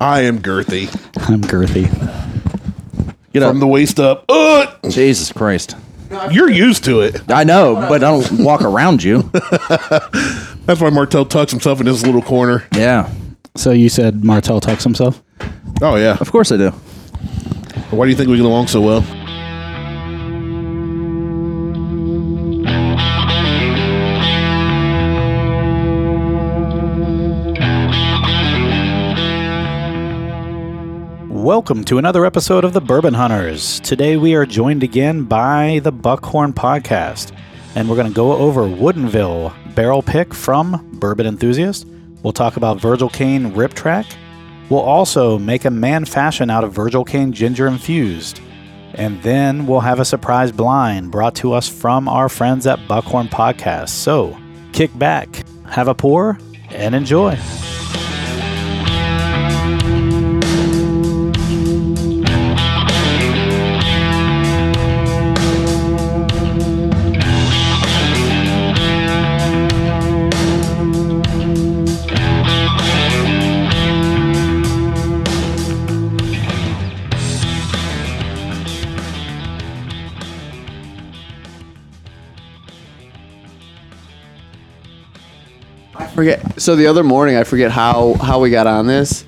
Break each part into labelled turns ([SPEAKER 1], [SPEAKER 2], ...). [SPEAKER 1] I am girthy
[SPEAKER 2] I'm girthy.
[SPEAKER 3] Get up.
[SPEAKER 1] from the waist up. Ugh!
[SPEAKER 3] Jesus Christ.
[SPEAKER 1] You're used to it.
[SPEAKER 3] I know, but I don't walk around you.
[SPEAKER 1] That's why Martel tucks himself in his little corner.
[SPEAKER 3] Yeah.
[SPEAKER 2] So you said Martel tucks himself?
[SPEAKER 1] Oh yeah.
[SPEAKER 3] Of course I do.
[SPEAKER 1] Why do you think we get along so well?
[SPEAKER 2] Welcome to another episode of the Bourbon Hunters. Today we are joined again by the Buckhorn Podcast, and we're going to go over Woodenville barrel pick from Bourbon Enthusiast. We'll talk about Virgil Cane Rip Track. We'll also make a man fashion out of Virgil Cane Ginger Infused. And then we'll have a surprise blind brought to us from our friends at Buckhorn Podcast. So kick back, have a pour, and enjoy.
[SPEAKER 4] forget. So the other morning, I forget how how we got on this,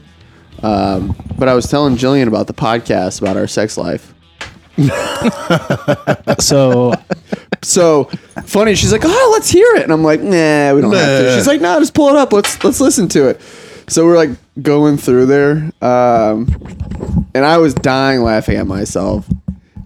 [SPEAKER 4] um, but I was telling Jillian about the podcast about our sex life.
[SPEAKER 2] So
[SPEAKER 4] So funny, she's like, "Oh, let's hear it," and I'm like, "Nah, we don't have
[SPEAKER 1] Nah.
[SPEAKER 4] to." She's like, "No, just pull it up. Let's let's listen to it." So we're like going through there, um, and I was dying laughing at myself,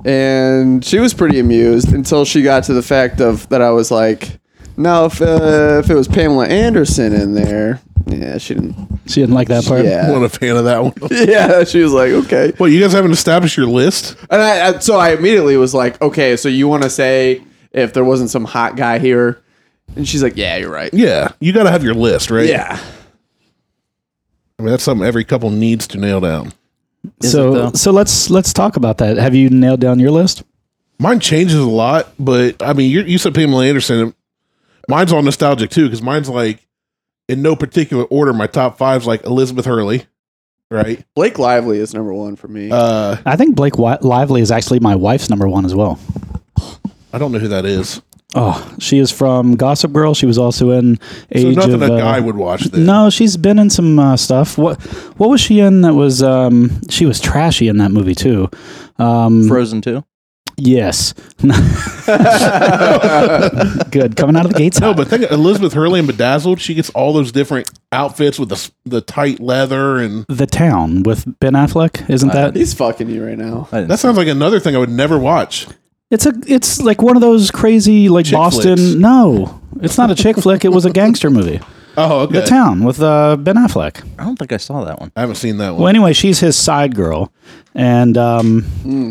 [SPEAKER 4] and she was pretty amused until she got to the fact of that I was like, "No, if uh, if it was Pamela Anderson in there." Yeah, she didn't.
[SPEAKER 2] she didn't like that part?
[SPEAKER 4] Yeah.
[SPEAKER 1] What a fan of that one.
[SPEAKER 4] Yeah, she was like, okay.
[SPEAKER 1] Well, you guys haven't established your list.
[SPEAKER 4] And I, I so I immediately was like, okay, so you want to say if there wasn't some hot guy here? And she's like, yeah, you're right.
[SPEAKER 1] Yeah, you got to have your list, right? I mean, that's something every couple needs to nail down.
[SPEAKER 3] it,
[SPEAKER 2] so
[SPEAKER 3] though?
[SPEAKER 2] so let's let's talk about that. Have you nailed down your list?
[SPEAKER 1] Mine changes a lot, but I mean, you you said Pamela Anderson. Mine's all nostalgic too, because mine's like in no particular order. My top five's like Elizabeth Hurley, right?
[SPEAKER 4] Blake Lively is number one for me.
[SPEAKER 1] Uh,
[SPEAKER 2] I think Blake Wi- Lively is actually my wife's number one as well.
[SPEAKER 1] I don't know who that is.
[SPEAKER 2] Oh, she is from Gossip Girl. She was also in
[SPEAKER 1] So
[SPEAKER 2] Age
[SPEAKER 1] nothing
[SPEAKER 2] of.
[SPEAKER 1] a
[SPEAKER 2] uh,
[SPEAKER 1] guy would watch. Then.
[SPEAKER 2] no, she's been in some uh, stuff. What what was she in that was? Um, she was trashy in that movie too. Um,
[SPEAKER 3] Frozen too.
[SPEAKER 2] yes, good coming out of the gates.
[SPEAKER 1] No,
[SPEAKER 2] hot.
[SPEAKER 1] but think of Elizabeth Hurley and Bedazzled. She gets all those different outfits with the s- the tight leather, and
[SPEAKER 2] the town with Ben Affleck isn't
[SPEAKER 3] Uh,
[SPEAKER 2] that?
[SPEAKER 4] He's fucking you right now.
[SPEAKER 3] I didn't
[SPEAKER 1] that sounds like another thing I would never watch.
[SPEAKER 2] It's a it's like one of those crazy like
[SPEAKER 1] Chick
[SPEAKER 2] Boston.
[SPEAKER 1] flicks.
[SPEAKER 2] No, it's not a chick flick. It was a gangster movie.
[SPEAKER 1] Oh, okay.
[SPEAKER 2] The Town with uh, Ben Affleck.
[SPEAKER 3] I don't think I saw that one.
[SPEAKER 1] I haven't seen that one.
[SPEAKER 2] Well, anyway, she's his side girl, and um,
[SPEAKER 1] Hmm.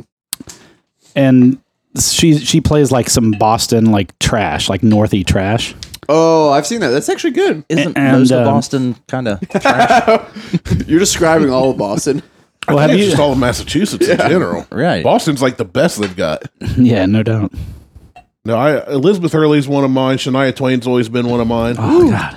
[SPEAKER 2] and she she plays like some Boston like trash, like Northy trash.
[SPEAKER 4] Oh, I've seen that. That's actually good.
[SPEAKER 3] Isn't
[SPEAKER 2] And,
[SPEAKER 3] most
[SPEAKER 2] um,
[SPEAKER 3] of Boston kind of?
[SPEAKER 4] You're describing all of Boston.
[SPEAKER 1] I
[SPEAKER 2] Well,
[SPEAKER 1] think
[SPEAKER 2] have
[SPEAKER 1] it's
[SPEAKER 2] you?
[SPEAKER 1] just all of Massachusetts in general.
[SPEAKER 3] Right.
[SPEAKER 1] Boston's like the best they've got.
[SPEAKER 2] Yeah, no doubt.
[SPEAKER 1] No, I Elizabeth Hurley's one of mine. Shania Twain's always been one of mine.
[SPEAKER 2] Oh God,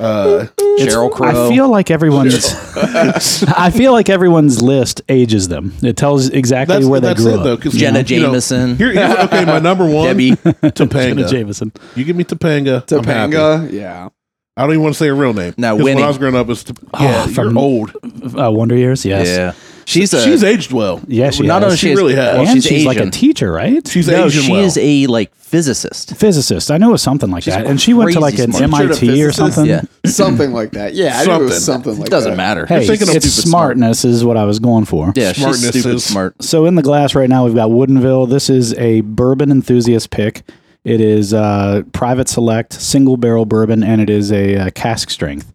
[SPEAKER 1] Uh,
[SPEAKER 3] Cheryl Crow.
[SPEAKER 2] I feel like everyone's. I feel like everyone's list ages them. It tells exactly
[SPEAKER 1] That's
[SPEAKER 2] where they
[SPEAKER 1] that's
[SPEAKER 2] grew
[SPEAKER 1] it though.
[SPEAKER 2] up.
[SPEAKER 1] 'cause,
[SPEAKER 3] Jenna Jameson.
[SPEAKER 1] here- here's- okay, my number one.
[SPEAKER 3] Debbie.
[SPEAKER 2] Jenna
[SPEAKER 1] Topanga.
[SPEAKER 2] Jameson.
[SPEAKER 1] you give me Topanga. I'm happy.
[SPEAKER 4] Topanga. Yeah.
[SPEAKER 1] I don't even want to say her real name.
[SPEAKER 3] No,
[SPEAKER 1] 'Cause when
[SPEAKER 3] Winnie.
[SPEAKER 1] I was growing up, it was Top-
[SPEAKER 2] Oh,
[SPEAKER 1] yeah,
[SPEAKER 2] from-
[SPEAKER 1] you're old.
[SPEAKER 2] Uh, Wonder Years. Yes.
[SPEAKER 3] yeah. She's a.
[SPEAKER 1] She's aged well.
[SPEAKER 2] Yeah, she
[SPEAKER 3] not
[SPEAKER 2] has.
[SPEAKER 3] only
[SPEAKER 1] She
[SPEAKER 3] she is-
[SPEAKER 1] really has.
[SPEAKER 3] well,
[SPEAKER 2] and she's,
[SPEAKER 3] she's,
[SPEAKER 2] like a
[SPEAKER 3] Asian.
[SPEAKER 2] teacher, right?
[SPEAKER 1] She's
[SPEAKER 3] no,
[SPEAKER 1] Asian
[SPEAKER 3] she
[SPEAKER 1] well.
[SPEAKER 3] is a like physicist.
[SPEAKER 2] Mm-hmm. physicist. I know it was something like that. And she went to
[SPEAKER 3] crazy
[SPEAKER 2] like an
[SPEAKER 3] smart.
[SPEAKER 2] MIT or
[SPEAKER 4] Physicist?
[SPEAKER 2] something.
[SPEAKER 3] Yeah.
[SPEAKER 4] Something like that. Yeah, I knew it was
[SPEAKER 1] Something.
[SPEAKER 4] something like
[SPEAKER 3] Doesn't
[SPEAKER 4] that.
[SPEAKER 3] matter.
[SPEAKER 1] You're
[SPEAKER 2] Hey,
[SPEAKER 1] thinking of
[SPEAKER 2] it's
[SPEAKER 1] stupid
[SPEAKER 2] smartness is what I was going for.
[SPEAKER 3] yeah, she's
[SPEAKER 1] smartness
[SPEAKER 3] stupid
[SPEAKER 1] is-
[SPEAKER 3] smart.
[SPEAKER 2] So in the glass right now, we've got Woodenville. This is a bourbon enthusiast pick. It is uh, private select single barrel bourbon, and it is a uh, cask strength.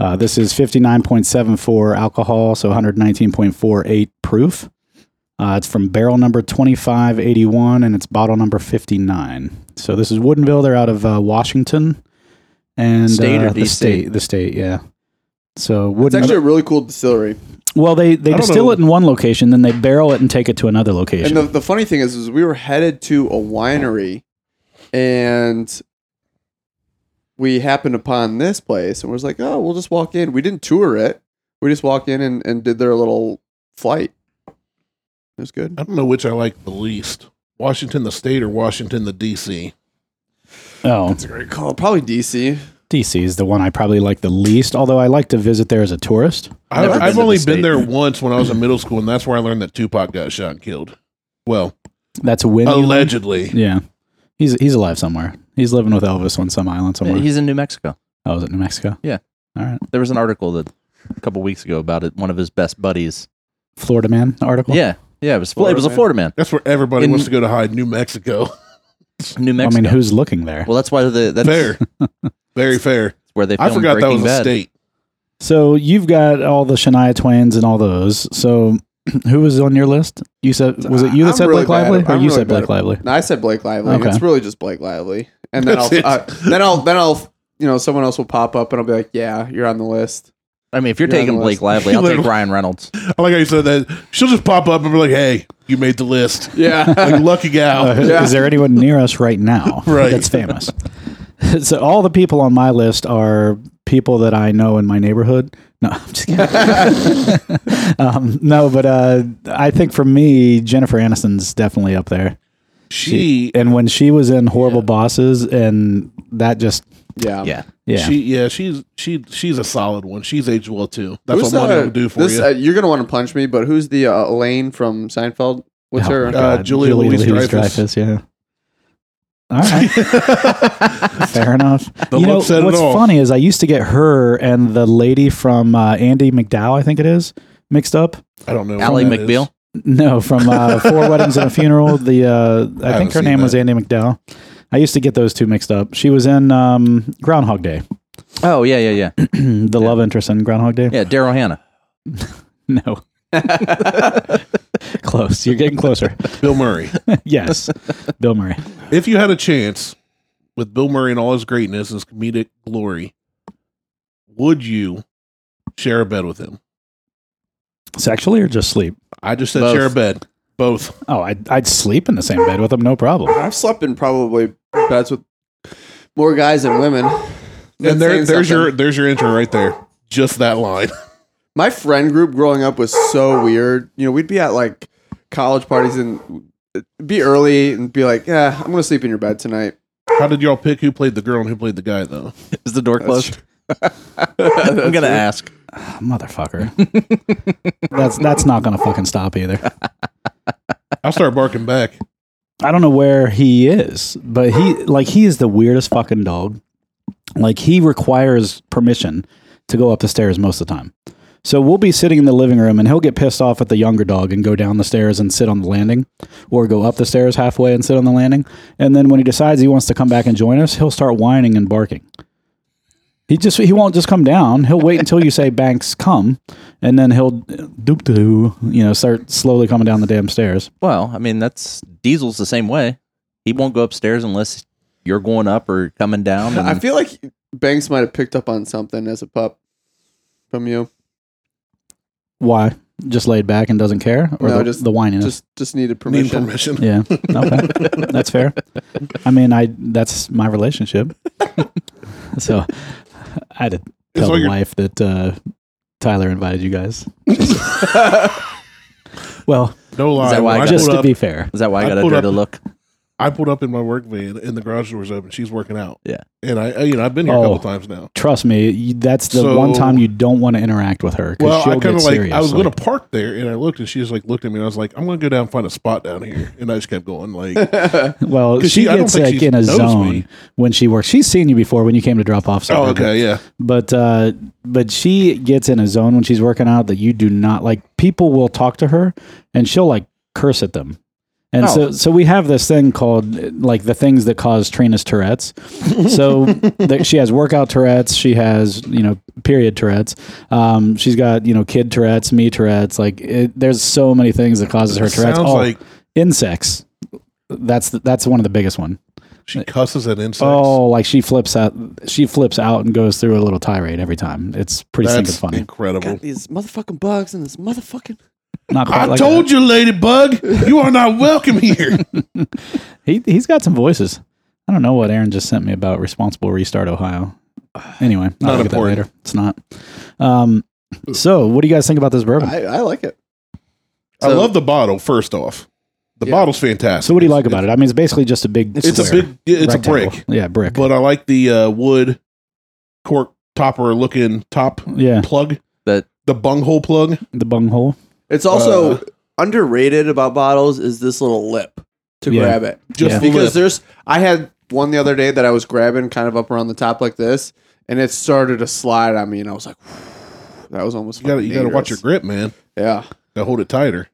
[SPEAKER 2] Uh, this is 59.74 alcohol, so 119.48 proof. Uh, it's from barrel number 2581, and it's bottle number 59. So this is Woodenville. They're out of uh, Washington. And
[SPEAKER 3] State
[SPEAKER 2] uh,
[SPEAKER 3] or
[SPEAKER 2] the
[SPEAKER 3] D state?
[SPEAKER 2] state, the state, yeah. So
[SPEAKER 4] It's
[SPEAKER 2] Woodenville.
[SPEAKER 4] actually a really cool distillery.
[SPEAKER 2] Well, they they
[SPEAKER 1] I don't
[SPEAKER 2] distill
[SPEAKER 1] know.
[SPEAKER 2] it in one location, then they barrel it and take it to another location.
[SPEAKER 4] And the, the funny thing is, is we were headed to a winery, and we happened upon this place, and was like, oh, we'll just walk in. We didn't tour it. We just walked in and, and did their little flight. It was good.
[SPEAKER 1] I don't know which I like the least Washington, the state, or Washington, the D.C.
[SPEAKER 2] Oh,
[SPEAKER 4] That's a great call. Probably DC.
[SPEAKER 2] DC is the one I probably like the least, although I like to visit there as a tourist.
[SPEAKER 1] I,
[SPEAKER 3] Never been
[SPEAKER 1] I've
[SPEAKER 3] to the
[SPEAKER 1] only been
[SPEAKER 3] state.
[SPEAKER 1] there once when I was in middle school, and that's where I learned that Tupac got shot and killed. Well,
[SPEAKER 2] That's when you-
[SPEAKER 1] allegedly.
[SPEAKER 2] Yeah. He's he's alive somewhere. He's living with Elvis on some island somewhere.
[SPEAKER 3] He's in New Mexico.
[SPEAKER 2] oh, is it New Mexico?
[SPEAKER 3] Yeah.
[SPEAKER 2] All right.
[SPEAKER 3] There was an article that a couple weeks ago about it. One of his best buddies.
[SPEAKER 2] Florida man article.
[SPEAKER 3] Yeah, yeah. It was it was a Florida
[SPEAKER 4] Florida
[SPEAKER 3] man,
[SPEAKER 1] That's where everybody
[SPEAKER 3] In-
[SPEAKER 1] wants to go to hide, New Mexico.
[SPEAKER 3] New
[SPEAKER 2] I
[SPEAKER 3] Mexico.
[SPEAKER 2] mean, who's looking there?
[SPEAKER 3] well, that's why the that's
[SPEAKER 1] Fair. Very fair.
[SPEAKER 3] where they.
[SPEAKER 1] I
[SPEAKER 3] filmed
[SPEAKER 1] forgot that was
[SPEAKER 3] Breaking Bad.
[SPEAKER 1] a state.
[SPEAKER 2] So you've got all the Shania Twains and all those. So who was on your list? You said was it you that
[SPEAKER 4] Uh, I'm
[SPEAKER 2] said
[SPEAKER 4] really
[SPEAKER 2] Blake
[SPEAKER 4] bad
[SPEAKER 2] Lively,
[SPEAKER 4] at-
[SPEAKER 2] or
[SPEAKER 4] I'm
[SPEAKER 2] you
[SPEAKER 4] really
[SPEAKER 2] said
[SPEAKER 4] bad
[SPEAKER 2] Blake
[SPEAKER 4] at-
[SPEAKER 2] Lively?
[SPEAKER 4] No, I said Blake Lively. and
[SPEAKER 2] Okay.
[SPEAKER 4] It's really just Blake Lively. And then I'll
[SPEAKER 1] That's it.
[SPEAKER 4] uh, then I'll then I'll you know someone else will pop up and I'll be like, yeah, you're on the list.
[SPEAKER 3] I mean, if you're
[SPEAKER 4] You're on
[SPEAKER 3] taking
[SPEAKER 4] the
[SPEAKER 3] Blake
[SPEAKER 4] list.
[SPEAKER 3] Lively, I'll take
[SPEAKER 1] Literally.
[SPEAKER 3] Ryan Reynolds.
[SPEAKER 1] I like how you said that. She'll just pop up and be like, hey, you made the list.
[SPEAKER 4] Yeah.
[SPEAKER 1] Like, lucky gal.
[SPEAKER 2] Uh,
[SPEAKER 4] Yeah.
[SPEAKER 2] Is there anyone near us right now
[SPEAKER 1] Right.
[SPEAKER 2] that's famous? so all the people on my list are people that I know in my neighborhood. No, I'm just kidding. um, no, but uh, I think for me, Jennifer Aniston's definitely up there.
[SPEAKER 1] She,
[SPEAKER 2] And when she was in Horrible Bosses, and that just
[SPEAKER 4] yeah.
[SPEAKER 3] Yeah,
[SPEAKER 2] yeah,
[SPEAKER 1] she, yeah, she's she she's a solid one. She's aged well too. That's
[SPEAKER 4] Who's
[SPEAKER 1] what
[SPEAKER 4] the-
[SPEAKER 1] money will do for
[SPEAKER 4] this,
[SPEAKER 1] you.
[SPEAKER 4] Uh, you're gonna want to punch me, but who's the uh, Elaine from Seinfeld? What's
[SPEAKER 2] Oh,
[SPEAKER 4] her?
[SPEAKER 2] my
[SPEAKER 1] Uh,
[SPEAKER 2] God.
[SPEAKER 1] Julia Louis-Dreyfus.
[SPEAKER 2] Louis-Dreyfus, yeah. All right, fair enough.
[SPEAKER 1] The
[SPEAKER 2] you know,
[SPEAKER 1] look said it
[SPEAKER 2] what's
[SPEAKER 1] all.
[SPEAKER 2] funny is I used to get her and the lady from uh, Andy McDowell, I think it is, mixed up.
[SPEAKER 1] I don't know. who
[SPEAKER 3] Allie
[SPEAKER 1] that is.
[SPEAKER 3] McBeal.
[SPEAKER 2] No, from uh, Four Weddings and a Funeral. The uh, I,
[SPEAKER 1] haven't
[SPEAKER 2] think her
[SPEAKER 1] seen
[SPEAKER 2] name was
[SPEAKER 1] that.
[SPEAKER 2] Andy McDowell. I used to get those two mixed up. She was in um, Groundhog Day,
[SPEAKER 3] Oh yeah, yeah, yeah,
[SPEAKER 2] the love interest in Groundhog Day.
[SPEAKER 3] yeah. Daryl Hannah.
[SPEAKER 2] No, close. You're getting closer.
[SPEAKER 1] Bill Murray.
[SPEAKER 2] yes, Bill Murray.
[SPEAKER 1] If you had a chance with Bill Murray and all his greatness, his comedic glory, would you share a bed with him?
[SPEAKER 2] Sexually or just sleep?
[SPEAKER 1] I just said
[SPEAKER 3] Both.
[SPEAKER 1] share a bed. Both.
[SPEAKER 2] Oh, I'd, I'd sleep in the same bed with him, no problem.
[SPEAKER 4] I've slept in probably beds with more guys than women. That's
[SPEAKER 1] And there,
[SPEAKER 4] saying
[SPEAKER 1] there's
[SPEAKER 4] something.
[SPEAKER 1] your there's your intro right there. Just that line.
[SPEAKER 4] my friend group growing up was so weird. You know, we'd be at like college parties and it'd be early and be like, "Yeah, I'm gonna sleep in your bed tonight."
[SPEAKER 1] How did y'all pick who played the girl and who played the guy though?
[SPEAKER 3] Is the door closed? I'm gonna ask.
[SPEAKER 2] Motherfucker. that's that's not gonna fucking stop either.
[SPEAKER 1] I'll start barking back.
[SPEAKER 2] I don't know where he is, but he like he is the weirdest fucking dog. Like he requires permission to go up the stairs most of the time. So we'll be sitting in the living room and he'll get pissed off at the younger dog and go down the stairs and sit on the landing or go up the stairs halfway and sit on the landing. And then when he decides he wants to come back and join us, he'll start whining and barking. He just he won't just come down. He'll wait until you say Banks come and then he'll doop doo, you know, start slowly coming down the damn stairs.
[SPEAKER 3] Well, I mean, that's Diesel's the same way. He won't go upstairs unless you're going up or coming down.
[SPEAKER 4] I
[SPEAKER 1] Mm-hmm.
[SPEAKER 3] And
[SPEAKER 4] feel like Banks might have picked up on something as a pup from you.
[SPEAKER 2] Why? Just laid back and doesn't care, or
[SPEAKER 4] No,
[SPEAKER 2] the,
[SPEAKER 4] just-
[SPEAKER 2] the whininess.
[SPEAKER 4] Just just needed
[SPEAKER 1] Need
[SPEAKER 4] permission.
[SPEAKER 1] permission.
[SPEAKER 2] yeah, okay, that's fair. I mean, I that's my relationship. so I had to
[SPEAKER 1] It's
[SPEAKER 2] tell
[SPEAKER 1] like
[SPEAKER 2] the
[SPEAKER 1] you're-
[SPEAKER 2] wife that uh, Tyler invited you guys. well,
[SPEAKER 1] No lie.
[SPEAKER 3] that why
[SPEAKER 1] when
[SPEAKER 3] I
[SPEAKER 1] I
[SPEAKER 3] got-
[SPEAKER 2] just
[SPEAKER 1] pulled
[SPEAKER 2] to
[SPEAKER 1] up,
[SPEAKER 2] be fair,
[SPEAKER 3] is that why I
[SPEAKER 1] I
[SPEAKER 3] got a
[SPEAKER 1] pulled
[SPEAKER 3] dirty
[SPEAKER 1] up-
[SPEAKER 3] look?
[SPEAKER 1] I pulled up in my work van and the garage door was open. She's working out.
[SPEAKER 3] Yeah.
[SPEAKER 1] And I, you know, I've been here
[SPEAKER 2] Oh.
[SPEAKER 1] a couple times now.
[SPEAKER 2] trust me, you, that's the
[SPEAKER 1] So-
[SPEAKER 2] one time you don't want to interact with her because
[SPEAKER 1] Well, I
[SPEAKER 2] she'll
[SPEAKER 1] kind
[SPEAKER 2] get
[SPEAKER 1] of like
[SPEAKER 2] serious.
[SPEAKER 1] I was
[SPEAKER 2] like,
[SPEAKER 1] going to park there, and I looked, and she just like looked at me, and I was like, "I'm going to go down and find a spot down here," and I just kept going. Like,
[SPEAKER 2] Oh, Well,
[SPEAKER 1] 'Cause
[SPEAKER 2] she
[SPEAKER 1] she- I don't
[SPEAKER 2] gets
[SPEAKER 1] think
[SPEAKER 2] like
[SPEAKER 1] she
[SPEAKER 2] in a
[SPEAKER 1] knows
[SPEAKER 2] zone
[SPEAKER 1] me.
[SPEAKER 2] when she works. She's seen you before when you came to drop off.
[SPEAKER 1] oh,
[SPEAKER 2] something.
[SPEAKER 1] okay, yeah,
[SPEAKER 2] But uh, but she gets in a zone when she's working out that you do not like. People will talk to her, and she'll like curse at them. And
[SPEAKER 1] Oh.
[SPEAKER 2] so so we have this thing called uh, like the things that cause Trina's Tourette's. So that she has workout Tourette's. She has you know period Tourette's. Um, she's got you know kid Tourette's, me Tourette's. Like it, there's so many things that causes her Tourette's.
[SPEAKER 1] sounds
[SPEAKER 2] Oh,
[SPEAKER 1] like
[SPEAKER 2] insects. That's the, that's one of the biggest one.
[SPEAKER 1] she cusses at insects.
[SPEAKER 2] Oh, like she flips out. She flips out and goes through a little tirade every time. It's pretty stinking
[SPEAKER 1] that's
[SPEAKER 2] funny.
[SPEAKER 1] incredible.
[SPEAKER 4] Got these motherfucking bugs and this motherfucking.
[SPEAKER 2] Not quite
[SPEAKER 1] I
[SPEAKER 2] like
[SPEAKER 1] told you, Ladybug, you are not welcome here.
[SPEAKER 2] you. He he's got some voices. I don't know what Aaron just sent me about responsible restart Ohio. Anyway, I'll
[SPEAKER 1] Not
[SPEAKER 2] look at that
[SPEAKER 1] important.
[SPEAKER 2] later. It's not. Um, So, what do you guys think about this bourbon?
[SPEAKER 4] I, I like it.
[SPEAKER 1] I
[SPEAKER 3] So-
[SPEAKER 1] love the bottle. First off, the
[SPEAKER 4] Yeah.
[SPEAKER 1] bottle's fantastic.
[SPEAKER 2] so, what do you like about it? I mean, it's basically just a big.
[SPEAKER 1] It's a
[SPEAKER 2] square
[SPEAKER 1] big. It's a
[SPEAKER 2] rectangle.
[SPEAKER 1] brick,
[SPEAKER 2] Yeah, brick.
[SPEAKER 1] but I like the uh, wood cork topper looking top
[SPEAKER 2] yeah,
[SPEAKER 1] plug.
[SPEAKER 3] That-
[SPEAKER 1] the bunghole plug.
[SPEAKER 2] the bunghole.
[SPEAKER 4] It's also
[SPEAKER 1] Uh,
[SPEAKER 4] underrated about bottles is this little lip to
[SPEAKER 2] Yeah.
[SPEAKER 4] grab it.
[SPEAKER 1] Just
[SPEAKER 2] Yeah.
[SPEAKER 1] the
[SPEAKER 4] because
[SPEAKER 1] lip.
[SPEAKER 4] there's I had one the other day that I was grabbing kind of up around the top like this, and it started to slide on me, and I was like, that was almost.
[SPEAKER 1] you gotta you gotta watch your
[SPEAKER 4] dangerous.
[SPEAKER 1] grip, man.
[SPEAKER 4] Yeah,
[SPEAKER 1] Gotta hold it tighter.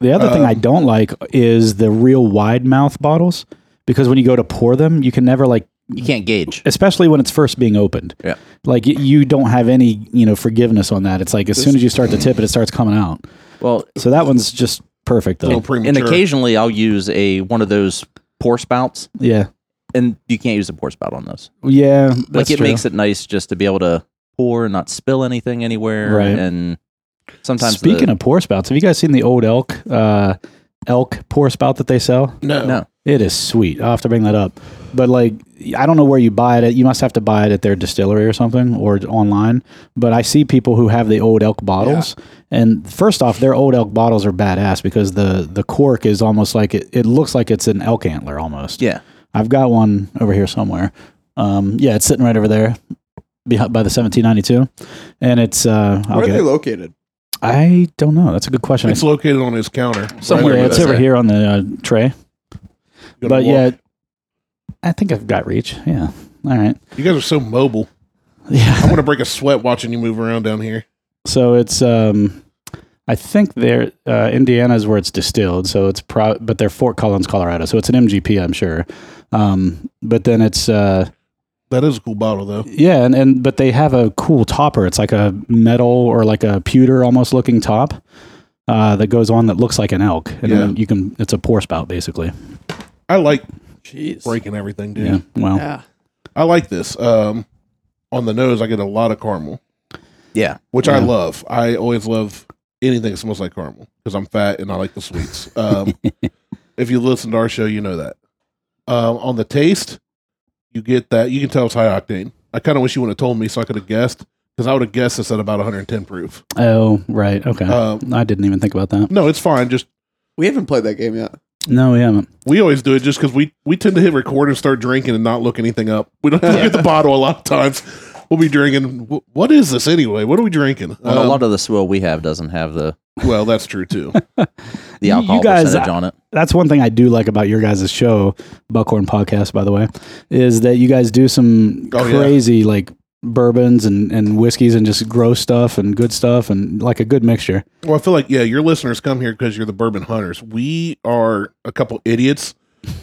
[SPEAKER 2] The other thing
[SPEAKER 1] Um,
[SPEAKER 2] I don't like is the real wide mouth bottles because when you go to pour them, you can never like,
[SPEAKER 3] You can't gauge.
[SPEAKER 2] especially when it's first being opened.
[SPEAKER 3] Yeah.
[SPEAKER 2] Like y- you don't have any, you know, forgiveness on that. It's like as soon as you start to tip it, it starts coming out.
[SPEAKER 3] Well,
[SPEAKER 2] So that one's just perfect
[SPEAKER 1] A little
[SPEAKER 2] though.
[SPEAKER 1] premature.
[SPEAKER 3] and occasionally I'll use a one of those pour spouts,
[SPEAKER 2] Yeah.
[SPEAKER 3] and you can't use a pour spout on those.
[SPEAKER 2] Yeah.
[SPEAKER 3] like
[SPEAKER 2] that's
[SPEAKER 3] it
[SPEAKER 2] true.
[SPEAKER 3] makes it nice just to be able to pour and not spill anything anywhere.
[SPEAKER 2] Right.
[SPEAKER 3] And sometimes
[SPEAKER 2] Speaking
[SPEAKER 3] the,
[SPEAKER 2] of pour spouts, have you guys seen the old elk, uh, elk pour spout that they sell?
[SPEAKER 1] no.
[SPEAKER 3] no,
[SPEAKER 2] It is sweet. I'll have to bring that up. But like, I don't know where you buy it. At. You must have to buy it at their distillery or something or online. But I see people who have the old elk bottles. And first off, their old elk bottles are badass because the the cork is almost like it. It looks like it's an elk antler almost.
[SPEAKER 3] yeah,
[SPEAKER 2] I've got one over here somewhere. Um, yeah, it's sitting right over there, behind by the 1792, and it's uh, I'll
[SPEAKER 4] where are
[SPEAKER 2] get
[SPEAKER 4] they
[SPEAKER 2] it.
[SPEAKER 4] located?
[SPEAKER 2] I don't know. That's a good question.
[SPEAKER 1] It's located on his counter
[SPEAKER 3] Somewhere
[SPEAKER 2] yeah,
[SPEAKER 3] in
[SPEAKER 2] it's
[SPEAKER 3] USA.
[SPEAKER 2] over here on the uh, tray.
[SPEAKER 1] You gotta
[SPEAKER 2] but
[SPEAKER 1] walk.
[SPEAKER 2] yeah, I think I've got reach. Yeah. All right.
[SPEAKER 1] you guys are so mobile. I'm
[SPEAKER 2] Yeah.
[SPEAKER 1] gonna break a sweat watching you move around down here.
[SPEAKER 2] So it's um, I think they're uh, Indiana is where it's distilled. So it's pro, but they're Fort Collins, Colorado. So it's an MGP, I'm sure. Um, but then it's uh,
[SPEAKER 1] That is a cool bottle though.
[SPEAKER 2] yeah, and and but they have a cool topper. It's like a metal or like a pewter almost looking top. Uh, that goes on that looks like an elk, and then you can. It's a pour spout basically.
[SPEAKER 1] I like
[SPEAKER 4] Jeez.
[SPEAKER 1] breaking everything, dude.
[SPEAKER 2] Yeah. Well,
[SPEAKER 4] Yeah.
[SPEAKER 1] I like this. Um, on the nose, I get a lot of caramel,
[SPEAKER 3] yeah.
[SPEAKER 1] which I
[SPEAKER 2] Yeah.
[SPEAKER 1] love. I always love anything that smells like caramel because I'm fat and I like the sweets. Um, if you listen to our show, you know that. Um, on the taste, you get that. You can tell it's high octane. I kind of wish you would have told me so I could have guessed because I would have guessed this at about 110 proof.
[SPEAKER 2] Oh, right. Okay.
[SPEAKER 1] Um,
[SPEAKER 2] I didn't even think about that.
[SPEAKER 1] no, it's fine. Just
[SPEAKER 4] We haven't played that game yet.
[SPEAKER 2] No, we haven't.
[SPEAKER 1] we always do it just because we we tend to hit record and start drinking and not look anything up. We don't look at the bottle a lot of times. We'll be drinking. "Wh- What is this anyway? What are we drinking?
[SPEAKER 3] Well,
[SPEAKER 1] Um,
[SPEAKER 3] a lot of the swill we have doesn't have the
[SPEAKER 1] Well, that's true too.
[SPEAKER 3] the
[SPEAKER 2] You- you
[SPEAKER 3] alcohol
[SPEAKER 2] guys-
[SPEAKER 3] percentage on it.
[SPEAKER 2] That's one thing I do like about your guys' show, Buckhorn Podcast, by the way, is that you guys do some
[SPEAKER 1] Oh, yeah.
[SPEAKER 2] crazy like bourbons and, and whiskeys and just gross stuff and good stuff and like a good mixture.
[SPEAKER 1] Well, I feel like yeah, your listeners come here because you're the bourbon hunters. We are a couple idiots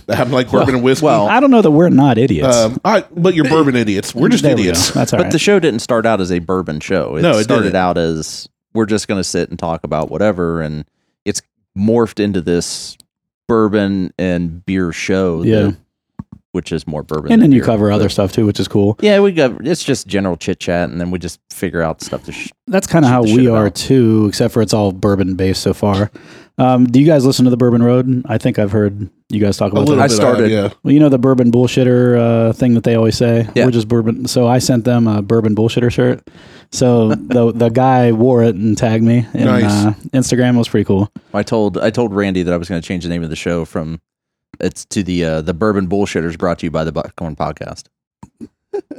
[SPEAKER 1] that have like bourbon and whiskey.
[SPEAKER 3] well,
[SPEAKER 2] I don't know that we're not idiots.
[SPEAKER 1] um, I, but you're bourbon idiots. We're just
[SPEAKER 2] There we
[SPEAKER 1] idiots.
[SPEAKER 2] go. That's all
[SPEAKER 3] But
[SPEAKER 2] right.
[SPEAKER 3] the show didn't start out as a bourbon show. It
[SPEAKER 1] No, it
[SPEAKER 3] started
[SPEAKER 1] didn't.
[SPEAKER 3] out as we're just going to sit and talk about whatever, and it's morphed into this bourbon and beer show.
[SPEAKER 2] Yeah.
[SPEAKER 3] that- which is more bourbon.
[SPEAKER 2] and
[SPEAKER 3] than
[SPEAKER 2] then you
[SPEAKER 3] beer,
[SPEAKER 2] cover
[SPEAKER 3] but-
[SPEAKER 2] other stuff too, which is cool.
[SPEAKER 3] Yeah, we got it's just general chit chat, and then we just figure out stuff to. Sh-
[SPEAKER 2] That's kind of
[SPEAKER 3] Shit
[SPEAKER 2] how
[SPEAKER 3] the
[SPEAKER 2] we
[SPEAKER 3] shit
[SPEAKER 2] are
[SPEAKER 3] about.
[SPEAKER 2] too, except for it's all bourbon based so far. Um, do you guys listen to the Bourbon Road? I think I've heard you guys talk
[SPEAKER 1] A
[SPEAKER 2] about
[SPEAKER 1] little
[SPEAKER 2] that.
[SPEAKER 1] bit.
[SPEAKER 3] I started-
[SPEAKER 1] yeah.
[SPEAKER 2] Well, you know the bourbon bullshitter uh, thing that they always say.
[SPEAKER 3] Yeah.
[SPEAKER 2] We're just bourbon. So I sent them a bourbon bullshitter shirt. So the the guy wore it and tagged me. And,
[SPEAKER 1] Nice.
[SPEAKER 2] Uh, Instagram It was pretty cool.
[SPEAKER 3] I told I told Randy that I was going to change the name of the show from it's to the uh, the Bourbon Bullshitters, brought to you by the Buckhorn Podcast.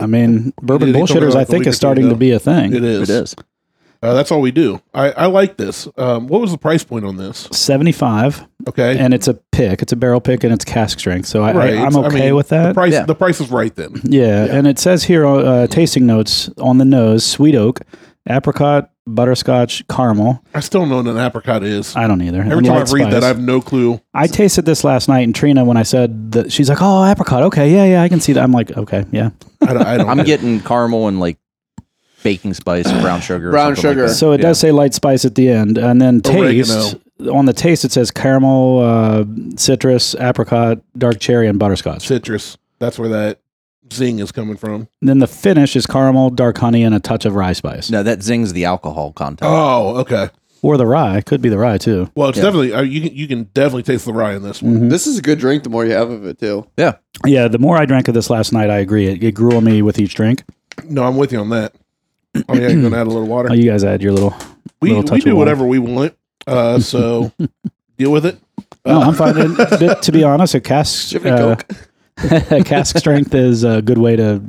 [SPEAKER 2] I mean, bourbon
[SPEAKER 1] he told me
[SPEAKER 2] bullshitters
[SPEAKER 1] like
[SPEAKER 2] I
[SPEAKER 1] a
[SPEAKER 2] think
[SPEAKER 1] week or
[SPEAKER 2] is
[SPEAKER 1] two
[SPEAKER 2] starting to
[SPEAKER 1] ago.
[SPEAKER 2] be a thing.
[SPEAKER 1] It is.
[SPEAKER 3] It is.
[SPEAKER 1] Uh, that's all we do. I, I like this. Um, what was the price point on this?
[SPEAKER 2] Seventy five,
[SPEAKER 1] Okay.
[SPEAKER 2] and it's a pick. It's a barrel pick, and it's cask strength. So I,
[SPEAKER 1] Right.
[SPEAKER 2] I, I'm
[SPEAKER 1] I
[SPEAKER 2] okay
[SPEAKER 1] mean,
[SPEAKER 2] with that.
[SPEAKER 1] the price
[SPEAKER 3] Yeah.
[SPEAKER 1] the price is right then.
[SPEAKER 2] Yeah,
[SPEAKER 1] Yeah.
[SPEAKER 2] and it says here uh, tasting notes on the nose: sweet oak, apricot, butterscotch, caramel.
[SPEAKER 1] I still don't know what an apricot is.
[SPEAKER 2] I don't either.
[SPEAKER 1] Every
[SPEAKER 2] And
[SPEAKER 1] time I read
[SPEAKER 2] light spice.
[SPEAKER 1] that I have no clue.
[SPEAKER 2] I tasted this last night, and Trina, when I said that, she's like, "Oh, apricot. Okay, yeah, yeah, I can see that." I'm like, "Okay, yeah."
[SPEAKER 1] I don't, I don't
[SPEAKER 3] I'm
[SPEAKER 1] know.
[SPEAKER 3] getting caramel and like baking spice, and brown sugar, or
[SPEAKER 4] Brown
[SPEAKER 3] something like
[SPEAKER 4] sugar.
[SPEAKER 3] that.
[SPEAKER 2] So it does say light spice at the end, and then taste on the taste it says caramel, uh, citrus, apricot, dark cherry, and butterscotch.
[SPEAKER 1] citrus. That's where that zing is coming from.
[SPEAKER 2] then the finish is caramel, dark honey, and a touch of rye spice,
[SPEAKER 3] No, that zings the alcohol content.
[SPEAKER 1] Oh, okay.
[SPEAKER 2] or the rye could be the rye too.
[SPEAKER 1] Well, it's
[SPEAKER 3] Yeah.
[SPEAKER 1] definitely uh, you can you can definitely taste the rye in this one.
[SPEAKER 2] Mhm.
[SPEAKER 4] This is a good drink. The more you have of it, too.
[SPEAKER 2] Yeah, the more I drank of this last night, I agree. It, it grew on me with each drink.
[SPEAKER 1] No, I'm with you on that. Oh yeah, you're gonna add a little water.
[SPEAKER 2] Oh, you guys add your little.
[SPEAKER 1] we
[SPEAKER 2] little touch
[SPEAKER 1] we
[SPEAKER 2] of
[SPEAKER 1] do
[SPEAKER 2] water.
[SPEAKER 1] whatever we want. Uh, so deal with it.
[SPEAKER 2] No,
[SPEAKER 1] Uh,
[SPEAKER 2] I'm fine. And to, to be honest, a cask
[SPEAKER 4] Jimmy
[SPEAKER 2] uh,
[SPEAKER 4] Coke.
[SPEAKER 2] cask strength is a good way to,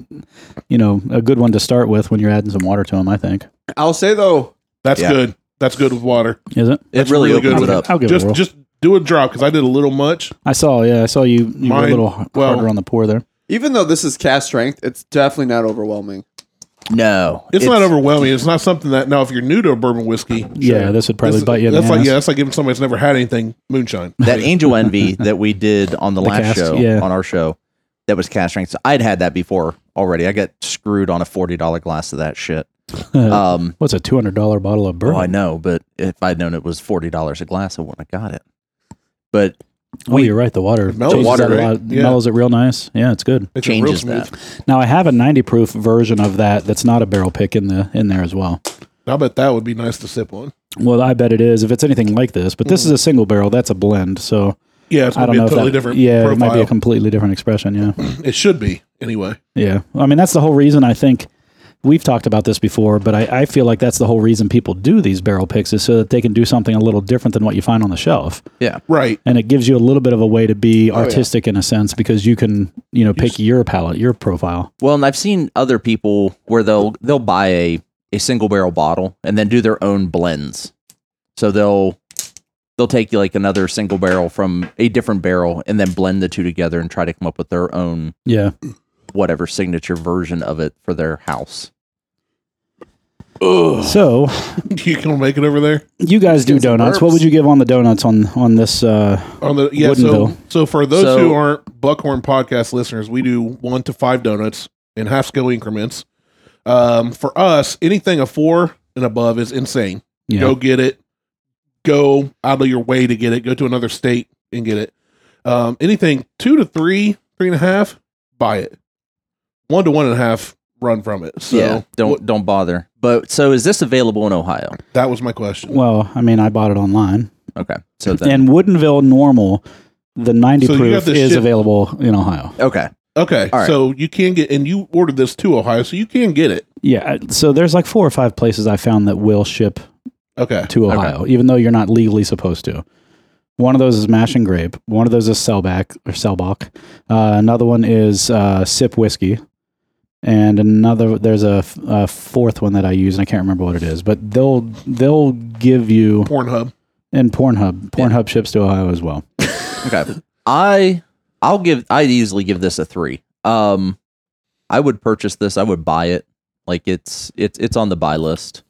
[SPEAKER 2] you know, a good one to start with when you're adding some water to them. I think
[SPEAKER 4] I'll say though,
[SPEAKER 1] that's
[SPEAKER 3] Yeah.
[SPEAKER 1] good. That's good with water.
[SPEAKER 2] is it?
[SPEAKER 3] It
[SPEAKER 1] That's
[SPEAKER 3] really,
[SPEAKER 1] really good
[SPEAKER 3] opens
[SPEAKER 1] with
[SPEAKER 3] it up.
[SPEAKER 2] I'll give it a
[SPEAKER 1] Just
[SPEAKER 2] whirl.
[SPEAKER 1] just do a drop because I did a little much.
[SPEAKER 2] I saw. Yeah, I saw you. You were a
[SPEAKER 1] Mine-
[SPEAKER 2] little h-
[SPEAKER 1] well-
[SPEAKER 2] harder on the pour there.
[SPEAKER 4] even though this is cast strength, it's definitely not overwhelming.
[SPEAKER 3] No,
[SPEAKER 1] It's, not overwhelming. It's not something that now if you're new to a bourbon whiskey,
[SPEAKER 2] Yeah, this would probably
[SPEAKER 1] that's,
[SPEAKER 2] bite you. In
[SPEAKER 1] that's
[SPEAKER 2] the
[SPEAKER 1] like
[SPEAKER 2] ass.
[SPEAKER 1] yeah, that's like giving somebody that's never had anything moonshine.
[SPEAKER 3] That Angel Envy that we did on the, last
[SPEAKER 2] cast,
[SPEAKER 3] show
[SPEAKER 2] yeah.
[SPEAKER 3] on our show that was cast strength. So I'd had that before already. I got screwed on a forty dollar glass of that shit. Um,
[SPEAKER 2] What's a two hundred dollar bottle of
[SPEAKER 3] oh, I
[SPEAKER 2] bourbon?
[SPEAKER 3] know, but if I'd known it was forty dollars a glass, I wouldn't have got it. But
[SPEAKER 2] Oh, you're right. The water
[SPEAKER 1] It mellows
[SPEAKER 2] changes
[SPEAKER 3] water,
[SPEAKER 2] that a
[SPEAKER 1] right?
[SPEAKER 2] lot,
[SPEAKER 1] Yeah.
[SPEAKER 2] mellows it real nice. Yeah, it's good.
[SPEAKER 1] It's real
[SPEAKER 3] changes
[SPEAKER 1] smooth.
[SPEAKER 3] that.
[SPEAKER 2] Now I have a ninety proof version of that. That's not a barrel pick in the in there as well.
[SPEAKER 1] I bet that would be nice to sip on.
[SPEAKER 2] Well, I bet it is if it's anything like this. But this is a single barrel. That's a blend. So
[SPEAKER 1] Yeah, Hmm. it's
[SPEAKER 2] I
[SPEAKER 1] gonna
[SPEAKER 2] don't
[SPEAKER 1] be a
[SPEAKER 2] know.
[SPEAKER 1] totally
[SPEAKER 2] if that,
[SPEAKER 1] different
[SPEAKER 2] yeah, it might
[SPEAKER 1] profile.
[SPEAKER 2] be a completely different expression. Yeah.
[SPEAKER 1] it should be anyway.
[SPEAKER 2] Yeah. I mean, that's the whole reason I think we've talked about this before, but I, I feel like that's the whole reason people do these barrel picks is so that they can do something a little different than what you find on the shelf.
[SPEAKER 3] yeah,
[SPEAKER 1] Right.
[SPEAKER 2] And it gives you a little bit of a way to be
[SPEAKER 1] Oh,
[SPEAKER 2] artistic in a sense because you can, you know, pick your palette, your profile.
[SPEAKER 3] well, and I've seen other people where they'll they'll buy a a single barrel bottle and then do their own blends. So they'll they'll take like another single barrel from a different barrel and then blend the two together and try to come up with their own
[SPEAKER 2] Yeah.
[SPEAKER 3] whatever signature version of it for their house.
[SPEAKER 2] So
[SPEAKER 1] You can make it over there
[SPEAKER 2] you guys do
[SPEAKER 4] Get some
[SPEAKER 2] donuts. What
[SPEAKER 4] burps.
[SPEAKER 2] would you give on the donuts on on this? Uh,
[SPEAKER 1] on the yeah.
[SPEAKER 2] Woodenville.
[SPEAKER 1] So so for those
[SPEAKER 3] So-
[SPEAKER 1] who aren't Buckhorn podcast listeners, we do one to five donuts in half scale increments. Um, for us, anything a four and above is insane.
[SPEAKER 2] yeah.
[SPEAKER 1] go get it go out of your way to get it go to another state and get it um, anything two to three three and a half buy it one to one and a half run from it so
[SPEAKER 3] yeah, don't
[SPEAKER 1] what-
[SPEAKER 3] don't bother. But so is this available in Ohio?
[SPEAKER 1] that was my question
[SPEAKER 2] Well, I mean, I bought it online.
[SPEAKER 3] Okay, so then
[SPEAKER 2] and Woodenville Normal, the 90
[SPEAKER 1] So you got
[SPEAKER 2] proof
[SPEAKER 1] this
[SPEAKER 2] is
[SPEAKER 1] shit-
[SPEAKER 2] available in Ohio.
[SPEAKER 3] okay,
[SPEAKER 1] okay
[SPEAKER 3] all right.
[SPEAKER 1] so you can get and you ordered this to ohio so you can get it
[SPEAKER 2] Yeah. So there's like four or five places I found that will ship
[SPEAKER 1] okay
[SPEAKER 2] to Ohio, even though you're not legally supposed to. One of those is Mash and Grape. One of those is Sellback or Sellbach. Uh, another one is uh, Sip Whiskey. And another, there's a, f- a fourth one that I use, and I can't remember what it is. But they'll they'll give you
[SPEAKER 1] pornhub
[SPEAKER 2] and Pornhub. Pornhub ships to Ohio as well.
[SPEAKER 3] okay. I I'll give I'd easily give this a three. Um, I would purchase this. I would buy it. Like it's it's it's on the buy list.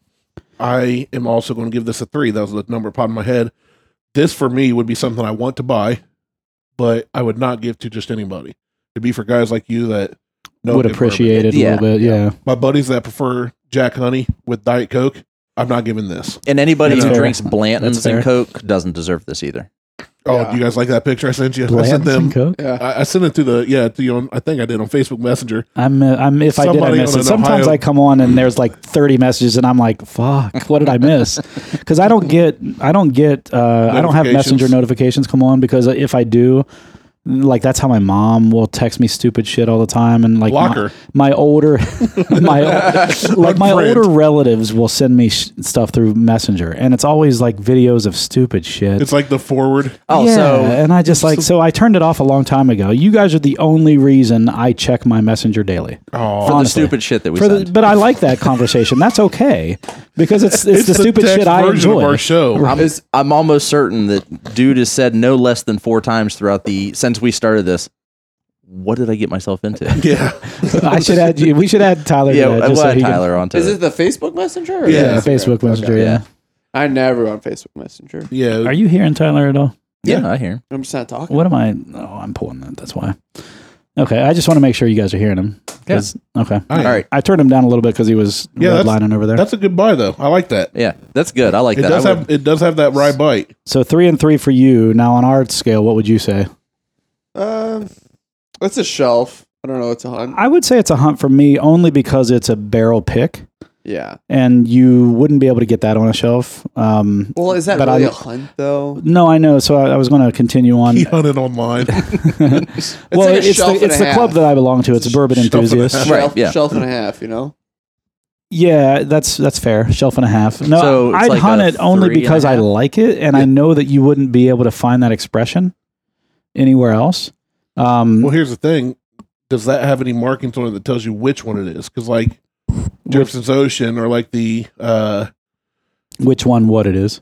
[SPEAKER 1] i am also going to give this a three that was the number popped in my head this for me would be something i want to buy but i would not give to just anybody it'd be for guys like you that know
[SPEAKER 2] Would
[SPEAKER 1] good bourbon.
[SPEAKER 2] appreciate it a
[SPEAKER 3] Yeah.
[SPEAKER 2] little bit. Yeah,
[SPEAKER 1] my buddies that prefer Jack Honey with Diet Coke, I'm not giving this.
[SPEAKER 3] And anybody
[SPEAKER 2] That's
[SPEAKER 3] who
[SPEAKER 2] fair.
[SPEAKER 3] drinks
[SPEAKER 2] That's
[SPEAKER 3] Blanton's
[SPEAKER 2] fair.
[SPEAKER 3] and Coke doesn't deserve this either.
[SPEAKER 1] Oh,
[SPEAKER 4] Yeah.
[SPEAKER 1] do you guys like that picture I sent you? I sent
[SPEAKER 2] Blanton's
[SPEAKER 1] them.
[SPEAKER 2] and Coke?
[SPEAKER 4] Yeah.
[SPEAKER 1] I, I sent it to the yeah to you on. I think I did on Facebook Messenger.
[SPEAKER 2] I'm, uh, I'm. If I did,
[SPEAKER 1] Somebody
[SPEAKER 2] I miss
[SPEAKER 1] on
[SPEAKER 2] it.
[SPEAKER 1] an
[SPEAKER 2] Sometimes
[SPEAKER 1] Ohio-
[SPEAKER 2] I come on and there's like 30 messages, and I'm like, "Fuck, what did I miss?" Because I don't get, I don't get, uh, I don't have
[SPEAKER 1] Notifications.
[SPEAKER 2] messenger notifications come on because if I do, like that's how my mom will text me stupid shit all the time, and like my-
[SPEAKER 1] Blocker.
[SPEAKER 2] My, older, my ol- like my
[SPEAKER 1] Unfriend.
[SPEAKER 2] older relatives will send me sh- stuff through messenger, and it's always like videos of stupid shit.
[SPEAKER 1] It's like the forward.
[SPEAKER 3] Oh,
[SPEAKER 2] yeah,
[SPEAKER 3] so
[SPEAKER 2] and I just like so I turned it off a long time ago. You guys are the only reason I check my messenger daily
[SPEAKER 1] Oh,
[SPEAKER 3] the
[SPEAKER 2] honestly.
[SPEAKER 3] stupid shit that we
[SPEAKER 2] for the,
[SPEAKER 3] send.
[SPEAKER 2] but I like that conversation. That's okay because it's it's, the, stupid
[SPEAKER 1] text
[SPEAKER 2] shit I
[SPEAKER 1] version
[SPEAKER 2] enjoy.
[SPEAKER 1] of our show.
[SPEAKER 3] I'm, I'm almost certain that dude has said no less than four times throughout the since we started this. What did I get myself into?
[SPEAKER 1] Yeah,
[SPEAKER 2] I should add you. We should add Tyler.
[SPEAKER 3] yeah,
[SPEAKER 2] to that,
[SPEAKER 3] I
[SPEAKER 2] just so
[SPEAKER 3] want
[SPEAKER 2] he can-
[SPEAKER 3] Tyler onto
[SPEAKER 4] Is
[SPEAKER 3] it.
[SPEAKER 4] it the Facebook Messenger? Or
[SPEAKER 1] Yeah,
[SPEAKER 2] Uh, yeah,
[SPEAKER 4] Instagram?
[SPEAKER 2] Facebook Messenger.
[SPEAKER 3] Okay.
[SPEAKER 2] Yeah.
[SPEAKER 4] I never on Facebook Messenger.
[SPEAKER 1] yeah.
[SPEAKER 2] Are you hearing Tyler at all?
[SPEAKER 3] yeah, I hear.
[SPEAKER 4] I'm just not talking.
[SPEAKER 2] What am I? Oh, I'm pulling that. That's why. Okay, I just want to make sure you guys are hearing him. 'cause- Okay.
[SPEAKER 1] I am.
[SPEAKER 3] All right.
[SPEAKER 2] I turned him down a little bit because he was
[SPEAKER 1] Yeah,
[SPEAKER 2] red
[SPEAKER 1] that's-
[SPEAKER 2] lining over there.
[SPEAKER 1] That's a good buy though. I like that.
[SPEAKER 3] Yeah, that's good. I like
[SPEAKER 1] It
[SPEAKER 3] that.
[SPEAKER 1] does
[SPEAKER 3] I would-
[SPEAKER 1] have it does have that rye bite.
[SPEAKER 2] So three and three for you. Now on our scale, what would you say? Mm.
[SPEAKER 4] Um, that's a shelf. I don't know. It's a hunt.
[SPEAKER 2] I would say it's a hunt for me only because it's a barrel pick,
[SPEAKER 4] Yeah.
[SPEAKER 2] and you wouldn't be able to get that on a shelf. Um,
[SPEAKER 4] Well, is that
[SPEAKER 2] But
[SPEAKER 4] really
[SPEAKER 2] I-
[SPEAKER 4] a hunt though?
[SPEAKER 2] No, I know. So I, I was going to continue on.
[SPEAKER 1] He hunted online.
[SPEAKER 2] well,
[SPEAKER 4] like a
[SPEAKER 2] it's
[SPEAKER 4] shelf
[SPEAKER 2] the,
[SPEAKER 4] and
[SPEAKER 2] it's
[SPEAKER 4] a
[SPEAKER 2] the
[SPEAKER 4] half.
[SPEAKER 2] club that I belong to. It's a bourbon
[SPEAKER 1] shelf and a
[SPEAKER 2] enthusiast.
[SPEAKER 1] half.
[SPEAKER 4] Shelf,
[SPEAKER 3] yeah.
[SPEAKER 4] shelf and a half. You know.
[SPEAKER 2] Yeah, that's that's fair. Shelf and a half. No,
[SPEAKER 3] So it's
[SPEAKER 2] I'd
[SPEAKER 3] like
[SPEAKER 2] hunt
[SPEAKER 3] a
[SPEAKER 2] it only
[SPEAKER 3] three and a
[SPEAKER 2] because I
[SPEAKER 3] half?
[SPEAKER 2] like it, and I know that you wouldn't be able to find that expression anywhere else. Um,
[SPEAKER 1] Well, here's the thing: does that have any markings on it that tells you which one it is? Because like Jefferson's Ocean or like the uh,
[SPEAKER 2] which one? What it is?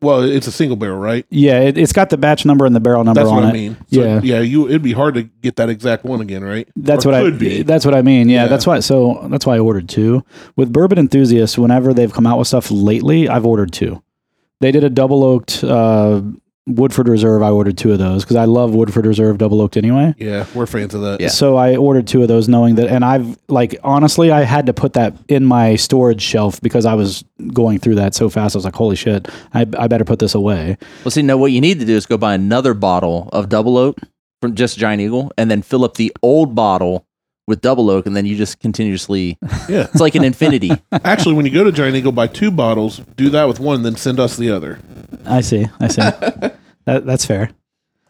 [SPEAKER 1] well, it's a single barrel, right?
[SPEAKER 2] Yeah, it, it's got the batch number and the barrel number
[SPEAKER 1] That's
[SPEAKER 2] on
[SPEAKER 1] what
[SPEAKER 2] it.
[SPEAKER 1] I mean. So,
[SPEAKER 2] Yeah.
[SPEAKER 1] yeah. You it'd be hard to get that exact one again, right?
[SPEAKER 2] That's
[SPEAKER 1] Or
[SPEAKER 2] what I.
[SPEAKER 1] could be.
[SPEAKER 2] That's what I mean. Yeah,
[SPEAKER 1] Yeah.
[SPEAKER 2] that's why. So that's why I ordered two with bourbon enthusiasts. Whenever they've come out with stuff lately, I've ordered two. They did a double oaked uh, Woodford Reserve. I ordered two of those because I love Woodford Reserve double oaked anyway.
[SPEAKER 1] Yeah, we're fans of that.
[SPEAKER 3] Yeah.
[SPEAKER 2] So I ordered two of those, knowing that. And I've like honestly, I had to put that in my storage shelf because I was going through that so fast. I was like, holy shit, I, I better put this away.
[SPEAKER 3] Well, see, no, what you need to do is go buy another bottle of Double Oak from just Giant Eagle, and then fill up the old bottle with Double Oak, and then you just continuously.
[SPEAKER 1] Yeah.
[SPEAKER 3] It's like an infinity.
[SPEAKER 1] Actually, when you go to Giant Eagle, buy two bottles, do that with one, then send us the other.
[SPEAKER 2] I see. I see. that, that's fair.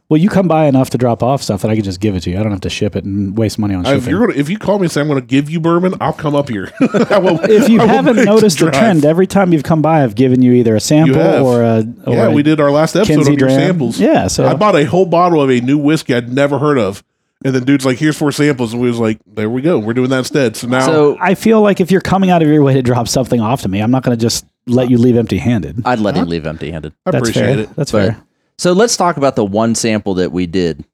[SPEAKER 2] Well, you come by enough to drop off stuff that I can just give it to you. I don't have to ship it and waste money on
[SPEAKER 1] If
[SPEAKER 2] shipping.
[SPEAKER 1] you're gonna, if you call me and say I'm gonna give you bourbon, I'll come up here. I will-
[SPEAKER 2] if you
[SPEAKER 1] I will
[SPEAKER 2] haven't
[SPEAKER 1] make
[SPEAKER 2] noticed
[SPEAKER 1] the
[SPEAKER 2] the
[SPEAKER 1] drive.
[SPEAKER 2] trend, every time you've come by, I've given you either a sample
[SPEAKER 1] have.
[SPEAKER 2] or a or
[SPEAKER 1] yeah,
[SPEAKER 2] a
[SPEAKER 1] we did our last episode
[SPEAKER 2] Kinsey
[SPEAKER 1] on your
[SPEAKER 2] Dram.
[SPEAKER 1] samples.
[SPEAKER 2] Yeah, so
[SPEAKER 1] I bought a whole bottle of a new whiskey I'd never heard of, and then dude's like, "Here's four samples," and we was like, "There we go, we're doing that instead." So now,
[SPEAKER 3] so
[SPEAKER 2] I feel like if you're coming out of your way to drop something off to me, I'm not going to just let you leave empty-handed.
[SPEAKER 3] I'd let him leave empty-handed.
[SPEAKER 1] I
[SPEAKER 2] That's
[SPEAKER 1] appreciate
[SPEAKER 2] fair.
[SPEAKER 1] it.
[SPEAKER 2] That's
[SPEAKER 3] But-
[SPEAKER 2] fair.
[SPEAKER 3] So let's talk about the one sample that we did,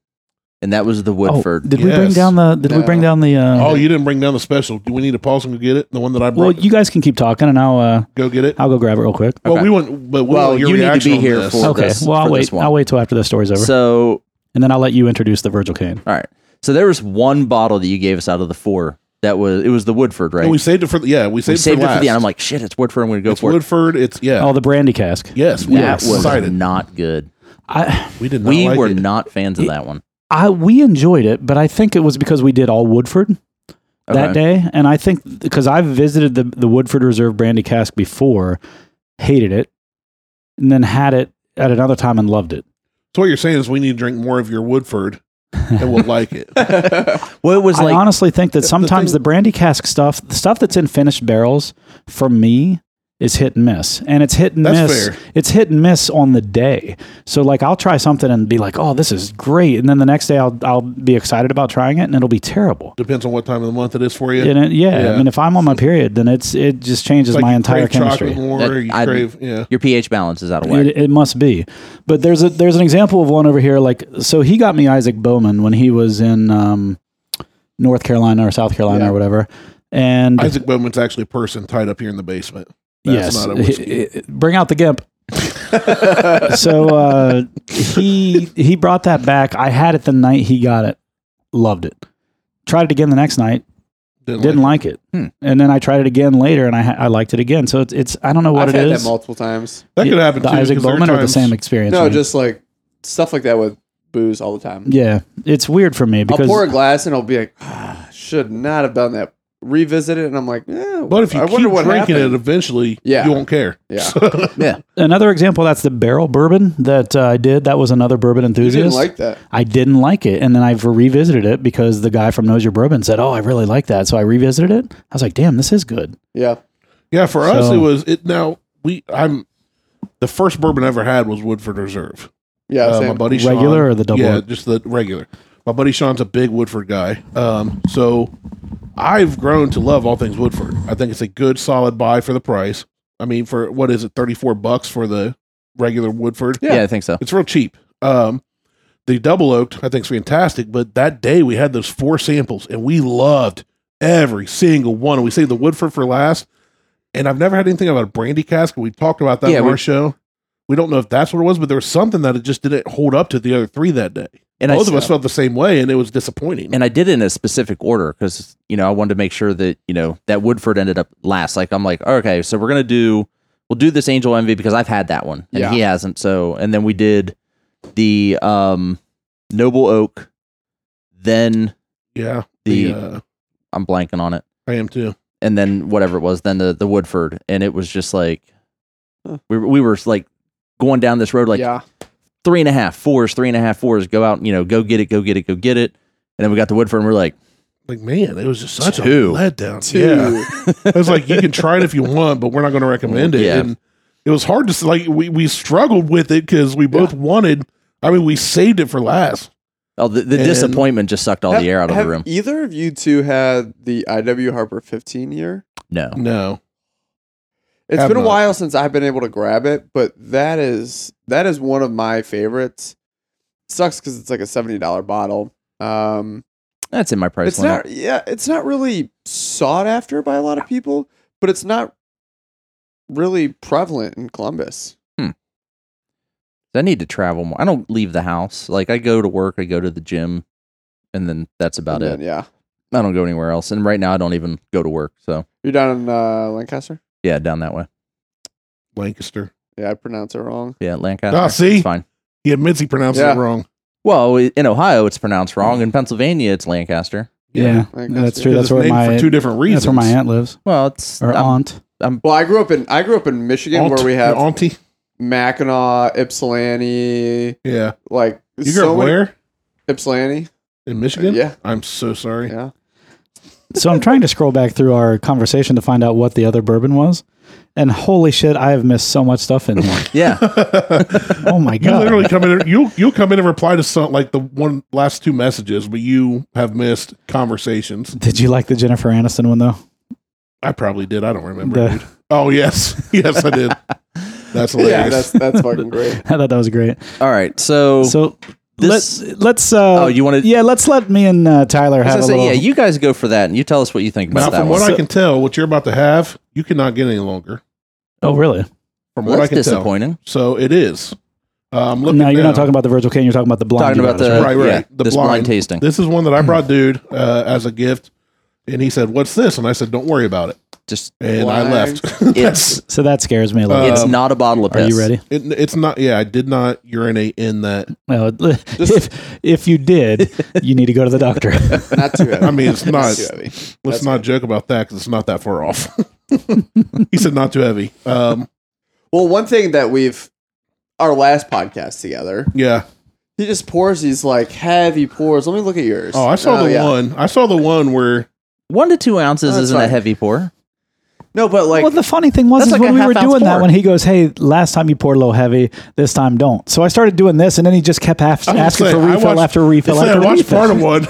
[SPEAKER 3] and that was the
[SPEAKER 2] Oh,
[SPEAKER 3] Woodford.
[SPEAKER 2] did we bring
[SPEAKER 1] Yes.
[SPEAKER 2] down the? Did we bring down the? Uh,
[SPEAKER 1] Oh, you didn't bring down the special. Do we need to pause and go get it? The one that I
[SPEAKER 2] well,
[SPEAKER 1] brought.
[SPEAKER 2] you guys can keep talking, and I'll uh,
[SPEAKER 1] go get it.
[SPEAKER 2] I'll go grab it real quick.
[SPEAKER 1] Well,
[SPEAKER 3] Okay.
[SPEAKER 1] we want, but we
[SPEAKER 3] Well,
[SPEAKER 1] want your
[SPEAKER 3] you need to
[SPEAKER 1] reaction
[SPEAKER 3] be
[SPEAKER 1] on
[SPEAKER 3] here
[SPEAKER 1] this.
[SPEAKER 3] for-
[SPEAKER 2] okay.
[SPEAKER 3] this-
[SPEAKER 2] well, I'll
[SPEAKER 3] for
[SPEAKER 2] wait.
[SPEAKER 3] this one.
[SPEAKER 2] I'll wait till after the story's over,
[SPEAKER 3] so
[SPEAKER 2] and then I'll let you introduce the Virgil Cane.
[SPEAKER 3] all right. So there was one bottle that you gave us out of the four. That was it was the Woodford, right?
[SPEAKER 1] And we saved it for the- yeah. We saved,
[SPEAKER 3] We saved
[SPEAKER 1] it, for
[SPEAKER 3] the end. I'm
[SPEAKER 1] last.
[SPEAKER 3] like, shit, it's Woodford. I'm going to go
[SPEAKER 1] it's
[SPEAKER 3] for it.
[SPEAKER 1] Woodford. It's yeah.
[SPEAKER 2] Oh, the brandy cask.
[SPEAKER 1] yes, we
[SPEAKER 3] That
[SPEAKER 1] were
[SPEAKER 3] was
[SPEAKER 1] excited.
[SPEAKER 3] not good.
[SPEAKER 2] I,
[SPEAKER 1] We did not.
[SPEAKER 3] we
[SPEAKER 1] like
[SPEAKER 3] were
[SPEAKER 1] it.
[SPEAKER 3] not fans of that one.
[SPEAKER 2] I we enjoyed it, but I think it was because we did all Woodford that
[SPEAKER 3] Okay.
[SPEAKER 2] day, and I think because I've visited the the Woodford Reserve brandy cask before, hated it, and then had it at another time and loved it.
[SPEAKER 1] So what you're saying is we need to drink more of your Woodford, and we'll like it.
[SPEAKER 3] Well, it was
[SPEAKER 2] I
[SPEAKER 3] like
[SPEAKER 2] honestly think that sometimes
[SPEAKER 1] thing-
[SPEAKER 2] the, brandy cask stuff, the stuff that's in finished barrels, for me is hit and miss, and it's hit and
[SPEAKER 1] That's
[SPEAKER 2] miss.
[SPEAKER 1] fair.
[SPEAKER 2] It's hit and miss on the day. So like, I'll try something and be like, "Oh, this is great," and then the next day I'll I'll be excited about trying it, and it'll be terrible.
[SPEAKER 1] Depends on what time of the month it is for you.
[SPEAKER 2] And it- yeah, I
[SPEAKER 1] Yeah.
[SPEAKER 2] mean, if I'm on my period, then it's it just changes
[SPEAKER 1] It's like
[SPEAKER 2] my
[SPEAKER 1] you
[SPEAKER 2] entire
[SPEAKER 1] crave
[SPEAKER 2] chemistry.
[SPEAKER 1] Chocolate more,
[SPEAKER 3] That-
[SPEAKER 1] you
[SPEAKER 3] I-
[SPEAKER 1] crave, yeah.
[SPEAKER 3] your pH balance is out of whack.
[SPEAKER 2] It, it must be, but there's a there's an example of one over here. Like, so he got me Isaac Bowman when he was in um, North Carolina or South Carolina
[SPEAKER 4] Yeah.
[SPEAKER 2] or whatever, and
[SPEAKER 1] Isaac Bowman's actually a person tied up here in the basement. That's
[SPEAKER 2] yes,
[SPEAKER 1] not a whiskey.
[SPEAKER 2] H- h- bring out the gimp. so uh, he he brought that back. I had it the night he got it, loved it. Tried it again the next night,
[SPEAKER 1] Didn't,
[SPEAKER 2] didn't
[SPEAKER 1] like
[SPEAKER 2] like it,
[SPEAKER 4] Hmm.
[SPEAKER 2] and then I tried it again later, and I ha- I liked it again. So it's, it's I don't know what
[SPEAKER 4] I've
[SPEAKER 2] it
[SPEAKER 4] had
[SPEAKER 2] is.
[SPEAKER 4] that multiple times.
[SPEAKER 1] it. that could happen
[SPEAKER 2] The
[SPEAKER 1] too.
[SPEAKER 2] Isaac
[SPEAKER 1] 'cause there are
[SPEAKER 2] Bowman or the
[SPEAKER 1] times-
[SPEAKER 2] same experience?
[SPEAKER 4] No,
[SPEAKER 2] right?
[SPEAKER 4] just like stuff like that with booze all the time.
[SPEAKER 2] yeah, it's weird for me
[SPEAKER 4] I'll
[SPEAKER 2] because
[SPEAKER 4] pour a glass and I'll be like, ah, should not have done that. Revisit it and I'm like, yeah.
[SPEAKER 1] But if you
[SPEAKER 4] I
[SPEAKER 1] keep
[SPEAKER 4] wonder what
[SPEAKER 1] drinking
[SPEAKER 4] happened.
[SPEAKER 1] it, eventually,
[SPEAKER 4] Yeah.
[SPEAKER 1] you won't care.
[SPEAKER 4] Yeah.
[SPEAKER 3] yeah.
[SPEAKER 2] another example that's the barrel bourbon that uh, I did. That was another bourbon
[SPEAKER 4] You
[SPEAKER 2] enthusiast.
[SPEAKER 4] didn't like that.
[SPEAKER 2] I didn't like it, and then I've revisited it because the guy from Knows Your Bourbon said, "Oh, I really like that," so I revisited it. I was like, "Damn, this is good."
[SPEAKER 4] Yeah.
[SPEAKER 1] Yeah, for us
[SPEAKER 2] So-
[SPEAKER 1] it was it. Now we, I'm the first bourbon I ever had was Woodford Reserve.
[SPEAKER 4] Yeah.
[SPEAKER 1] Uh, my
[SPEAKER 4] same.
[SPEAKER 1] buddy
[SPEAKER 2] Regular
[SPEAKER 1] Sean-
[SPEAKER 2] or the double
[SPEAKER 1] Yeah,
[SPEAKER 2] oak?
[SPEAKER 1] just the regular. My buddy Sean's a big Woodford guy. Um, so I've grown to love all things Woodford. I think it's a good solid buy for the price. I mean, for what is it, thirty four bucks for the regular Woodford?
[SPEAKER 3] yeah, I think so.
[SPEAKER 1] It's real cheap. Um, the double oaked, I think, is fantastic. But that day we had those four samples, and we loved every single one. And we saved the Woodford for last. And I've never had anything about a brandy cask. and We talked about that
[SPEAKER 3] Yeah,
[SPEAKER 1] on
[SPEAKER 3] we-
[SPEAKER 1] our show. We don't know if that's what it was, but there was something that it just didn't hold up to the other three that day.
[SPEAKER 3] And I
[SPEAKER 1] Both of us felt the same way, and it was disappointing.
[SPEAKER 3] and I did it in a specific order because you know I wanted to make sure that you know that Woodford ended up last. Like I'm like, okay, so we're gonna do we'll do this Angel Envy because I've had that one and
[SPEAKER 4] Yeah.
[SPEAKER 3] he hasn't. So and then we did the um Noble Oak, then
[SPEAKER 1] yeah,
[SPEAKER 3] the,
[SPEAKER 1] the, uh,
[SPEAKER 3] I'm blanking on it,
[SPEAKER 1] I am too.
[SPEAKER 3] and then whatever it was, then the the Woodford, and it was just like we were- we were like going down this road like
[SPEAKER 4] yeah.
[SPEAKER 3] three and a half fours, three and a half fours. Go out, you know, go get it, go get it, go get it. And then we got to Woodford, and we're like,
[SPEAKER 1] like, man, it was just such
[SPEAKER 3] Two.
[SPEAKER 1] a letdown.
[SPEAKER 4] Two.
[SPEAKER 1] Yeah, it was like you can try it if you want, but we're not going to recommend it.
[SPEAKER 3] Yeah.
[SPEAKER 1] And it was hard to s- like we we struggled with it because we both wanted. I mean, we saved it for last.
[SPEAKER 3] Oh, the, the
[SPEAKER 1] And-
[SPEAKER 3] disappointment just sucked all the air out of the
[SPEAKER 4] have
[SPEAKER 3] room.
[SPEAKER 4] Either of you two had the IW Harper 15 year?
[SPEAKER 3] No.
[SPEAKER 1] No,
[SPEAKER 4] It's
[SPEAKER 1] Have
[SPEAKER 4] been a
[SPEAKER 1] not.
[SPEAKER 4] while since I've been able to grab it, but that is that is one of my favorites. Sucks because it's like a seventy dollar bottle. Um,
[SPEAKER 3] That's in my price
[SPEAKER 4] it's
[SPEAKER 3] limit.
[SPEAKER 4] not yeah, it's not really sought after by a lot of people, but it's not really prevalent in Columbus.
[SPEAKER 3] I need to travel more. I don't leave the house. Like I go to work, I go to the gym, and then that's about
[SPEAKER 4] And then,
[SPEAKER 3] it.
[SPEAKER 4] Yeah,
[SPEAKER 3] I don't go anywhere else. And right now, I don't even go to work. So
[SPEAKER 4] you're down in uh, Lancaster.
[SPEAKER 3] yeah, down that way.
[SPEAKER 1] Lancaster.
[SPEAKER 4] Yeah, I pronounce it wrong.
[SPEAKER 3] Yeah, Lancaster.
[SPEAKER 1] Ah, see?
[SPEAKER 3] it's fine.
[SPEAKER 1] He admits he pronounced
[SPEAKER 4] Yeah.
[SPEAKER 1] it wrong.
[SPEAKER 3] Well, i- in Ohio, it's pronounced wrong. In Pennsylvania, it's Lancaster.
[SPEAKER 2] Yeah,
[SPEAKER 4] I
[SPEAKER 2] that's
[SPEAKER 4] guess it
[SPEAKER 2] true.
[SPEAKER 1] Because
[SPEAKER 2] That's
[SPEAKER 1] it's
[SPEAKER 2] where
[SPEAKER 1] named
[SPEAKER 2] my
[SPEAKER 1] for two different reasons.
[SPEAKER 2] that's where my aunt lives
[SPEAKER 3] Well, it's
[SPEAKER 2] or
[SPEAKER 3] I'm-
[SPEAKER 2] aunt.
[SPEAKER 4] Well, I grew up in I grew up in Michigan
[SPEAKER 1] Aunt-
[SPEAKER 4] where we have
[SPEAKER 1] auntie.
[SPEAKER 4] Mackinac, Ypsilanti,
[SPEAKER 1] Yeah,
[SPEAKER 4] like
[SPEAKER 1] you grew up
[SPEAKER 4] many-
[SPEAKER 1] where
[SPEAKER 4] Ypsilanti.
[SPEAKER 1] in Michigan?
[SPEAKER 4] Yeah.
[SPEAKER 1] I'm so sorry.
[SPEAKER 4] Yeah.
[SPEAKER 2] So I'm trying to scroll back through our conversation to find out what the other bourbon was. And holy shit, I have missed so much stuff in here.
[SPEAKER 3] yeah.
[SPEAKER 2] Oh my
[SPEAKER 1] You
[SPEAKER 2] god.
[SPEAKER 1] literally come in. and- You you'll come in and reply to some like the one last two messages, but you have missed conversations.
[SPEAKER 2] Did you like the Jennifer Aniston one though?
[SPEAKER 1] I probably did. I don't remember.
[SPEAKER 2] The-
[SPEAKER 1] dude. Oh yes, yes I did. That's hilarious.
[SPEAKER 4] Yeah, that's that's fucking great.
[SPEAKER 2] I thought that was great.
[SPEAKER 3] All right. So,
[SPEAKER 2] So
[SPEAKER 3] this.
[SPEAKER 2] let, let's uh
[SPEAKER 3] oh, you want to?
[SPEAKER 2] Yeah, let's let me and uh, Tyler
[SPEAKER 3] I
[SPEAKER 2] have a
[SPEAKER 3] was gonna say,
[SPEAKER 2] little
[SPEAKER 3] yeah, you guys go for that, and you tell us what you think
[SPEAKER 1] now,
[SPEAKER 3] about that
[SPEAKER 1] from
[SPEAKER 3] one.
[SPEAKER 1] what I can tell, what you're about to have, you cannot get any longer.
[SPEAKER 2] Oh, really?
[SPEAKER 1] From
[SPEAKER 3] Well,
[SPEAKER 1] what I
[SPEAKER 3] that's
[SPEAKER 1] can tell,
[SPEAKER 3] disappointing.
[SPEAKER 1] so it is. Uh, I'm looking.
[SPEAKER 2] No, you're
[SPEAKER 1] now.
[SPEAKER 2] not talking about the Virgil Kane, you're talking about the blind.
[SPEAKER 3] Talking
[SPEAKER 2] you
[SPEAKER 3] about
[SPEAKER 2] got
[SPEAKER 3] the
[SPEAKER 2] us, right?
[SPEAKER 1] Right, right.
[SPEAKER 3] Uh, Yeah,
[SPEAKER 1] The
[SPEAKER 3] this blind,
[SPEAKER 1] blind.
[SPEAKER 3] tasting.
[SPEAKER 1] This is one that I
[SPEAKER 2] Hmm.
[SPEAKER 1] brought, dude, uh, as a gift, and he said, "What's this?" And I said, "Don't worry about it."
[SPEAKER 3] Just
[SPEAKER 1] And I
[SPEAKER 4] Blind.
[SPEAKER 1] left.
[SPEAKER 3] it's
[SPEAKER 2] So that scares me a little.
[SPEAKER 3] it's
[SPEAKER 1] Um,
[SPEAKER 3] not a bottle of
[SPEAKER 2] Are
[SPEAKER 3] piss.
[SPEAKER 2] you ready?
[SPEAKER 1] It, it's not. Yeah, I did not urinate in that.
[SPEAKER 2] Well, if if you did, you need to go to the doctor.
[SPEAKER 4] Not too heavy.
[SPEAKER 1] I mean, it's not.
[SPEAKER 4] Not too heavy.
[SPEAKER 1] Let's
[SPEAKER 4] That's
[SPEAKER 1] not joke about that because it's not that far off. he said not too heavy. Um,
[SPEAKER 4] Well, one thing that we've our last podcast together,
[SPEAKER 1] yeah.
[SPEAKER 4] he just pours these like heavy pours. Let me look at yours.
[SPEAKER 1] Oh, I saw the
[SPEAKER 4] yeah.
[SPEAKER 1] one. I saw the one where
[SPEAKER 3] One to two ounces
[SPEAKER 4] That's
[SPEAKER 3] isn't a
[SPEAKER 4] fine.
[SPEAKER 3] heavy pour.
[SPEAKER 4] No, but like
[SPEAKER 2] well, the funny thing was
[SPEAKER 3] That's
[SPEAKER 2] is
[SPEAKER 3] like
[SPEAKER 2] when
[SPEAKER 3] a
[SPEAKER 2] we were
[SPEAKER 3] half-ounce
[SPEAKER 2] doing that
[SPEAKER 3] pour.
[SPEAKER 2] when he goes, "Hey, last time you poured a little heavy, this time don't." So I started doing this, and then he just kept half,
[SPEAKER 1] I was
[SPEAKER 2] asking
[SPEAKER 1] gonna
[SPEAKER 2] for
[SPEAKER 1] say, I
[SPEAKER 2] refill
[SPEAKER 1] watched-
[SPEAKER 2] after refill
[SPEAKER 1] I said,
[SPEAKER 2] after
[SPEAKER 1] I watched
[SPEAKER 2] refill.
[SPEAKER 1] part of one.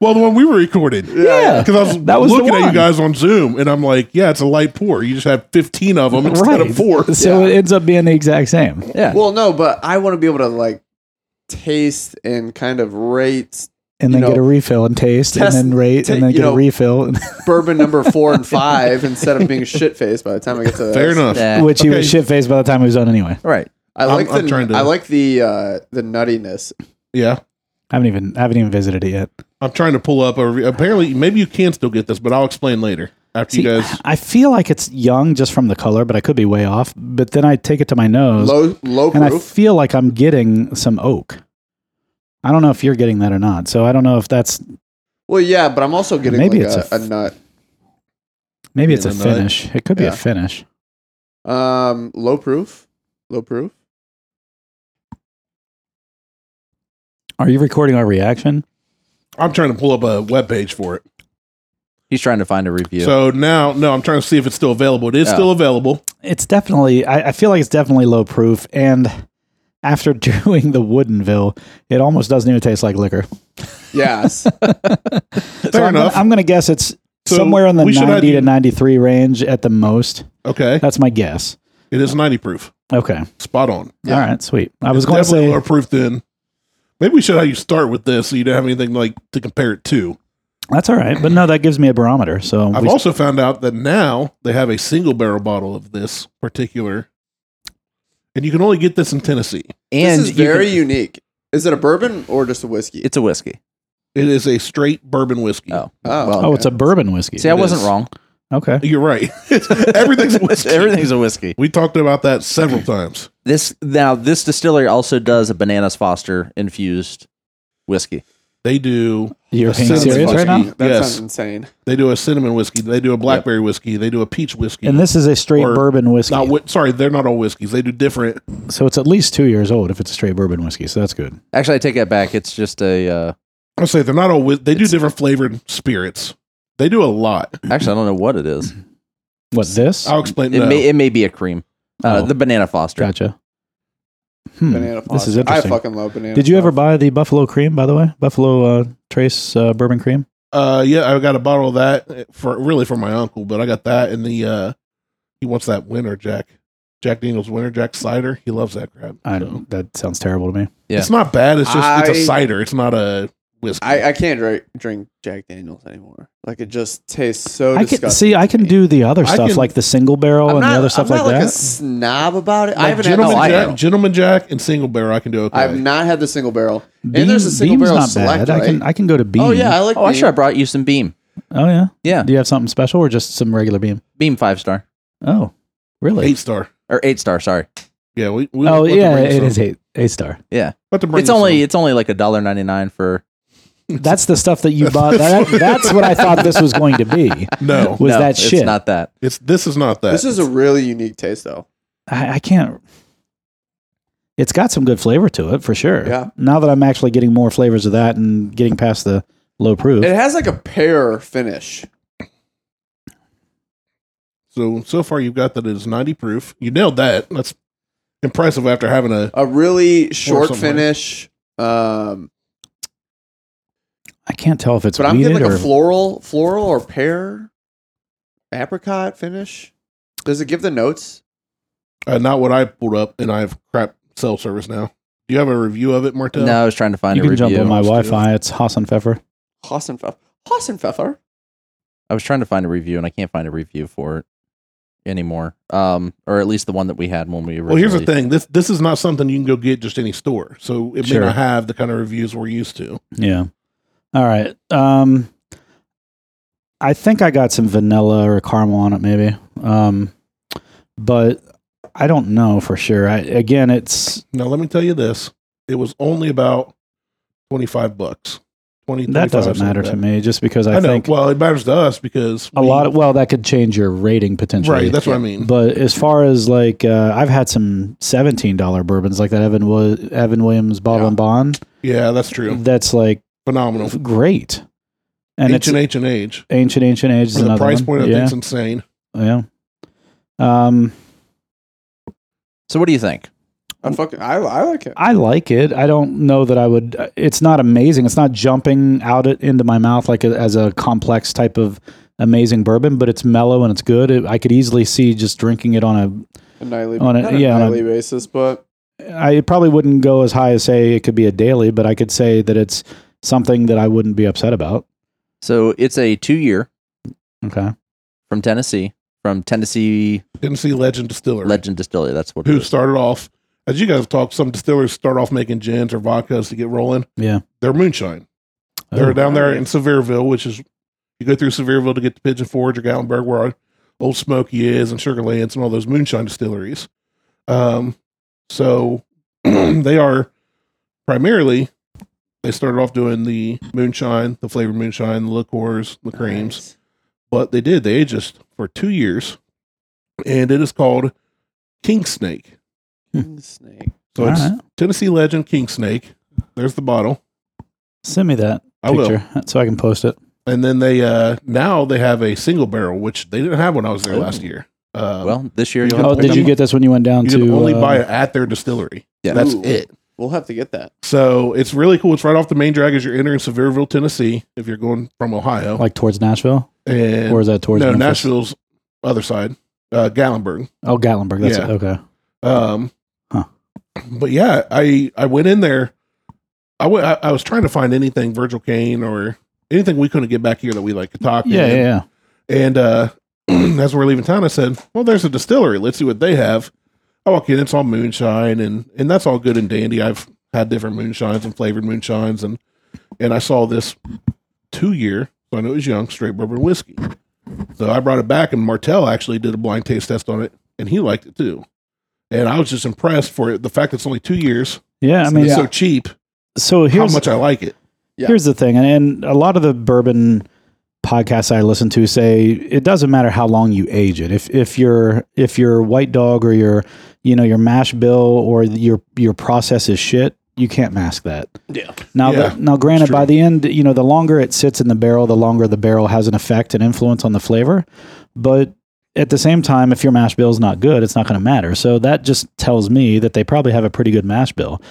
[SPEAKER 1] well, the one we recorded.
[SPEAKER 2] yeah,
[SPEAKER 1] Because I was,
[SPEAKER 2] That was the
[SPEAKER 1] looking at
[SPEAKER 2] one.
[SPEAKER 1] you guys on Zoom and I'm like, yeah, it's a light pour. You just have 15 of them instead
[SPEAKER 2] right.
[SPEAKER 1] of four.
[SPEAKER 2] So it ends up being the exact same.
[SPEAKER 3] Yeah.
[SPEAKER 4] well, no, but I want to be able to like taste and kind of rate
[SPEAKER 2] And then
[SPEAKER 4] You
[SPEAKER 2] get a
[SPEAKER 4] know,
[SPEAKER 2] refill and taste,
[SPEAKER 4] test-
[SPEAKER 2] and then rate,
[SPEAKER 4] ta-
[SPEAKER 2] and then
[SPEAKER 4] you
[SPEAKER 2] get a
[SPEAKER 4] know,
[SPEAKER 2] refill,
[SPEAKER 4] bourbon number four and five instead of being shit faced by the time I get to this.
[SPEAKER 1] Fair enough.
[SPEAKER 3] Yeah.
[SPEAKER 2] which he was
[SPEAKER 1] okay.
[SPEAKER 2] shit faced by the time he was done anyway.
[SPEAKER 3] right.
[SPEAKER 4] I
[SPEAKER 1] I'm-
[SPEAKER 4] like
[SPEAKER 1] I'm
[SPEAKER 4] the
[SPEAKER 1] trying to-
[SPEAKER 4] I like the uh, the nuttiness.
[SPEAKER 1] Yeah.
[SPEAKER 2] I haven't even I haven't even visited it yet.
[SPEAKER 1] I'm trying to pull up. A re- apparently, maybe you can still get this, but I'll explain later after
[SPEAKER 2] See,
[SPEAKER 1] you guys.
[SPEAKER 2] I feel like it's young just from the color, but I could be way off. But then I take it to my nose,
[SPEAKER 4] Low low
[SPEAKER 2] and I
[SPEAKER 4] proof.
[SPEAKER 2] feel like I'm getting some oak. I don't know if you're getting that or not. So I don't know if that's
[SPEAKER 4] well, yeah, but I'm also getting
[SPEAKER 2] Maybe
[SPEAKER 4] like
[SPEAKER 2] it's
[SPEAKER 4] a,
[SPEAKER 2] a
[SPEAKER 4] a nut.
[SPEAKER 2] maybe it's a
[SPEAKER 1] Yeah, no, that-
[SPEAKER 2] finish. It could be a
[SPEAKER 4] Yeah.
[SPEAKER 2] finish.
[SPEAKER 4] Um, low proof, low proof.
[SPEAKER 2] Are you recording our reaction?
[SPEAKER 1] I'm trying to pull up a web page for it.
[SPEAKER 3] He's trying to find a review.
[SPEAKER 1] So now, no, I'm trying to see if it's still available. It is
[SPEAKER 3] Yeah.
[SPEAKER 1] still available.
[SPEAKER 2] It's definitely. I, I feel like it's definitely low proof. And after doing the Woodenville, it almost doesn't even taste like liquor.
[SPEAKER 4] Yes.
[SPEAKER 2] so
[SPEAKER 1] Fair
[SPEAKER 2] I'm
[SPEAKER 1] enough.
[SPEAKER 2] Gonna, I'm going to guess it's
[SPEAKER 1] So
[SPEAKER 2] somewhere in the
[SPEAKER 1] we should
[SPEAKER 2] 90 to
[SPEAKER 1] add-
[SPEAKER 2] 93 range at the most.
[SPEAKER 1] Okay.
[SPEAKER 2] That's my guess.
[SPEAKER 1] It is 90 proof.
[SPEAKER 2] Okay.
[SPEAKER 1] Spot on.
[SPEAKER 2] All right. Sweet. I was going to
[SPEAKER 1] Definitely
[SPEAKER 2] say
[SPEAKER 1] more proof than. Maybe we should have you start with this so you don't have anything like to compare it to.
[SPEAKER 2] That's all right, but no, that gives me a barometer. So
[SPEAKER 1] I've
[SPEAKER 2] we-
[SPEAKER 1] also found out that now they have a single barrel bottle of this particular, and you can only get this in Tennessee.
[SPEAKER 3] and
[SPEAKER 4] this is
[SPEAKER 3] you
[SPEAKER 4] very
[SPEAKER 3] can-
[SPEAKER 4] unique. Is it a bourbon or just a whiskey?
[SPEAKER 3] it's a whiskey.
[SPEAKER 1] It is a straight bourbon whiskey.
[SPEAKER 3] Oh.
[SPEAKER 4] Oh,
[SPEAKER 3] well,
[SPEAKER 2] oh, it's a bourbon whiskey.
[SPEAKER 3] See, I
[SPEAKER 1] It
[SPEAKER 3] wasn't
[SPEAKER 1] is.
[SPEAKER 3] wrong.
[SPEAKER 2] okay.
[SPEAKER 1] You're right. Everything's a whiskey.
[SPEAKER 3] Everything's a whiskey.
[SPEAKER 1] We talked about that several times.
[SPEAKER 3] This now this distillery also does a bananas foster infused whiskey.
[SPEAKER 1] They do.
[SPEAKER 2] You're
[SPEAKER 1] a
[SPEAKER 2] being
[SPEAKER 1] cinnamon
[SPEAKER 2] serious right now,
[SPEAKER 1] whiskey.
[SPEAKER 4] That sounds
[SPEAKER 1] Yes.
[SPEAKER 4] insane.
[SPEAKER 1] They do a cinnamon whiskey. They do a blackberry whiskey. They do a peach whiskey.
[SPEAKER 2] and this is a straight
[SPEAKER 1] Or
[SPEAKER 2] bourbon whiskey.
[SPEAKER 1] not whi- sorry, they're not all whiskeys. They do different.
[SPEAKER 2] so it's at least two years old if it's a straight bourbon whiskey. So that's good.
[SPEAKER 3] Actually, I take that back. It's just a uh,
[SPEAKER 1] I say they're not all. Whiz- they do different flavored spirits. They do a lot.
[SPEAKER 3] Actually, I don't know what it is.
[SPEAKER 2] What this?
[SPEAKER 4] uh,
[SPEAKER 1] I'll explain.
[SPEAKER 3] It
[SPEAKER 1] no.
[SPEAKER 3] may it may be a cream. Uh,
[SPEAKER 2] Oh.
[SPEAKER 3] The banana foster.
[SPEAKER 2] Gotcha. Hmm.
[SPEAKER 4] Banana
[SPEAKER 2] This is
[SPEAKER 4] Foster.
[SPEAKER 2] interesting.
[SPEAKER 4] I fucking love banana.
[SPEAKER 2] Did you ever
[SPEAKER 4] Foster.
[SPEAKER 2] buy the Buffalo cream, by the way? Buffalo uh, Trace uh, bourbon cream?
[SPEAKER 1] Uh, yeah, I got a bottle of that for really for my uncle, but I got that and the uh, he wants that winter Jack, Jack Daniel's winter Jack cider. He loves that crap.
[SPEAKER 2] I
[SPEAKER 1] So-
[SPEAKER 2] don't, that sounds terrible to me.
[SPEAKER 3] Yeah.
[SPEAKER 1] It's not bad. It's just it's
[SPEAKER 4] I-
[SPEAKER 1] a cider. It's not a whiskey.
[SPEAKER 4] I, I can't drink, drink Jack Daniels anymore. Like it just tastes so.
[SPEAKER 2] I
[SPEAKER 4] disgusting.
[SPEAKER 2] can see. I can do the other
[SPEAKER 1] I
[SPEAKER 2] stuff
[SPEAKER 1] can-
[SPEAKER 2] like the single barrel
[SPEAKER 4] I'm
[SPEAKER 2] and
[SPEAKER 4] not-
[SPEAKER 2] the other stuff
[SPEAKER 4] I'm
[SPEAKER 2] like
[SPEAKER 4] not
[SPEAKER 2] that.
[SPEAKER 4] a snob about it. I
[SPEAKER 1] like
[SPEAKER 4] haven't had.
[SPEAKER 1] gentleman
[SPEAKER 4] I
[SPEAKER 1] Jack,
[SPEAKER 4] have.
[SPEAKER 1] gentleman Jack, and single barrel. I can do okay.
[SPEAKER 4] I've not had the single barrel.
[SPEAKER 2] Beam-
[SPEAKER 4] and there's a single
[SPEAKER 2] Beam's
[SPEAKER 4] barrel
[SPEAKER 2] not
[SPEAKER 4] select.
[SPEAKER 2] bad. I can
[SPEAKER 4] right?
[SPEAKER 2] I can go to beam.
[SPEAKER 4] oh yeah, I like.
[SPEAKER 3] Oh, I
[SPEAKER 4] Beam.
[SPEAKER 3] should have brought you some beam.
[SPEAKER 2] Oh yeah.
[SPEAKER 3] Yeah,
[SPEAKER 2] Do you have something special or just some regular beam?
[SPEAKER 3] beam five star
[SPEAKER 2] Oh, really?
[SPEAKER 1] Eight star.
[SPEAKER 3] or eight star. Sorry.
[SPEAKER 1] Yeah, we. we
[SPEAKER 2] oh
[SPEAKER 1] we'll have to
[SPEAKER 2] yeah,
[SPEAKER 1] bring
[SPEAKER 2] it
[SPEAKER 1] some.
[SPEAKER 2] is eight eight star.
[SPEAKER 3] Yeah,
[SPEAKER 1] We'll have to bring
[SPEAKER 3] it's
[SPEAKER 1] you
[SPEAKER 3] only
[SPEAKER 1] some.
[SPEAKER 3] it's only like a dollar ninety nine for.
[SPEAKER 2] That's the stuff that you bought. That, that's what I thought this was going to be.
[SPEAKER 1] no.
[SPEAKER 2] Was
[SPEAKER 3] No,
[SPEAKER 2] that shit?
[SPEAKER 3] It's not that.
[SPEAKER 1] It's this is not that.
[SPEAKER 4] This is a really unique taste, though.
[SPEAKER 2] I, I can't. It's got some good flavor to it for sure.
[SPEAKER 4] Yeah.
[SPEAKER 2] Now that I'm actually getting more flavors of that and getting past the low proof,
[SPEAKER 4] It has like a pear finish.
[SPEAKER 1] so so far you've got that it is ninety proof. You nailed that. That's impressive after having a
[SPEAKER 4] A really short
[SPEAKER 1] something.
[SPEAKER 4] finish. Um,
[SPEAKER 2] I can't tell if it's
[SPEAKER 4] but I'm
[SPEAKER 2] weeded
[SPEAKER 4] getting like
[SPEAKER 2] or
[SPEAKER 4] a floral, floral or pear, apricot finish. Does it give the notes?
[SPEAKER 1] uh, not what I pulled up, and I have crap cell service now. Do you have a review of it, Martel?
[SPEAKER 3] No, I was trying to find
[SPEAKER 2] you
[SPEAKER 3] a
[SPEAKER 2] can
[SPEAKER 3] review.
[SPEAKER 2] jump on my
[SPEAKER 1] Let's do it.
[SPEAKER 2] Wi-Fi. It's Hassan Pfeffer.
[SPEAKER 4] Hassenpfeffer. Hassenpfeffer.
[SPEAKER 3] I was trying to find a review and I can't find a review for it anymore. Um, or at least the one that we had when we originally.
[SPEAKER 1] Well, here's the thing. This this is not something you can go get just any store. So it
[SPEAKER 2] Sure.
[SPEAKER 1] may not have the kind of reviews we're used to.
[SPEAKER 2] Yeah. All right. Um, I think I got some vanilla or caramel on it, maybe. Um, but I don't know for sure. I, again, it's
[SPEAKER 1] Now let me tell you this. It was only about twenty five bucks. Twenty. 25,
[SPEAKER 2] that doesn't
[SPEAKER 1] something
[SPEAKER 2] matter
[SPEAKER 1] like
[SPEAKER 2] to
[SPEAKER 1] that.
[SPEAKER 2] me, just because I,
[SPEAKER 1] I, know.
[SPEAKER 2] think
[SPEAKER 1] well, it matters to us because
[SPEAKER 2] a
[SPEAKER 1] we-
[SPEAKER 2] lot. Of, well, that could change your rating potentially.
[SPEAKER 1] right. That's what I mean.
[SPEAKER 2] But as far as like, uh, I've had some seventeen dollar bourbons like that Evan Wo- Evan Williams Bottle
[SPEAKER 4] Yeah.
[SPEAKER 2] and Bond.
[SPEAKER 1] yeah, that's true.
[SPEAKER 2] That's like
[SPEAKER 1] Phenomenal.
[SPEAKER 2] great, and
[SPEAKER 1] And
[SPEAKER 2] it's
[SPEAKER 1] ancient, ancient age.
[SPEAKER 2] ancient ancient age is
[SPEAKER 1] For the
[SPEAKER 2] another
[SPEAKER 1] price
[SPEAKER 2] one.
[SPEAKER 1] point, I
[SPEAKER 2] yeah,
[SPEAKER 1] think it's insane.
[SPEAKER 2] yeah. Um,
[SPEAKER 3] So, what do you think?
[SPEAKER 2] Oh.
[SPEAKER 4] I fucking. I, I like it.
[SPEAKER 2] I like it. I don't know that I would. uh, It's not amazing. It's not jumping out at, into my mouth like a, as a complex type of amazing bourbon, but it's mellow and it's good. It, I could easily see just drinking it on
[SPEAKER 4] A nightly,
[SPEAKER 2] On a-
[SPEAKER 4] not a
[SPEAKER 2] yeah, on a-
[SPEAKER 4] nightly basis, but
[SPEAKER 2] a. I probably wouldn't go as high as say it could be a daily, but I could say that it's something that I wouldn't be upset about.
[SPEAKER 3] So, it's a two year
[SPEAKER 2] Okay.
[SPEAKER 3] from Tennessee, from Tennessee
[SPEAKER 1] Tennessee Legend Distillery,
[SPEAKER 3] Legend Distillery. That's what it
[SPEAKER 1] who
[SPEAKER 3] is.
[SPEAKER 1] started off, as you guys have talked, some distillers start off making gins or vodkas to get rolling.
[SPEAKER 2] Yeah.
[SPEAKER 1] They're moonshine. They're
[SPEAKER 2] Oh,
[SPEAKER 1] down there in Sevierville, which is you go through Sevierville to get to Pigeon Forge or Gallenberg, where Old Smoky is, and Sugar Lands, and all those moonshine distilleries. Um, so they are primarily they started off doing the moonshine, the flavored moonshine, the liqueurs, the creams, but they did they aged us for two years, and it is called King Snake.
[SPEAKER 4] Nice. Snake.
[SPEAKER 1] So
[SPEAKER 2] all
[SPEAKER 1] it's
[SPEAKER 2] right.
[SPEAKER 1] Tennessee legend King Snake. There's the bottle.
[SPEAKER 2] Send me that
[SPEAKER 1] I will.
[SPEAKER 2] picture uh, so I can post it.
[SPEAKER 1] and then they uh now they have a single barrel which they didn't have when i was there
[SPEAKER 3] Oh.
[SPEAKER 1] last year uh
[SPEAKER 3] Well, this year you'll
[SPEAKER 1] Yeah,
[SPEAKER 2] Oh,
[SPEAKER 3] have
[SPEAKER 1] we
[SPEAKER 2] did
[SPEAKER 1] can-
[SPEAKER 2] you get this when you went down
[SPEAKER 1] you
[SPEAKER 2] to?
[SPEAKER 1] can only
[SPEAKER 2] uh,
[SPEAKER 1] buy it at their distillery
[SPEAKER 3] Yeah.
[SPEAKER 1] that's
[SPEAKER 4] Ooh.
[SPEAKER 1] it
[SPEAKER 4] We'll have to get that.
[SPEAKER 1] so it's really cool it's right off the main drag as you're entering sevierville tennessee if you're going from ohio
[SPEAKER 2] like towards Nashville,
[SPEAKER 1] and
[SPEAKER 2] or is that towards
[SPEAKER 1] no
[SPEAKER 2] Memphis?
[SPEAKER 1] nashville's other side uh gallenberg
[SPEAKER 2] Oh, Gatlinburg. That's
[SPEAKER 1] Yeah.
[SPEAKER 2] it. okay.
[SPEAKER 1] um
[SPEAKER 2] Huh.
[SPEAKER 1] but yeah i i went in there I went- I- I was trying to find anything virgil kane or anything we couldn't get back here that we like could talk
[SPEAKER 2] Yeah, yeah, yeah.
[SPEAKER 1] And uh, as we're leaving town, I said, "Well, there's a distillery. Let's see what they have." I walk in; it's all moonshine, and and that's all good and dandy. I've had different moonshines and flavored moonshines, and and I saw this two year, so I knew it was young, straight bourbon whiskey. So I brought it back, and Martell actually did a blind taste test on it, and he liked it too. And I was just impressed for it, the fact that it's only two years,
[SPEAKER 2] Yeah, I mean,
[SPEAKER 1] it's
[SPEAKER 2] so,
[SPEAKER 1] so cheap.
[SPEAKER 2] so here's
[SPEAKER 1] how much I like it.
[SPEAKER 4] Yeah.
[SPEAKER 2] here's the thing, and, and a lot of the bourbon podcasts I listen to say it doesn't matter how long you age it. If if your if your white dog or your you know your mash bill or your your process is shit, you can't mask that.
[SPEAKER 1] Yeah.
[SPEAKER 2] Now,
[SPEAKER 1] Yeah,
[SPEAKER 2] the, now, granted,
[SPEAKER 1] true.
[SPEAKER 2] by the end, you know, the longer it sits in the barrel, the longer the barrel has an effect and influence on the flavor. But at the same time, if your mash bill is not good, it's not going to matter. So that just tells me that they probably have a pretty good mash bill,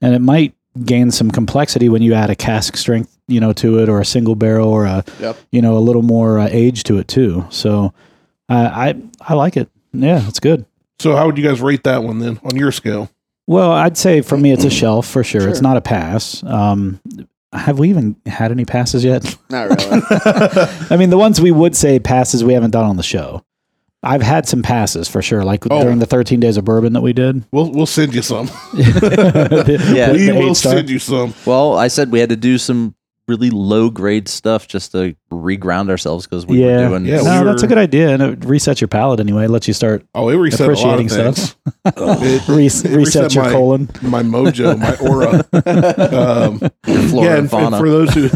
[SPEAKER 2] and it might gain some complexity when you add a cask strength, you know, to it or a single barrel or a,
[SPEAKER 4] Yep.
[SPEAKER 2] you know, a little more uh, age to it too. So I I I like it. Yeah, it's good.
[SPEAKER 1] So how would you guys rate that one then on your scale?
[SPEAKER 2] Well, I'd say for me, it's a shelf for sure. It's
[SPEAKER 4] Sure.
[SPEAKER 2] not a pass. Um, have we even had any passes yet?
[SPEAKER 4] Not really.
[SPEAKER 2] I mean, the ones we would say passes we haven't done on the show. I've had some passes for sure, like
[SPEAKER 1] Oh.
[SPEAKER 2] during the 13 days of bourbon that we did.
[SPEAKER 1] We'll we'll send you some.
[SPEAKER 3] Yeah.
[SPEAKER 2] yeah,
[SPEAKER 1] we will send you some.
[SPEAKER 3] Well, I said we had to do some really low grade stuff just to reground ourselves because we
[SPEAKER 2] yeah,
[SPEAKER 3] were doing.
[SPEAKER 1] Yeah,
[SPEAKER 2] no,
[SPEAKER 1] we
[SPEAKER 2] that's
[SPEAKER 1] were-
[SPEAKER 2] a good idea, and it resets your palate anyway. It lets you start
[SPEAKER 1] Oh, it reset a lot
[SPEAKER 2] appreciating
[SPEAKER 1] of things.
[SPEAKER 2] stuff,
[SPEAKER 1] It-
[SPEAKER 2] Re- reset,
[SPEAKER 1] reset
[SPEAKER 2] your
[SPEAKER 1] my-
[SPEAKER 2] colon.
[SPEAKER 1] my mojo, my aura. um,
[SPEAKER 3] flora
[SPEAKER 1] yeah, and, and
[SPEAKER 3] and fauna.
[SPEAKER 1] for those who,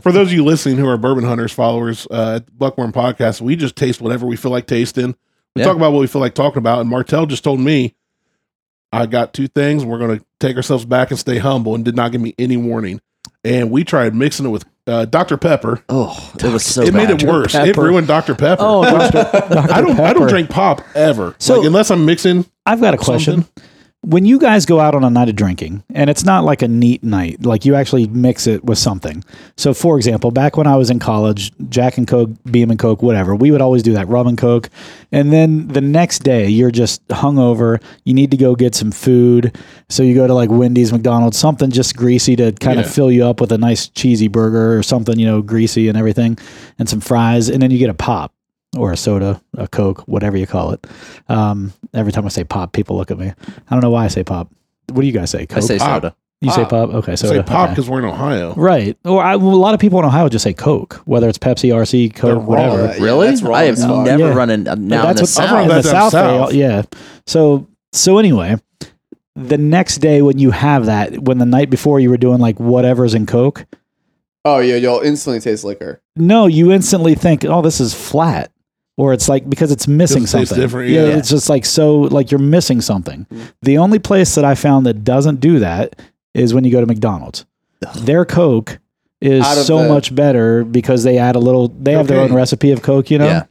[SPEAKER 1] for those of you listening who are bourbon hunters followers uh, at Buckhorn Podcast, we just taste whatever we feel like tasting. We
[SPEAKER 3] Yeah.
[SPEAKER 1] talk about what we feel like talking about. And Martel just told me, I got two things. and We're going to take ourselves back and stay humble, and did not give me any warning. And we tried mixing it with uh, Dr Pepper.
[SPEAKER 3] oh, it was so
[SPEAKER 1] it made
[SPEAKER 3] bad.
[SPEAKER 1] it worse. It
[SPEAKER 2] Pepper.
[SPEAKER 1] ruined Dr Pepper.
[SPEAKER 2] Oh,
[SPEAKER 1] I don't. I don't
[SPEAKER 2] Pepper.
[SPEAKER 1] drink pop ever.
[SPEAKER 2] So-
[SPEAKER 1] like unless I'm mixing.
[SPEAKER 2] I've got a question. When you guys go out on a night of drinking, and it's not like a neat night, like you actually mix it with something. So, for example, back when I was in college, Jack and Coke, Beam and Coke, whatever, we would always do that rum and Coke. And then the next day, you're just hungover. You need to go get some food. So, you go to like Wendy's, McDonald's, something just greasy to kind
[SPEAKER 1] Yeah.
[SPEAKER 2] of fill you up with a nice cheesy burger or something, you know, greasy and everything, and some fries. And then you get a pop or a soda, a Coke, whatever you call it. Um, every time I say pop, people look at me. I don't know why I say pop. What do you guys say? Coke?
[SPEAKER 3] I say
[SPEAKER 1] Pop.
[SPEAKER 3] soda.
[SPEAKER 2] you say
[SPEAKER 4] pop.
[SPEAKER 2] pop? Okay, soda.
[SPEAKER 1] say pop
[SPEAKER 2] okay.
[SPEAKER 1] because we're in Ohio.
[SPEAKER 2] Right. Or I, well, a lot of people in Ohio just say Coke, whether it's Pepsi, RC,
[SPEAKER 1] They're
[SPEAKER 2] Coke,
[SPEAKER 1] wrong.
[SPEAKER 2] whatever.
[SPEAKER 4] Uh, yeah,
[SPEAKER 3] really?
[SPEAKER 4] that's wrong
[SPEAKER 3] I have
[SPEAKER 4] as fuck.
[SPEAKER 3] never
[SPEAKER 2] Yeah.
[SPEAKER 3] run in. uh, Now in
[SPEAKER 2] that's what
[SPEAKER 3] the
[SPEAKER 1] I've
[SPEAKER 3] south.
[SPEAKER 1] run
[SPEAKER 2] in the
[SPEAKER 1] that down
[SPEAKER 2] south. they all-
[SPEAKER 1] south.
[SPEAKER 2] yeah. So so anyway, the next day when you have that, when the night before you were doing like whatever's in Coke,
[SPEAKER 4] Oh yeah, you'll instantly taste liquor.
[SPEAKER 2] no, you instantly think, oh, this is flat. Or it's like because it's missing
[SPEAKER 1] Just tastes
[SPEAKER 2] something.
[SPEAKER 1] different, yeah.
[SPEAKER 2] it's just like so like you're missing something. The only place that I found that doesn't do that is when you go to McDonald's. Their Coke is
[SPEAKER 4] Out of
[SPEAKER 2] so
[SPEAKER 4] the-
[SPEAKER 2] much better because they add a little they have their own
[SPEAKER 1] Cocaine.
[SPEAKER 2] recipe of Coke, you know?
[SPEAKER 3] Yeah.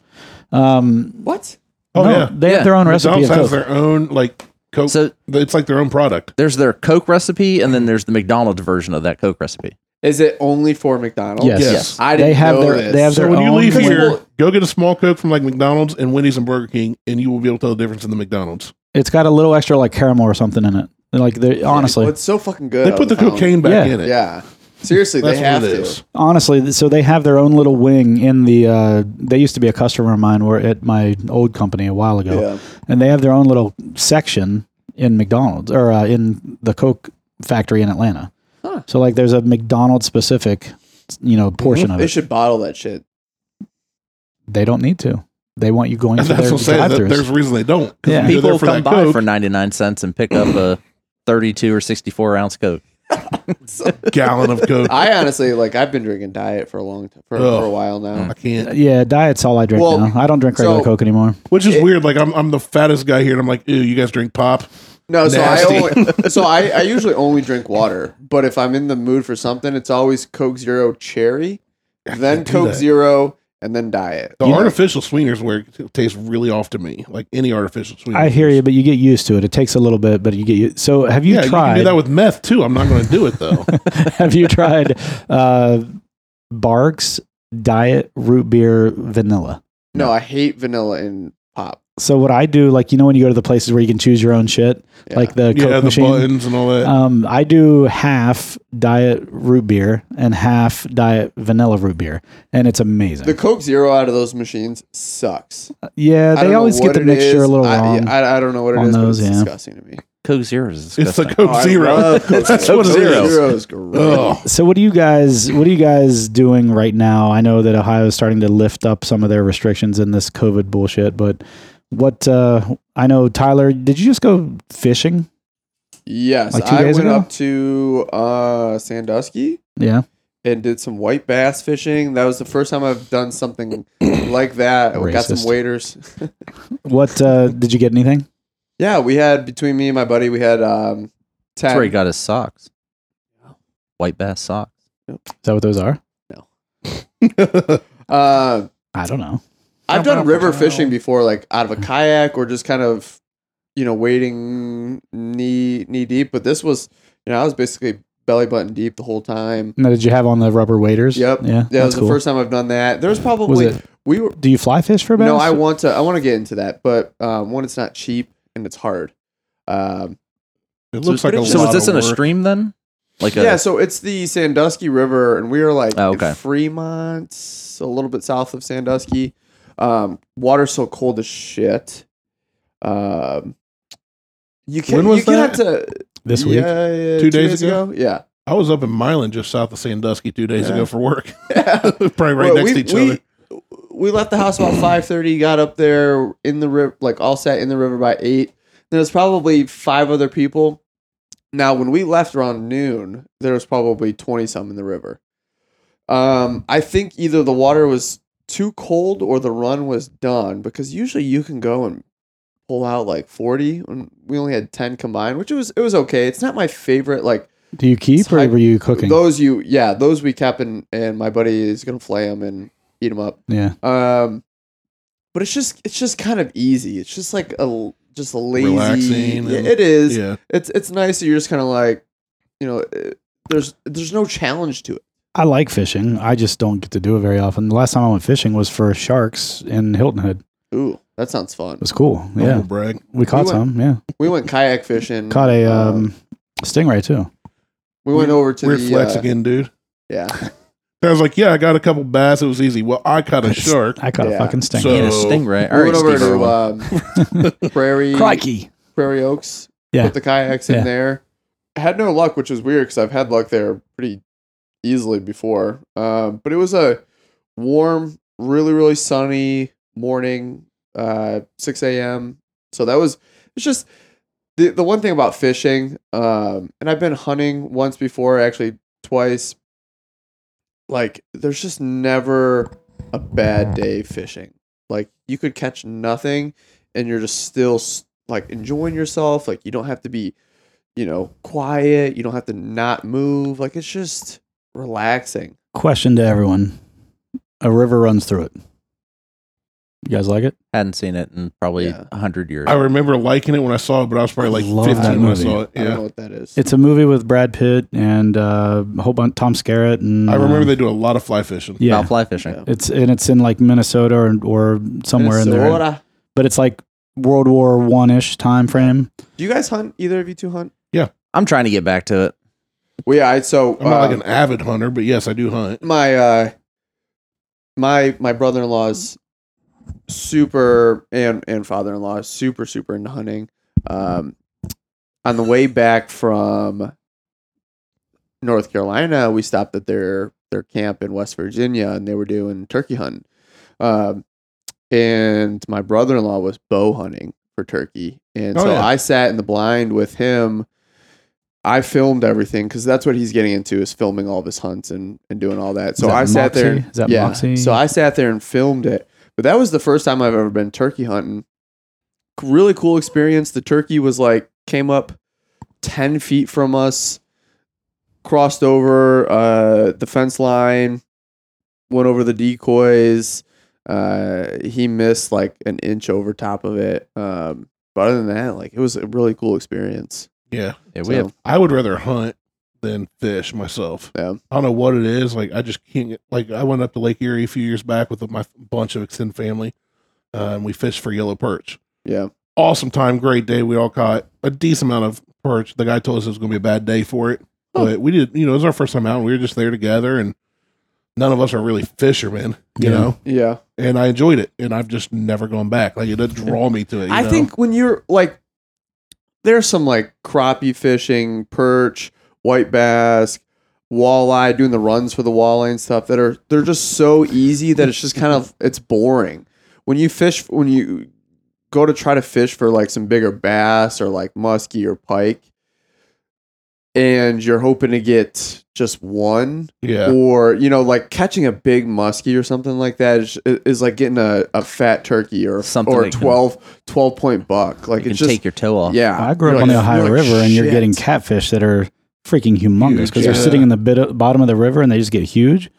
[SPEAKER 2] Um
[SPEAKER 4] What?
[SPEAKER 1] Oh
[SPEAKER 2] no,
[SPEAKER 1] yeah.
[SPEAKER 2] they
[SPEAKER 3] Yeah.
[SPEAKER 2] have their own recipe
[SPEAKER 1] McDonald's
[SPEAKER 2] of
[SPEAKER 1] has
[SPEAKER 2] Coke.
[SPEAKER 1] their own like Coke.
[SPEAKER 3] So
[SPEAKER 1] it's like their own product.
[SPEAKER 3] there's their Coke recipe, and then there's the McDonald's version of that Coke recipe.
[SPEAKER 4] Is it only for McDonald's?
[SPEAKER 2] Yes.
[SPEAKER 1] Yes.
[SPEAKER 4] I didn't
[SPEAKER 2] They have
[SPEAKER 4] know
[SPEAKER 2] their
[SPEAKER 4] this.
[SPEAKER 2] they have
[SPEAKER 1] So
[SPEAKER 2] their
[SPEAKER 1] when
[SPEAKER 2] own
[SPEAKER 1] you leave
[SPEAKER 2] thing.
[SPEAKER 1] here, go get a small Coke from like McDonald's and Wendy's and Burger King, and you will be able to tell the difference in the McDonald's.
[SPEAKER 2] It's got a little extra like caramel or something in it. Like they honestly.
[SPEAKER 4] Well, it's so fucking good.
[SPEAKER 1] They
[SPEAKER 4] on
[SPEAKER 1] put the
[SPEAKER 4] phone.
[SPEAKER 1] cocaine back
[SPEAKER 2] Yeah.
[SPEAKER 1] in it.
[SPEAKER 4] Yeah. Seriously,
[SPEAKER 1] That's
[SPEAKER 4] they have
[SPEAKER 1] what it
[SPEAKER 4] to.
[SPEAKER 1] is.
[SPEAKER 2] honestly th- so they have their own little wing in the uh, they used to be a customer of mine were at my old company a while ago
[SPEAKER 4] Yeah.
[SPEAKER 2] and they have their own little section in mcdonald's or uh, in the coke factory in atlanta
[SPEAKER 4] Huh.
[SPEAKER 2] so like there's a mcdonald's specific you know portion
[SPEAKER 1] Mm-hmm.
[SPEAKER 2] of
[SPEAKER 4] They
[SPEAKER 2] it
[SPEAKER 4] should bottle that shit.
[SPEAKER 2] they don't need to they want you going to
[SPEAKER 1] That's what
[SPEAKER 2] their
[SPEAKER 1] I'm saying. That-
[SPEAKER 2] drive-thrus
[SPEAKER 1] there's a reason they don't. 'Cause
[SPEAKER 2] Yeah.
[SPEAKER 1] if you're there
[SPEAKER 3] People come
[SPEAKER 1] that
[SPEAKER 3] by
[SPEAKER 1] Coke,
[SPEAKER 3] for 99 cents and pick up a 32 or 64 ounce Coke.
[SPEAKER 1] gallon of Coke. I,
[SPEAKER 4] I honestly like. I've been drinking diet for a long time, for, for a
[SPEAKER 1] Ugh. Mm.
[SPEAKER 4] while now.
[SPEAKER 1] can't.
[SPEAKER 2] yeah diet's all i drink
[SPEAKER 4] Well,
[SPEAKER 2] now i don't drink regular
[SPEAKER 4] so-
[SPEAKER 2] coke anymore
[SPEAKER 1] Which is weird. Like I'm, I'm the fattest guy here, and I'm like, ew, you guys drink pop.
[SPEAKER 4] No, so
[SPEAKER 1] Nasty.
[SPEAKER 4] I only, so I, I usually only drink water. But if I'm in the mood for something, it's always Coke Zero Cherry, then
[SPEAKER 1] do
[SPEAKER 4] Coke
[SPEAKER 1] that.
[SPEAKER 4] Zero, and then diet.
[SPEAKER 1] The artificial sweeteners where it tastes really off to me, like any artificial sweetener.
[SPEAKER 2] i hear you but you get used to it it takes a little bit but you get used so have you
[SPEAKER 1] Yeah,
[SPEAKER 2] tried
[SPEAKER 1] you can do that with meth too. I'm not going to do it though.
[SPEAKER 2] Have you tried uh, Barks Diet Root Beer Vanilla?
[SPEAKER 4] No, I hate vanilla and pop.
[SPEAKER 2] So what I do, like you know, when you go to the places where you can choose your own shit,
[SPEAKER 4] Yeah.
[SPEAKER 2] like the Coke
[SPEAKER 1] yeah, the
[SPEAKER 2] machine.
[SPEAKER 1] buttons and all that.
[SPEAKER 4] Uh,
[SPEAKER 2] Um, I do half diet root beer and half diet vanilla root beer, and it's amazing.
[SPEAKER 4] The Coke Zero out of those machines sucks.
[SPEAKER 2] yeah,
[SPEAKER 4] I don't
[SPEAKER 2] Uh, they
[SPEAKER 4] know
[SPEAKER 2] always get
[SPEAKER 4] what
[SPEAKER 2] the
[SPEAKER 4] it
[SPEAKER 2] mixture
[SPEAKER 4] is.
[SPEAKER 2] a little
[SPEAKER 4] I,
[SPEAKER 2] wrong.
[SPEAKER 4] I, I don't know what it
[SPEAKER 2] on
[SPEAKER 4] is,
[SPEAKER 2] those,
[SPEAKER 4] but it's
[SPEAKER 2] yeah.
[SPEAKER 4] disgusting to me.
[SPEAKER 3] Coke Zero is
[SPEAKER 1] it's
[SPEAKER 3] disgusting.
[SPEAKER 1] the Coke
[SPEAKER 4] Oh, I
[SPEAKER 1] Zero.
[SPEAKER 4] love Coke
[SPEAKER 1] That's
[SPEAKER 4] Zero.
[SPEAKER 1] what it
[SPEAKER 4] Coke
[SPEAKER 1] is.
[SPEAKER 4] Zero is great.
[SPEAKER 1] Ugh.
[SPEAKER 2] so what do you guys what are you guys doing right now? I know that Ohio is starting to lift up some of their restrictions in this COVID bullshit, but what uh I know Tyler, did you just go fishing?
[SPEAKER 4] Yes,
[SPEAKER 2] Like two
[SPEAKER 4] I
[SPEAKER 2] days
[SPEAKER 4] went
[SPEAKER 2] ago?
[SPEAKER 4] up to uh, Sandusky
[SPEAKER 2] Yeah.
[SPEAKER 4] and did some white bass fishing. That was the first time I've done something like that. We got
[SPEAKER 2] Racist.
[SPEAKER 4] some waiters.
[SPEAKER 2] What uh did you get anything?
[SPEAKER 4] yeah, we had between me and my buddy, we had um,
[SPEAKER 3] That's where he
[SPEAKER 4] Tab.
[SPEAKER 3] got his socks. White bass socks.
[SPEAKER 2] that what those are?
[SPEAKER 4] Uh,
[SPEAKER 2] I don't know.
[SPEAKER 4] I've done river fishing before, like out of a kayak or just kind of, you know, wading knee knee deep. But this was, you know, I was basically belly button deep the whole time.
[SPEAKER 2] Now, did you have on the rubber waders?
[SPEAKER 4] Yep.
[SPEAKER 2] Yeah.
[SPEAKER 4] Yeah, it
[SPEAKER 2] Mm-hmm. that's
[SPEAKER 4] was
[SPEAKER 2] cool.
[SPEAKER 4] the first time I've done that. There's probably
[SPEAKER 2] Was it-
[SPEAKER 4] we were
[SPEAKER 2] Do you fly fish for bass?
[SPEAKER 4] No, I want to. I want to get into that, but um, one, it's not cheap and it's hard. Um,
[SPEAKER 1] It looks like a
[SPEAKER 3] so
[SPEAKER 1] lot
[SPEAKER 3] was this
[SPEAKER 1] of
[SPEAKER 3] in a
[SPEAKER 1] work.
[SPEAKER 3] stream then? Like a,
[SPEAKER 4] yeah, so it's the Sandusky River, and we are like
[SPEAKER 3] Oh,
[SPEAKER 4] in
[SPEAKER 3] okay.
[SPEAKER 4] Fremont, so a little bit south of Sandusky. Um, water's so cold as shit. Um, you can
[SPEAKER 1] When
[SPEAKER 4] not
[SPEAKER 1] was
[SPEAKER 4] you cannot
[SPEAKER 1] that?
[SPEAKER 4] to
[SPEAKER 2] this week.
[SPEAKER 4] Yeah, yeah,
[SPEAKER 1] Two days ago?
[SPEAKER 4] Yeah,
[SPEAKER 1] I was up in Milan, just south of Sandusky, two days
[SPEAKER 4] Yeah.
[SPEAKER 1] ago for work. Probably right
[SPEAKER 4] Well,
[SPEAKER 1] next
[SPEAKER 4] we-
[SPEAKER 1] to each
[SPEAKER 4] we-
[SPEAKER 1] other.
[SPEAKER 4] We left the house about five thirty. Got up there in the river, like all sat in the river by eight. There was probably five other people. Now, when we left around noon, there was probably twenty some in the river. Um, I think either the water was too cold or the run was done because usually you can go and pull out like forty. And we only had ten combined, which was it was okay. It's not my favorite like
[SPEAKER 2] Do you keep or
[SPEAKER 4] Type-
[SPEAKER 2] were you cooking?
[SPEAKER 4] those you yeah those we kept and and my buddy is gonna flay them and eat them up
[SPEAKER 2] yeah.
[SPEAKER 4] um but it's just it's just kind of easy it's just like a l- just a lazy
[SPEAKER 1] Relaxing
[SPEAKER 4] Yeah,
[SPEAKER 1] and-
[SPEAKER 4] it is
[SPEAKER 1] Yeah,
[SPEAKER 4] it's it's nice that you're just kind of like you know uh, there's there's no challenge to it
[SPEAKER 2] I like fishing. I just don't get to do it very often. The last time I went fishing was for sharks in Hilton Head. It
[SPEAKER 4] ooh that sounds fun
[SPEAKER 2] was cool.
[SPEAKER 1] yeah.
[SPEAKER 2] Yeah.
[SPEAKER 1] brag.
[SPEAKER 2] We caught
[SPEAKER 4] went-
[SPEAKER 2] some. Yeah.
[SPEAKER 4] Oh. we went kayak fishing uh,
[SPEAKER 2] Caught a um, stingray too.
[SPEAKER 4] we went over to
[SPEAKER 1] Weird
[SPEAKER 4] the
[SPEAKER 1] flex
[SPEAKER 4] uh,
[SPEAKER 1] again, dude.
[SPEAKER 4] yeah
[SPEAKER 1] I was like, yeah, I got a couple bass. It was easy. Well, I caught a shark.
[SPEAKER 2] I caught a
[SPEAKER 4] Yeah.
[SPEAKER 2] fucking stingray.
[SPEAKER 1] So-
[SPEAKER 3] he had a stingray.
[SPEAKER 4] we
[SPEAKER 3] All right,
[SPEAKER 4] went over
[SPEAKER 3] Steve
[SPEAKER 4] to
[SPEAKER 3] Irwin.
[SPEAKER 4] um, prairie prairie oaks
[SPEAKER 2] Yeah.
[SPEAKER 4] put the kayaks in
[SPEAKER 2] Yeah.
[SPEAKER 4] there. I had no luck, which was weird because I've had luck there pretty easily before. Um, but it was a warm, really, really sunny morning, uh, 6 a.m. So that was, it's just the, the one thing about fishing, um, and I've been hunting once before, actually twice. Like, there's just never a bad day fishing. Like, you could catch nothing and you're just still s- like enjoying yourself. Like, you don't have to be, you know, quiet. You don't have to not move. Like, it's just relaxing.
[SPEAKER 2] Question to everyone: A river runs through it. You guys like it?
[SPEAKER 3] Hadn't seen it in probably a
[SPEAKER 4] Yeah.
[SPEAKER 3] hundred years.
[SPEAKER 1] I remember liking it when I saw it, but I was probably like
[SPEAKER 2] I love that
[SPEAKER 1] 15 when I
[SPEAKER 2] movie.
[SPEAKER 1] saw it.
[SPEAKER 4] I don't
[SPEAKER 1] Yeah.
[SPEAKER 4] know what that is.
[SPEAKER 2] It's a movie with Brad Pitt and uh, a whole bunch Tom Skerritt and
[SPEAKER 1] I
[SPEAKER 2] uh,
[SPEAKER 1] remember they do a lot of fly fishing.
[SPEAKER 2] yeah.
[SPEAKER 3] About fly fishing.
[SPEAKER 4] Yeah.
[SPEAKER 2] It's and it's in like Minnesota or, or somewhere in there,
[SPEAKER 4] Minnesota.
[SPEAKER 2] but it's like World War One ish time frame.
[SPEAKER 4] Do you guys hunt? Either of you two hunt?
[SPEAKER 3] I'm trying to get back to it.
[SPEAKER 4] Well, yeah. I, so
[SPEAKER 1] I'm not like an
[SPEAKER 4] uh,
[SPEAKER 1] avid hunter, but yes, I do hunt.
[SPEAKER 4] my uh my my brother-in-law's super and and father-in-law is super super into hunting um on the way back from north carolina we stopped at their their camp in west virginia and they were doing turkey hunting um and my brother-in-law was bow hunting for turkey and
[SPEAKER 1] Oh,
[SPEAKER 4] so
[SPEAKER 1] yeah.
[SPEAKER 4] i sat in the blind with him i filmed everything because that's what he's getting into is filming all of his hunts and and doing all that so
[SPEAKER 2] that
[SPEAKER 4] i sat there
[SPEAKER 2] Moxie? Is that Moxie?
[SPEAKER 4] so i sat there and filmed it but that was the first time i've ever been turkey hunting really cool experience the turkey was like came up 10 feet from us crossed over uh, the fence line went over the decoys uh, he missed like an inch over top of it um, but other than that like it was a really cool experience
[SPEAKER 1] Yeah.
[SPEAKER 3] Yeah, we
[SPEAKER 4] So,
[SPEAKER 3] have
[SPEAKER 1] I would rather hunt than fish myself.
[SPEAKER 4] Yeah.
[SPEAKER 1] I don't know what it is. Like I just can't. get- Like I went up to Lake Erie a few years back with my bunch of extended family, uh, and we fished for yellow perch.
[SPEAKER 4] yeah
[SPEAKER 1] Awesome time, great day. We all caught a decent amount of perch. The guy told us it was going to be a bad day for it, but we did. You know, it was our first time out. And we were just there together, and none of us are really fishermen. You
[SPEAKER 2] Yeah.
[SPEAKER 1] know,
[SPEAKER 4] yeah
[SPEAKER 1] and I enjoyed it, and I've just never gone back. Like it did draw me to it. you
[SPEAKER 4] I
[SPEAKER 1] know?
[SPEAKER 4] think when you're like, there's some like crappie fishing, perch, white bass, walleye, doing the runs for the walleye and stuff that are they're just so easy that it's just kind of it's boring. When you fish, when you go to try to fish for like some bigger bass or like muskie or pike, and you're hoping to get just one
[SPEAKER 1] Yeah.
[SPEAKER 4] or you know like catching a big muskie or something like that is, is like getting a, a fat turkey or
[SPEAKER 3] Something
[SPEAKER 4] or
[SPEAKER 3] that can-
[SPEAKER 4] 12, 12 point buck like
[SPEAKER 3] you can
[SPEAKER 4] it's just
[SPEAKER 3] take your toe off.
[SPEAKER 4] yeah
[SPEAKER 2] I grew up
[SPEAKER 4] You're
[SPEAKER 2] on the
[SPEAKER 4] like-
[SPEAKER 2] Ohio
[SPEAKER 4] you're like,
[SPEAKER 2] River, and you're
[SPEAKER 4] "Shit."
[SPEAKER 2] getting catfish that are freaking humongous because they're
[SPEAKER 1] Huge, yeah.
[SPEAKER 2] sitting in the bit, bottom of the river and they just get huge.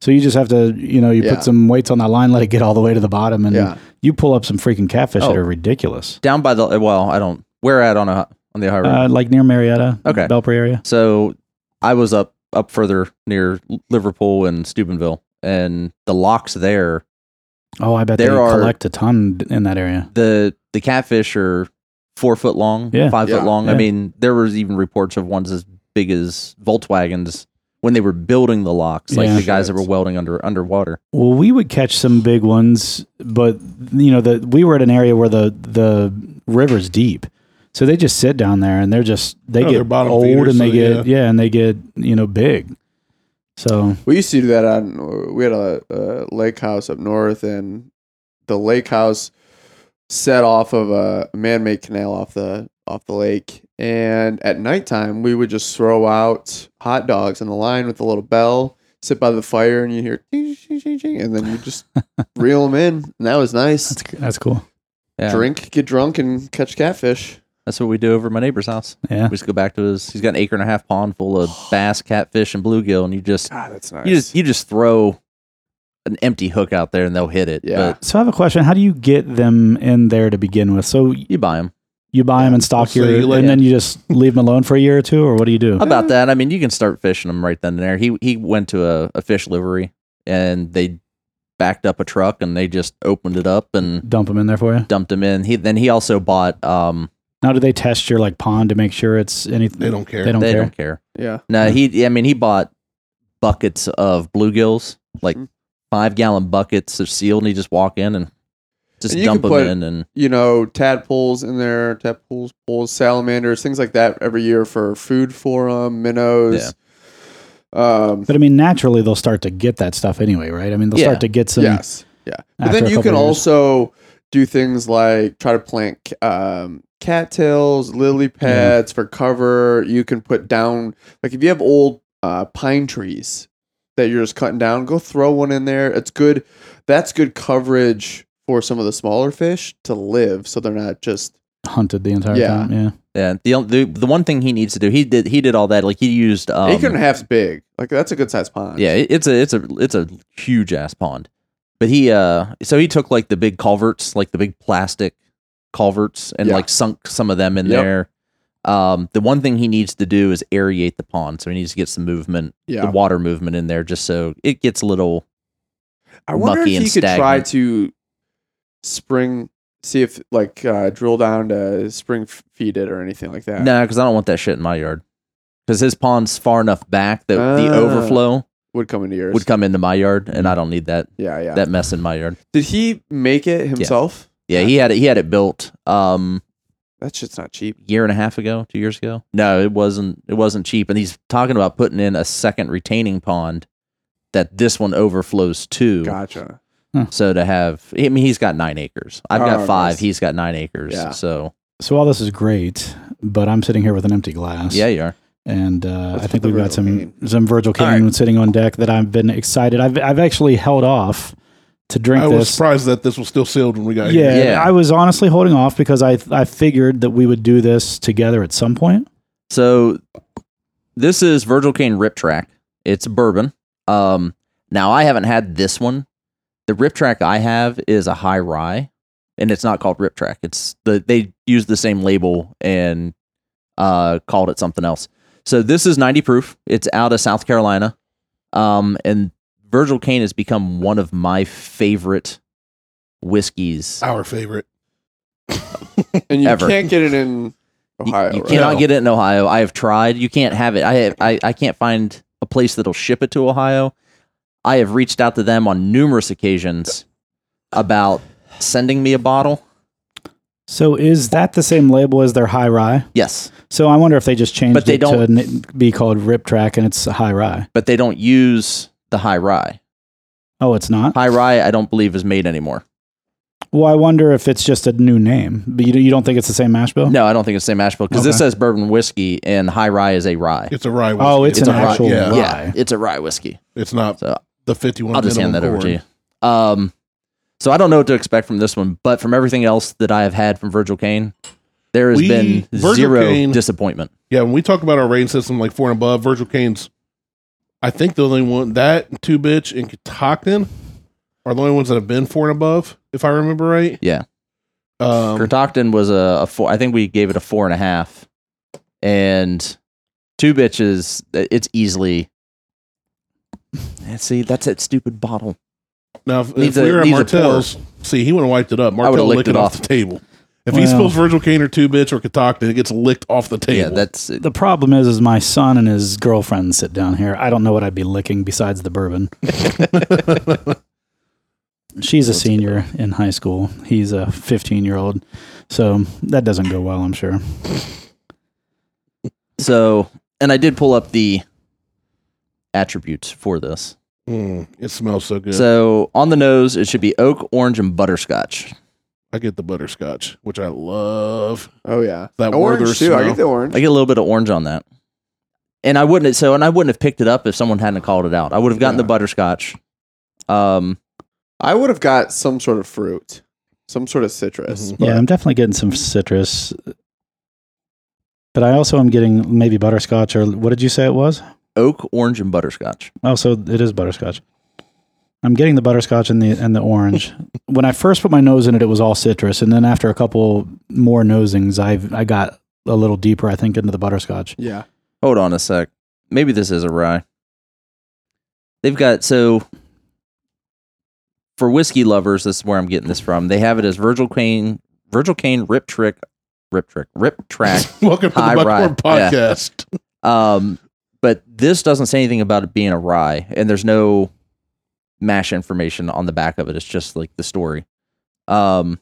[SPEAKER 2] So you just have to, you know, you
[SPEAKER 4] Yeah.
[SPEAKER 2] put some weights on that line, let it get all the way to the bottom, and
[SPEAKER 4] Yeah.
[SPEAKER 2] you pull up some freaking catfish
[SPEAKER 3] Oh.
[SPEAKER 2] that are ridiculous.
[SPEAKER 3] Down by the well, I don't. Where at on a on the Ohio River?
[SPEAKER 2] Uh, like near Marietta,
[SPEAKER 3] Okay.
[SPEAKER 2] Belpre area.
[SPEAKER 3] So I was up up further near Liverpool and Steubenville, and the locks there,
[SPEAKER 2] Oh, I bet
[SPEAKER 3] There
[SPEAKER 2] they
[SPEAKER 3] are-
[SPEAKER 2] collect a ton d- in that area.
[SPEAKER 3] the the catfish are four foot long,
[SPEAKER 2] Yeah.
[SPEAKER 3] five
[SPEAKER 4] Yeah.
[SPEAKER 3] foot long. I
[SPEAKER 2] Yeah.
[SPEAKER 3] mean, there was even reports of ones as big as Volkswagens when they were building the locks, like
[SPEAKER 2] Yeah.
[SPEAKER 3] the guys that
[SPEAKER 4] Shit.
[SPEAKER 3] were welding under underwater.
[SPEAKER 2] Well, we would catch some big ones, but you know, the we were at an area where the the river's deep, so they just sit down there and they're just they
[SPEAKER 1] Oh, they're
[SPEAKER 2] get
[SPEAKER 1] bottom
[SPEAKER 2] old
[SPEAKER 1] feeders,
[SPEAKER 2] and they
[SPEAKER 1] so
[SPEAKER 2] get yeah. and they get you know big. So
[SPEAKER 4] we used to do that on we had a, a lake house up north and the lake house set off of a man-made canal off the off the lake and at nighttime we would just throw out hot dogs on the line with a little bell sit by the fire and you hear "Ching, ching, ching, ching," and then you just reel them in and that was nice
[SPEAKER 2] that's that's cool.
[SPEAKER 3] Yeah,
[SPEAKER 4] drink get drunk and catch catfish
[SPEAKER 3] that's what we do over at my neighbor's house.
[SPEAKER 2] Yeah,
[SPEAKER 3] We just go back to his. He's got an acre and a half pond full of bass, catfish, and bluegill, and you just
[SPEAKER 4] ah that's nice
[SPEAKER 3] you just you just throw an empty hook out there and they'll hit it.
[SPEAKER 4] Yeah.
[SPEAKER 2] So I have a question: How do you get them in there to begin with? So
[SPEAKER 3] But you buy them.
[SPEAKER 2] you buy them and stock
[SPEAKER 1] So
[SPEAKER 2] your,
[SPEAKER 1] you let- Uh,
[SPEAKER 2] and then you just leave them alone for a year or two, or what do you do?
[SPEAKER 4] Uh-huh.
[SPEAKER 3] About that, I mean, you can start fishing them right then and there. He he went to a, a fish livery and they backed up a truck and they just opened it up and
[SPEAKER 2] Dump them in there for you.
[SPEAKER 3] dumped him in. He then he also bought. Um,
[SPEAKER 2] Now, do they test your like pond to make sure it's anything?
[SPEAKER 1] They don't care.
[SPEAKER 2] They don't
[SPEAKER 3] they
[SPEAKER 2] care.
[SPEAKER 3] don't care.
[SPEAKER 4] yeah
[SPEAKER 3] No, he. I mean, he bought buckets of bluegills, like
[SPEAKER 4] Mhm.
[SPEAKER 3] five gallon buckets of seal, and he just walk in and just
[SPEAKER 4] And you
[SPEAKER 3] dump
[SPEAKER 4] can
[SPEAKER 3] them
[SPEAKER 4] put-
[SPEAKER 3] in and
[SPEAKER 4] you know, tadpoles in there, tadpoles, poles, salamanders, things like that every year for food for them, minnows. Um,
[SPEAKER 2] But I mean, naturally, they'll start to get that stuff anyway, right? I mean, they'll
[SPEAKER 3] Yeah.
[SPEAKER 2] start to get some.
[SPEAKER 4] yes, yeah. But
[SPEAKER 2] after
[SPEAKER 4] then
[SPEAKER 2] a
[SPEAKER 4] you
[SPEAKER 2] couple
[SPEAKER 4] can
[SPEAKER 2] years.
[SPEAKER 4] also do things like try to plant um, cattails, lily pads for cover. You can put down, like if you have old uh, pine trees that you're just cutting down, go throw one in there. It's good. That's good coverage for some of the smaller fish to live, so they're not just
[SPEAKER 2] hunted the entire
[SPEAKER 4] Yeah.
[SPEAKER 2] time. Yeah.
[SPEAKER 3] yeah. The, on- the the one thing he needs to do, he did he did all that. Like he used um,
[SPEAKER 4] acre and a half's big. Like that's a good sized pond.
[SPEAKER 3] Yeah, it- it's a it's a it's a huge ass pond. But he uh so he took like the big culverts, like the big plastic culverts and
[SPEAKER 4] Yeah.
[SPEAKER 3] like sunk some of them in
[SPEAKER 4] Yep.
[SPEAKER 3] there. Um the one thing he needs to do is aerate the pond. So he needs to get some movement,
[SPEAKER 4] Yeah.
[SPEAKER 3] the water movement in there just so it gets a little
[SPEAKER 4] I wonder if
[SPEAKER 3] mucky
[SPEAKER 4] you
[SPEAKER 3] and
[SPEAKER 4] could try
[SPEAKER 3] stagnant.
[SPEAKER 4] to spring, see if like uh, drill down to spring f- feed it or anything like that.
[SPEAKER 3] no, cuz I don't want that shit in my yard. Cuz his pond's far enough back that the
[SPEAKER 4] Ah.
[SPEAKER 3] overflow
[SPEAKER 4] Would come into yours.
[SPEAKER 3] would come into my yard and I don't need that
[SPEAKER 4] yeah, yeah.
[SPEAKER 3] that mess in my yard.
[SPEAKER 4] Did he make it himself?
[SPEAKER 3] Yeah, he had it he had it built um
[SPEAKER 4] That shit's not cheap.
[SPEAKER 3] year and a half ago, two years ago. No, it wasn't. It wasn't cheap. And he's talking about putting in a second retaining pond that this one overflows to.
[SPEAKER 4] Gotcha.
[SPEAKER 3] So to have, I mean, he's got nine acres. I've
[SPEAKER 4] Oh,
[SPEAKER 3] got five.
[SPEAKER 4] nice.
[SPEAKER 3] He's got nine acres.
[SPEAKER 4] Yeah.
[SPEAKER 3] So
[SPEAKER 2] So all this is great, but I'm sitting here with an empty glass.
[SPEAKER 3] yeah, you are.
[SPEAKER 2] And uh,
[SPEAKER 4] Let's
[SPEAKER 2] I think
[SPEAKER 4] put the
[SPEAKER 2] we've got
[SPEAKER 4] Virgil
[SPEAKER 2] some
[SPEAKER 4] Kane.
[SPEAKER 2] some Virgil
[SPEAKER 3] All right.
[SPEAKER 2] Kane sitting on deck that I've been excited. I've I've actually held off to drink
[SPEAKER 1] I was
[SPEAKER 2] this.
[SPEAKER 1] surprised that this was still sealed when we got here.
[SPEAKER 2] yeah,
[SPEAKER 3] Yeah.
[SPEAKER 2] I was honestly holding off because I I figured that we would do this together at some point.
[SPEAKER 3] So this is Virgil Cane Rip Track. It's bourbon. Um, now I haven't had this one. The Rip Track I have is a high rye, and it's not called Rip Track. It's the they used the same label and uh, called it something else. So this is 90 proof. It's out of South Carolina, um, and Virgil Cane has become one of my favorite whiskeys.
[SPEAKER 1] Our favorite.
[SPEAKER 4] And you
[SPEAKER 3] Ever.
[SPEAKER 4] can't get it in
[SPEAKER 3] You-
[SPEAKER 4] Ohio.
[SPEAKER 3] You
[SPEAKER 4] right?
[SPEAKER 3] cannot
[SPEAKER 1] No.
[SPEAKER 3] get it in Ohio. I have tried. You can't have it. I, have, I I can't find a place that'll ship it to Ohio. I have reached out to them on numerous occasions about sending me a bottle.
[SPEAKER 2] So is that the same label as their high rye?
[SPEAKER 3] Yes,
[SPEAKER 2] So I wonder if they just changed
[SPEAKER 3] But they
[SPEAKER 2] it
[SPEAKER 3] don't-
[SPEAKER 2] to n- be called Rip Track and it's high rye.
[SPEAKER 3] but they don't use the high rye.
[SPEAKER 2] Oh, it's not.
[SPEAKER 3] High rye, I don't believe is made anymore.
[SPEAKER 2] Well, I wonder if it's just a new name. But you, you don't think it's the same mash bill?
[SPEAKER 3] No, I don't think it's the same mash bill because this
[SPEAKER 2] Okay.
[SPEAKER 3] says bourbon whiskey and high rye is a rye.
[SPEAKER 1] It's a rye. Whiskey.
[SPEAKER 2] Oh, it's an
[SPEAKER 1] a rye-
[SPEAKER 2] actual
[SPEAKER 1] Yeah,
[SPEAKER 2] rye.
[SPEAKER 3] Yeah, it's a rye whiskey.
[SPEAKER 1] it's not
[SPEAKER 3] So
[SPEAKER 1] the fifty-one.
[SPEAKER 3] I'll just hand that
[SPEAKER 1] minimum
[SPEAKER 3] over to
[SPEAKER 1] corn.
[SPEAKER 3] you. Um, so I don't know what to expect from this one, but from everything else that I have had from Virgil Kane, there has
[SPEAKER 1] We-
[SPEAKER 3] been
[SPEAKER 1] Virgil
[SPEAKER 3] zero
[SPEAKER 1] Cane-
[SPEAKER 3] disappointment.
[SPEAKER 1] Yeah, when we talk about our rating system, like four and above, Virgil Cane's, I think the only one that two bitch and Catoctin are the only ones that have been four and above, if I remember right.
[SPEAKER 3] Yeah.
[SPEAKER 1] Um,
[SPEAKER 3] Curtocton was a, a four. I think we gave it a four and a half, and two bitches. It's easily. And see, that's that stupid bottle.
[SPEAKER 1] now, if, if
[SPEAKER 3] needs
[SPEAKER 1] we
[SPEAKER 3] a-
[SPEAKER 1] were at
[SPEAKER 3] needs a
[SPEAKER 1] Martell's, see, he would have wiped it up.
[SPEAKER 3] would've
[SPEAKER 1] Martell
[SPEAKER 3] licked
[SPEAKER 1] licked
[SPEAKER 3] it
[SPEAKER 1] it off
[SPEAKER 3] off.
[SPEAKER 1] the table. If he
[SPEAKER 2] Well.
[SPEAKER 1] spills Virgil Cane or two bitch or Catoctin, it gets licked off the table.
[SPEAKER 3] Yeah, that's
[SPEAKER 2] The problem is, is my son and his girlfriend sit down here. I don't know what I'd be licking besides the bourbon. She's a senior in high school. He's a 15 year old. So that doesn't go well, I'm sure.
[SPEAKER 3] so. And I did pull up the attributes for this.
[SPEAKER 1] Mm, it smells so good.
[SPEAKER 3] So on the nose, it should be oak, orange, and butterscotch.
[SPEAKER 1] I get the butterscotch, which I love.
[SPEAKER 4] Oh yeah,
[SPEAKER 1] That Werther's
[SPEAKER 4] orange too. I
[SPEAKER 1] smell.
[SPEAKER 4] get the orange.
[SPEAKER 3] I get a little bit of orange on that. And I wouldn't so and I wouldn't have picked it up if someone hadn't called it out. I would have gotten the
[SPEAKER 4] Yeah.
[SPEAKER 3] butterscotch. Um
[SPEAKER 4] I would have got some sort of fruit, some sort of citrus.
[SPEAKER 1] Mhm.
[SPEAKER 3] Mm-hmm.
[SPEAKER 4] but
[SPEAKER 2] Yeah, I'm definitely getting some citrus. But I also am getting maybe butterscotch or what did you say it was?
[SPEAKER 3] oak, orange, and butterscotch.
[SPEAKER 2] Oh, so it is butterscotch. I'm getting the butterscotch and the and the orange. when I first put my nose in it, it was all citrus, and then after a couple more nosings, I have I got a little deeper, I think, into the butterscotch.
[SPEAKER 4] yeah.
[SPEAKER 3] Hold on a sec. Maybe this is a rye. They've got so for whiskey lovers, this is where I'm getting this from. They have it as Virgil Kane, Virgil Kane Rip Trick, Rip Trick, Rip Track.
[SPEAKER 1] Welcome to
[SPEAKER 3] High
[SPEAKER 1] the
[SPEAKER 3] rye.
[SPEAKER 1] Buckhorn
[SPEAKER 3] Yeah.
[SPEAKER 1] Podcast.
[SPEAKER 3] Um, but this doesn't say anything about it being a rye, and there's no mash information on the back of it. It's just like the story. Um,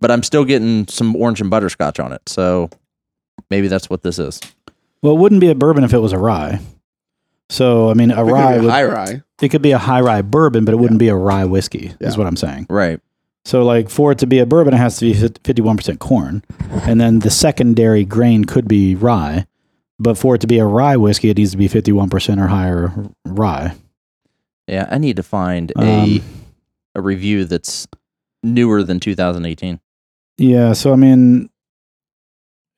[SPEAKER 3] but I'm still getting some orange and butterscotch on it, so maybe that's what this is.
[SPEAKER 2] Well, it wouldn't be a bourbon if it was a rye. So I mean, a
[SPEAKER 4] It could be
[SPEAKER 2] rye would,
[SPEAKER 4] high rye.
[SPEAKER 2] it could be a high rye bourbon, but it wouldn't be a rye whiskey. Is
[SPEAKER 4] Yeah.
[SPEAKER 2] what I'm saying.
[SPEAKER 3] Right.
[SPEAKER 2] So like for it to be a bourbon, it has to be fifty one percent corn, and then the secondary grain could be rye. But for it to be a rye whiskey, it needs to be fifty one percent or higher rye.
[SPEAKER 3] Yeah, I need to find a
[SPEAKER 2] Um,
[SPEAKER 3] a review that's newer than 2018.
[SPEAKER 2] Yeah, so I mean,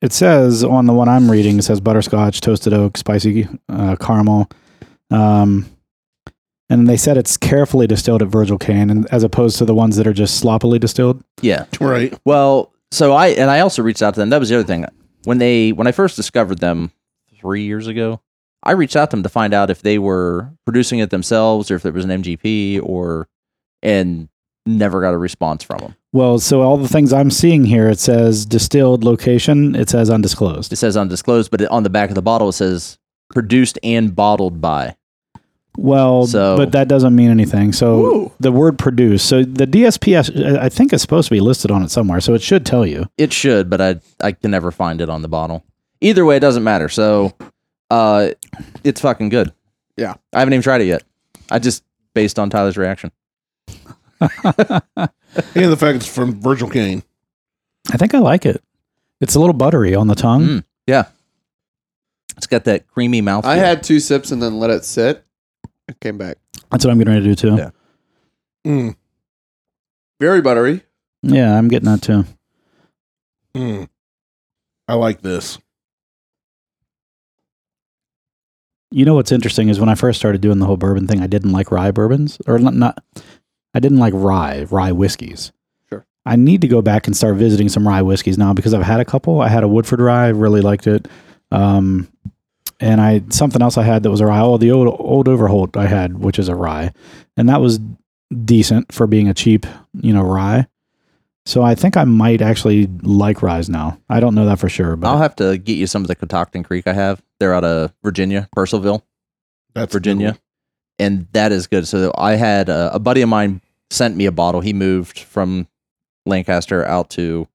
[SPEAKER 2] it says on the one I'm reading, it says butterscotch, toasted oak, spicy uh, caramel. Um, and they said it's carefully distilled at Virgil Cane, and as opposed to the ones that are just sloppily distilled.
[SPEAKER 3] Yeah.
[SPEAKER 1] Right.
[SPEAKER 3] Well, so I and I also reached out to them. That was the other thing. When they when I first discovered them three years ago, I reached out to them to find out if they were producing it themselves or if there was an MGP or and never got a response from them.
[SPEAKER 2] Well, so all the things I'm seeing here, it says distilled location, it says undisclosed.
[SPEAKER 3] It says undisclosed, but on the back of the bottle it says produced and bottled by.
[SPEAKER 2] Well,
[SPEAKER 3] So-
[SPEAKER 2] but that doesn't mean anything. So
[SPEAKER 4] Ooh.
[SPEAKER 2] the word produce, so the DSPS, I think is supposed to be listed on it somewhere, so it should tell you.
[SPEAKER 3] It should, but I I can never find it on the bottle. Either way, it doesn't matter. So, uh, it's fucking good.
[SPEAKER 4] Yeah.
[SPEAKER 3] I haven't even tried it yet. I just based on Tyler's reaction.
[SPEAKER 1] And the fact it's from Virgil Cane.
[SPEAKER 2] I think I like it. It's a little buttery on the tongue.
[SPEAKER 3] Mm. Yeah. It's got that creamy mouth.
[SPEAKER 4] I had two sips and then let it sit. I came back
[SPEAKER 2] That's what I'm getting ready to do too.
[SPEAKER 3] Yeah.
[SPEAKER 2] Yeah,
[SPEAKER 1] Mm,
[SPEAKER 4] very buttery.
[SPEAKER 2] I'm getting that too.
[SPEAKER 1] mm. I like this.
[SPEAKER 2] You know what's interesting is when I first started doing the whole bourbon thing, I didn't like rye bourbons or not. not I didn't like rye rye whiskeys.
[SPEAKER 4] Sure.
[SPEAKER 2] I need to go back and start visiting some rye whiskeys now because I've had a couple. I had a Woodford rye, really liked it. Um, and I something else I had that was a rye. Oh, the old old Overholt I had, which is a rye, and that was decent for being a cheap, you know, rye. So I think I might actually like rye now. I don't know that for sure, but
[SPEAKER 3] I'll have to get you some of the Catoctin Creek I have. They're out of Virginia, Purcellville,
[SPEAKER 1] That's a good
[SPEAKER 3] Virginia.
[SPEAKER 1] one.
[SPEAKER 3] And that is good. So I had uh, a, a buddy of mine sent me a bottle. He moved from Lancaster out to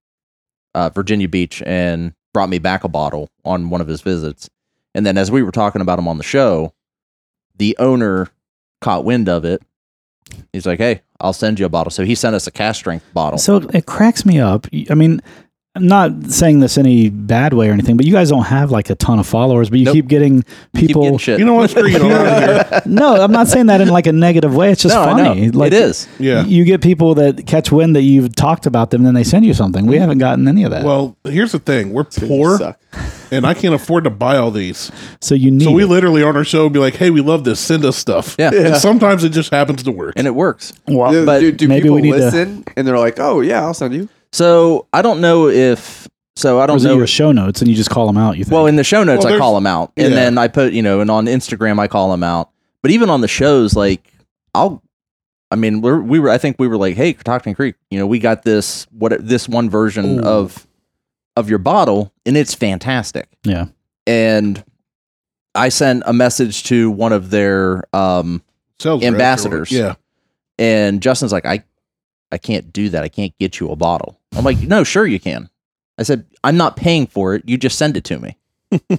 [SPEAKER 3] uh, Virginia Beach and brought me back a bottle on one of his visits. And then as we were talking about him on the show, the owner caught wind of it. He's like, "Hey, I'll send you a bottle. So he sent us a cast strength bottle.
[SPEAKER 2] So it- it cracks me up. Y- I mean, I'm not saying this any bad way or anything, but you guys don't have like a ton of followers, but you
[SPEAKER 3] Nope.
[SPEAKER 2] keep getting
[SPEAKER 3] Keep
[SPEAKER 2] people.
[SPEAKER 3] getting shit.
[SPEAKER 1] You know what? Screw you. I'm out of here.
[SPEAKER 2] no, I'm not saying that in like a negative way. It's just
[SPEAKER 3] no, I know.
[SPEAKER 2] funny. Like
[SPEAKER 3] it is.
[SPEAKER 1] Yeah.
[SPEAKER 2] You get people that catch wind that you've talked about them, then they send you something. We haven't gotten any of that.
[SPEAKER 1] Mm-hmm. Well, here's the thing. We're poor,
[SPEAKER 4] suck.
[SPEAKER 1] and I can't afford to buy all these.
[SPEAKER 2] so you need.
[SPEAKER 1] So we
[SPEAKER 2] it.
[SPEAKER 1] literally on our show be like, "Hey, we love this. Send us stuff."
[SPEAKER 3] Yeah.
[SPEAKER 1] And sometimes it just happens to work.
[SPEAKER 3] And it works.
[SPEAKER 4] Do,
[SPEAKER 3] But
[SPEAKER 4] do, do
[SPEAKER 2] maybe
[SPEAKER 4] people
[SPEAKER 2] we need to-
[SPEAKER 4] listen and they're like, "Oh yeah, I'll send you."
[SPEAKER 3] So I don't know if. So I
[SPEAKER 2] Or
[SPEAKER 3] don't
[SPEAKER 2] is it
[SPEAKER 3] know.
[SPEAKER 2] your show notes and you just call them out? You think?
[SPEAKER 3] Well, in the show notes,
[SPEAKER 1] Well,
[SPEAKER 3] I
[SPEAKER 1] there's-
[SPEAKER 3] call them out, and
[SPEAKER 1] yeah.
[SPEAKER 3] then I put you know, and on Instagram, I call them out. But even on the shows, like I'll, I mean, we're, we were, I think we were like, hey, Catoctin Creek, you know, we got this what this one version
[SPEAKER 1] Ooh.
[SPEAKER 3] of of your bottle, and it's fantastic.
[SPEAKER 2] Yeah.
[SPEAKER 3] and I sent a message to one of their um
[SPEAKER 1] Sales reps or-
[SPEAKER 3] ambassadors.
[SPEAKER 1] Yeah.
[SPEAKER 3] and Justin's like, I, I can't do that. I can't get you a bottle. I'm like, no, sure you can. I said, I'm not paying for it. You just send it to me.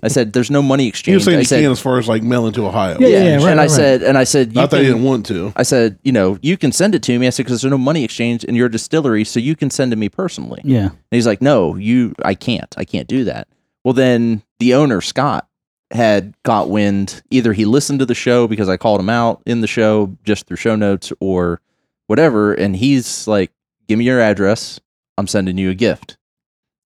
[SPEAKER 3] I said, there's no money
[SPEAKER 1] He
[SPEAKER 3] exchange.
[SPEAKER 1] was saying
[SPEAKER 3] I
[SPEAKER 1] you
[SPEAKER 3] said,
[SPEAKER 1] can as far as like mailing to Ohio.
[SPEAKER 2] Yeah, yeah, right,
[SPEAKER 3] and
[SPEAKER 2] right,
[SPEAKER 3] I
[SPEAKER 2] right.
[SPEAKER 3] said, and I said, you
[SPEAKER 1] Not that he
[SPEAKER 3] can,
[SPEAKER 1] didn't want to.
[SPEAKER 3] I said, you know, you can send it to me. I said, because there's no money exchange in your distillery, so you can send to me personally. And
[SPEAKER 2] yeah.
[SPEAKER 3] he's like, no, you, I can't, I can't do that. Well, then the owner Scott had got wind. Either he listened to the show because I called him out in the show just through show notes or whatever, and he's like, give me your address. I'm sending you a gift,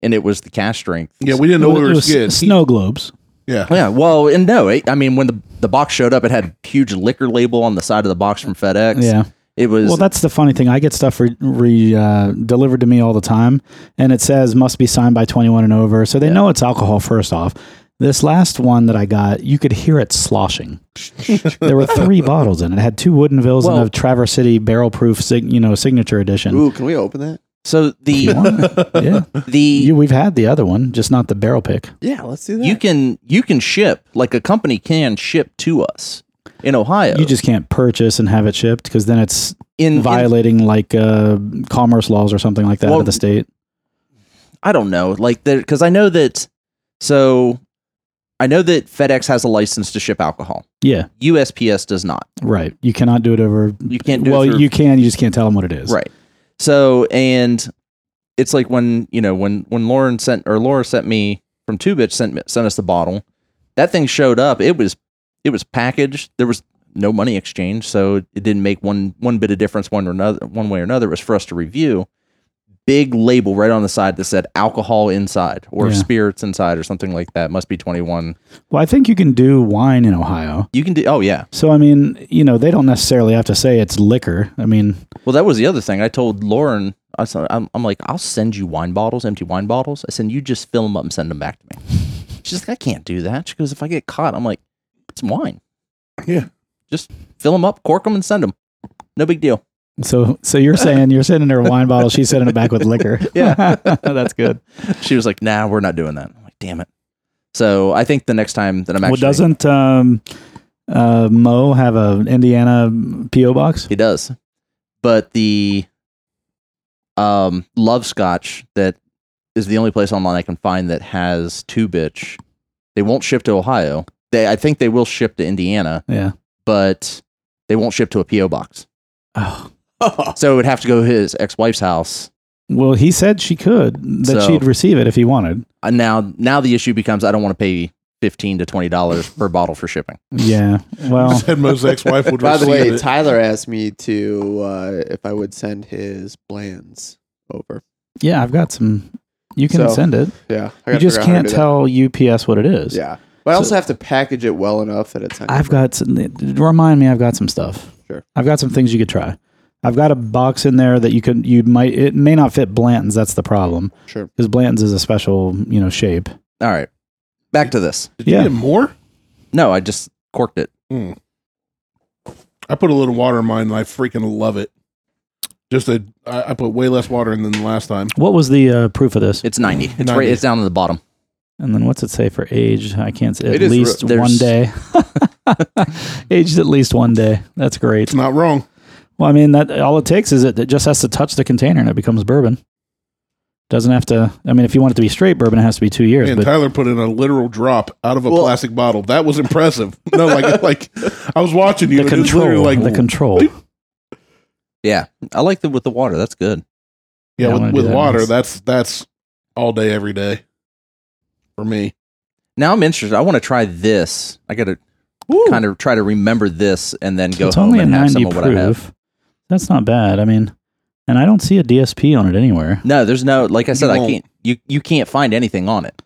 [SPEAKER 3] and it was the cash strength.
[SPEAKER 1] Yeah, we didn't know we
[SPEAKER 2] It
[SPEAKER 1] were
[SPEAKER 2] was
[SPEAKER 1] good.
[SPEAKER 2] snow globes.
[SPEAKER 1] Yeah.
[SPEAKER 3] Yeah, well, and no, it, I mean, when the, the box showed up, it had a huge liquor label on the side of the box from FedEx.
[SPEAKER 2] Yeah.
[SPEAKER 3] It was
[SPEAKER 2] Well, that's the funny thing. I get stuff re, re uh, delivered to me all the time, and it says must be signed by 21 and over. So they know it's alcohol. First off, this last one that I got, you could hear it sloshing. there were three bottles in it. It had two Woodenvilles
[SPEAKER 3] Well-
[SPEAKER 2] and a Traverse City barrel proof, sig- you know, signature edition.
[SPEAKER 4] Ooh, can we open that?
[SPEAKER 3] so the
[SPEAKER 2] yeah,
[SPEAKER 3] the
[SPEAKER 2] you,
[SPEAKER 3] you,
[SPEAKER 2] we've had the other one, just not the barrel pick.
[SPEAKER 4] Yeah, let's do that.
[SPEAKER 3] can you can ship like a company can ship to us in Ohio.
[SPEAKER 2] You just can't purchase and have it shipped because then it's
[SPEAKER 3] in, in
[SPEAKER 2] violating like uh, commerce laws or something like that
[SPEAKER 3] Well,
[SPEAKER 2] of the state.
[SPEAKER 3] I don't know like there because I know that so I know that FedEx has a license to ship alcohol.
[SPEAKER 2] Yeah,
[SPEAKER 3] USPS does not.
[SPEAKER 2] right. You cannot do it over.
[SPEAKER 3] You can't do it
[SPEAKER 2] well,
[SPEAKER 3] through-
[SPEAKER 2] you can. You just can't tell them what it is.
[SPEAKER 3] Right. So and it's like when you know when when Lauren sent or Laura sent me from Two Bitch sent me- sent us the bottle. That thing showed up. It was it was packaged. There was no money exchange, so it didn't make one one bit of difference one or another one way or another. It was for us to review. Big label right on the side that said alcohol inside or
[SPEAKER 2] Yeah.
[SPEAKER 3] spirits inside or something like that. Must be twenty one.
[SPEAKER 2] Well, I think you can do wine in Ohio.
[SPEAKER 3] You can do. Oh yeah.
[SPEAKER 2] So, I mean, you know, they don't necessarily have to say it's liquor. I mean,
[SPEAKER 3] Well, that was the other thing. I told Lauren, I said, I'm, I'm like, I'll send you wine bottles, empty wine bottles. I said, you just fill them up and send them back to me. She's like, I can't do that. She goes, if I get caught, I'm like, it's wine.
[SPEAKER 1] Yeah.
[SPEAKER 3] Just fill them up, cork them, and send them. No big deal.
[SPEAKER 2] so so you're saying you're sending her a wine bottle, she's sending it back with liquor.
[SPEAKER 3] Yeah.
[SPEAKER 2] that's good.
[SPEAKER 3] She was like, nah, we're not doing that. I'm like, damn it. So I think the next time that I'm actually.
[SPEAKER 2] well, doesn't um, uh, Mo have a Indiana PO box?
[SPEAKER 3] He does. But the um, Love Scotch that is the only place online I can find that has two bitch. They won't ship to Ohio. They I think they will ship to Indiana,
[SPEAKER 2] Yeah.
[SPEAKER 3] but they won't ship to a PO box.
[SPEAKER 2] Oh.
[SPEAKER 3] So it would have to go to his ex-wife's house.
[SPEAKER 2] Well, he said she could that
[SPEAKER 3] So-
[SPEAKER 2] she'd receive it if he wanted.
[SPEAKER 3] And now now the issue becomes I don't want to pay 15 to 20 dollars per bottle for shipping.
[SPEAKER 2] Yeah. Well,
[SPEAKER 1] Said Mo's ex-wife would
[SPEAKER 4] By the
[SPEAKER 1] receive
[SPEAKER 4] way,
[SPEAKER 1] it.
[SPEAKER 4] Tyler asked me to uh, if I would send his plans over.
[SPEAKER 2] yeah, I've got some. You can
[SPEAKER 4] So,
[SPEAKER 2] send it.
[SPEAKER 4] Yeah, I
[SPEAKER 2] You
[SPEAKER 4] gotta
[SPEAKER 2] just
[SPEAKER 4] figure out how to
[SPEAKER 2] can't
[SPEAKER 4] do that.
[SPEAKER 2] tell UPS what it is.
[SPEAKER 4] Yeah, but I also have to package it well enough that it's.
[SPEAKER 2] I've got some, remind me I've got some stuff.
[SPEAKER 4] Sure.
[SPEAKER 2] I've got some things you could try. I've got a box in there that you could you might it may not fit Blanton's, that's the problem.
[SPEAKER 4] Sure.
[SPEAKER 2] Because Blanton's is a special, you know, shape.
[SPEAKER 3] All right. Back to this.
[SPEAKER 1] Did you
[SPEAKER 2] yeah.
[SPEAKER 1] get more?
[SPEAKER 3] No, I just corked it.
[SPEAKER 1] Hmm. I put a little water in mine, and I freaking love it. Just a, I, I put way less water in than the last time.
[SPEAKER 2] What was the uh, proof of this?
[SPEAKER 3] It's 90. It's
[SPEAKER 1] 90.
[SPEAKER 3] right it's down at the bottom.
[SPEAKER 2] And then what's it say for age? I can't say at
[SPEAKER 4] It is re-
[SPEAKER 2] least
[SPEAKER 3] there's-
[SPEAKER 2] one day. Aged at least one day. That's great.
[SPEAKER 1] It's not wrong.
[SPEAKER 2] Well, I mean that all it takes is it, it just has to touch the container and it becomes bourbon. Doesn't have to I mean if you want it to be straight bourbon it has to be two years.
[SPEAKER 1] And
[SPEAKER 2] but
[SPEAKER 1] Tyler put in a literal drop out of a
[SPEAKER 4] Well-
[SPEAKER 1] plastic bottle. That was impressive. No, like like I was watching you.
[SPEAKER 2] the
[SPEAKER 1] and it was literally
[SPEAKER 2] control
[SPEAKER 1] like
[SPEAKER 2] the control.
[SPEAKER 3] Yeah, I like the with the water. That's good.
[SPEAKER 1] Yeah,
[SPEAKER 2] Yeah, I wanna
[SPEAKER 1] with,
[SPEAKER 2] do
[SPEAKER 1] with
[SPEAKER 2] that
[SPEAKER 1] water,
[SPEAKER 2] next.
[SPEAKER 1] that's that's all day, every day for me.
[SPEAKER 3] Now I'm interested. I want to try this. I got to kind of try to remember this and then go
[SPEAKER 2] it's
[SPEAKER 3] home
[SPEAKER 2] only
[SPEAKER 3] and
[SPEAKER 2] a
[SPEAKER 3] have
[SPEAKER 2] 90
[SPEAKER 3] some of what I have.
[SPEAKER 2] proof. That's not bad. I mean, and I don't see a DSP on it anywhere.
[SPEAKER 3] No, there's no like I said,
[SPEAKER 1] You
[SPEAKER 3] I
[SPEAKER 1] won't.
[SPEAKER 3] can't you you can't find anything on it.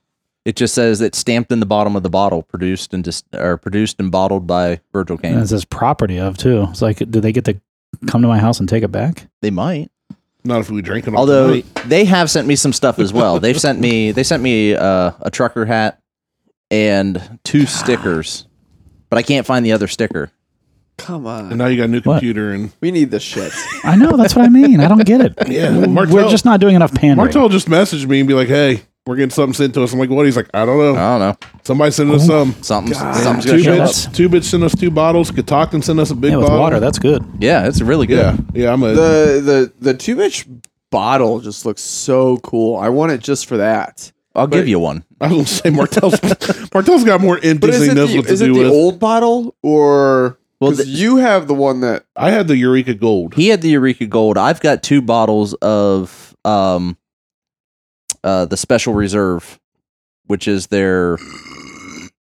[SPEAKER 3] It just says it's stamped in the bottom of the bottle, produced and just or produced and bottled by Virgil Kane.
[SPEAKER 2] And it says property of too. It's like, do they get to come to my house and take it back?
[SPEAKER 3] They might.
[SPEAKER 1] Not if we drink it. all
[SPEAKER 3] Although
[SPEAKER 1] night.
[SPEAKER 3] they have sent me some stuff as well. They've sent me they sent me uh, a trucker hat and two stickers, but I can't find the other sticker.
[SPEAKER 4] Come
[SPEAKER 1] and
[SPEAKER 4] on.
[SPEAKER 1] now you got a new
[SPEAKER 2] What?
[SPEAKER 1] computer, and
[SPEAKER 4] We need this shit.
[SPEAKER 2] I know. That's what I mean. I don't get it.
[SPEAKER 1] Yeah,
[SPEAKER 2] We're
[SPEAKER 1] Martel-
[SPEAKER 2] just not doing enough pandering.
[SPEAKER 1] Martel just messaged me and be like, "Hey, we're getting something sent to us." I'm like, "What?" He's like, "I don't know.
[SPEAKER 3] I
[SPEAKER 2] Uh,
[SPEAKER 3] don't know.
[SPEAKER 1] Somebody sent
[SPEAKER 2] oh.
[SPEAKER 1] us some."
[SPEAKER 3] Something's,
[SPEAKER 1] Some
[SPEAKER 3] something's
[SPEAKER 1] two
[SPEAKER 3] gonna
[SPEAKER 2] Yeah,
[SPEAKER 3] show up.
[SPEAKER 1] bits,
[SPEAKER 2] that's-
[SPEAKER 1] two bits sent us two bottles. Kotakin sent us a big
[SPEAKER 2] yeah, with
[SPEAKER 1] bottle.
[SPEAKER 2] water, that's good.
[SPEAKER 3] Yeah, it's really good.
[SPEAKER 1] yeah, yeah. I'm a
[SPEAKER 4] the the the two inch bottle just looks so cool. I want it just for that.
[SPEAKER 3] I'll give you one.
[SPEAKER 1] I was gonna say Martel's Martel's got more
[SPEAKER 4] But
[SPEAKER 1] empties
[SPEAKER 4] is
[SPEAKER 1] than
[SPEAKER 4] it,
[SPEAKER 1] he knows
[SPEAKER 4] the,
[SPEAKER 1] what to
[SPEAKER 4] is it
[SPEAKER 1] do
[SPEAKER 4] the
[SPEAKER 1] with.
[SPEAKER 4] old bottle or?
[SPEAKER 3] Well,
[SPEAKER 4] Well,
[SPEAKER 3] the-
[SPEAKER 4] you have the one that
[SPEAKER 1] I had the Eureka Gold.
[SPEAKER 3] He had the Eureka Gold. I've got two bottles of um uh the special reserve, which is their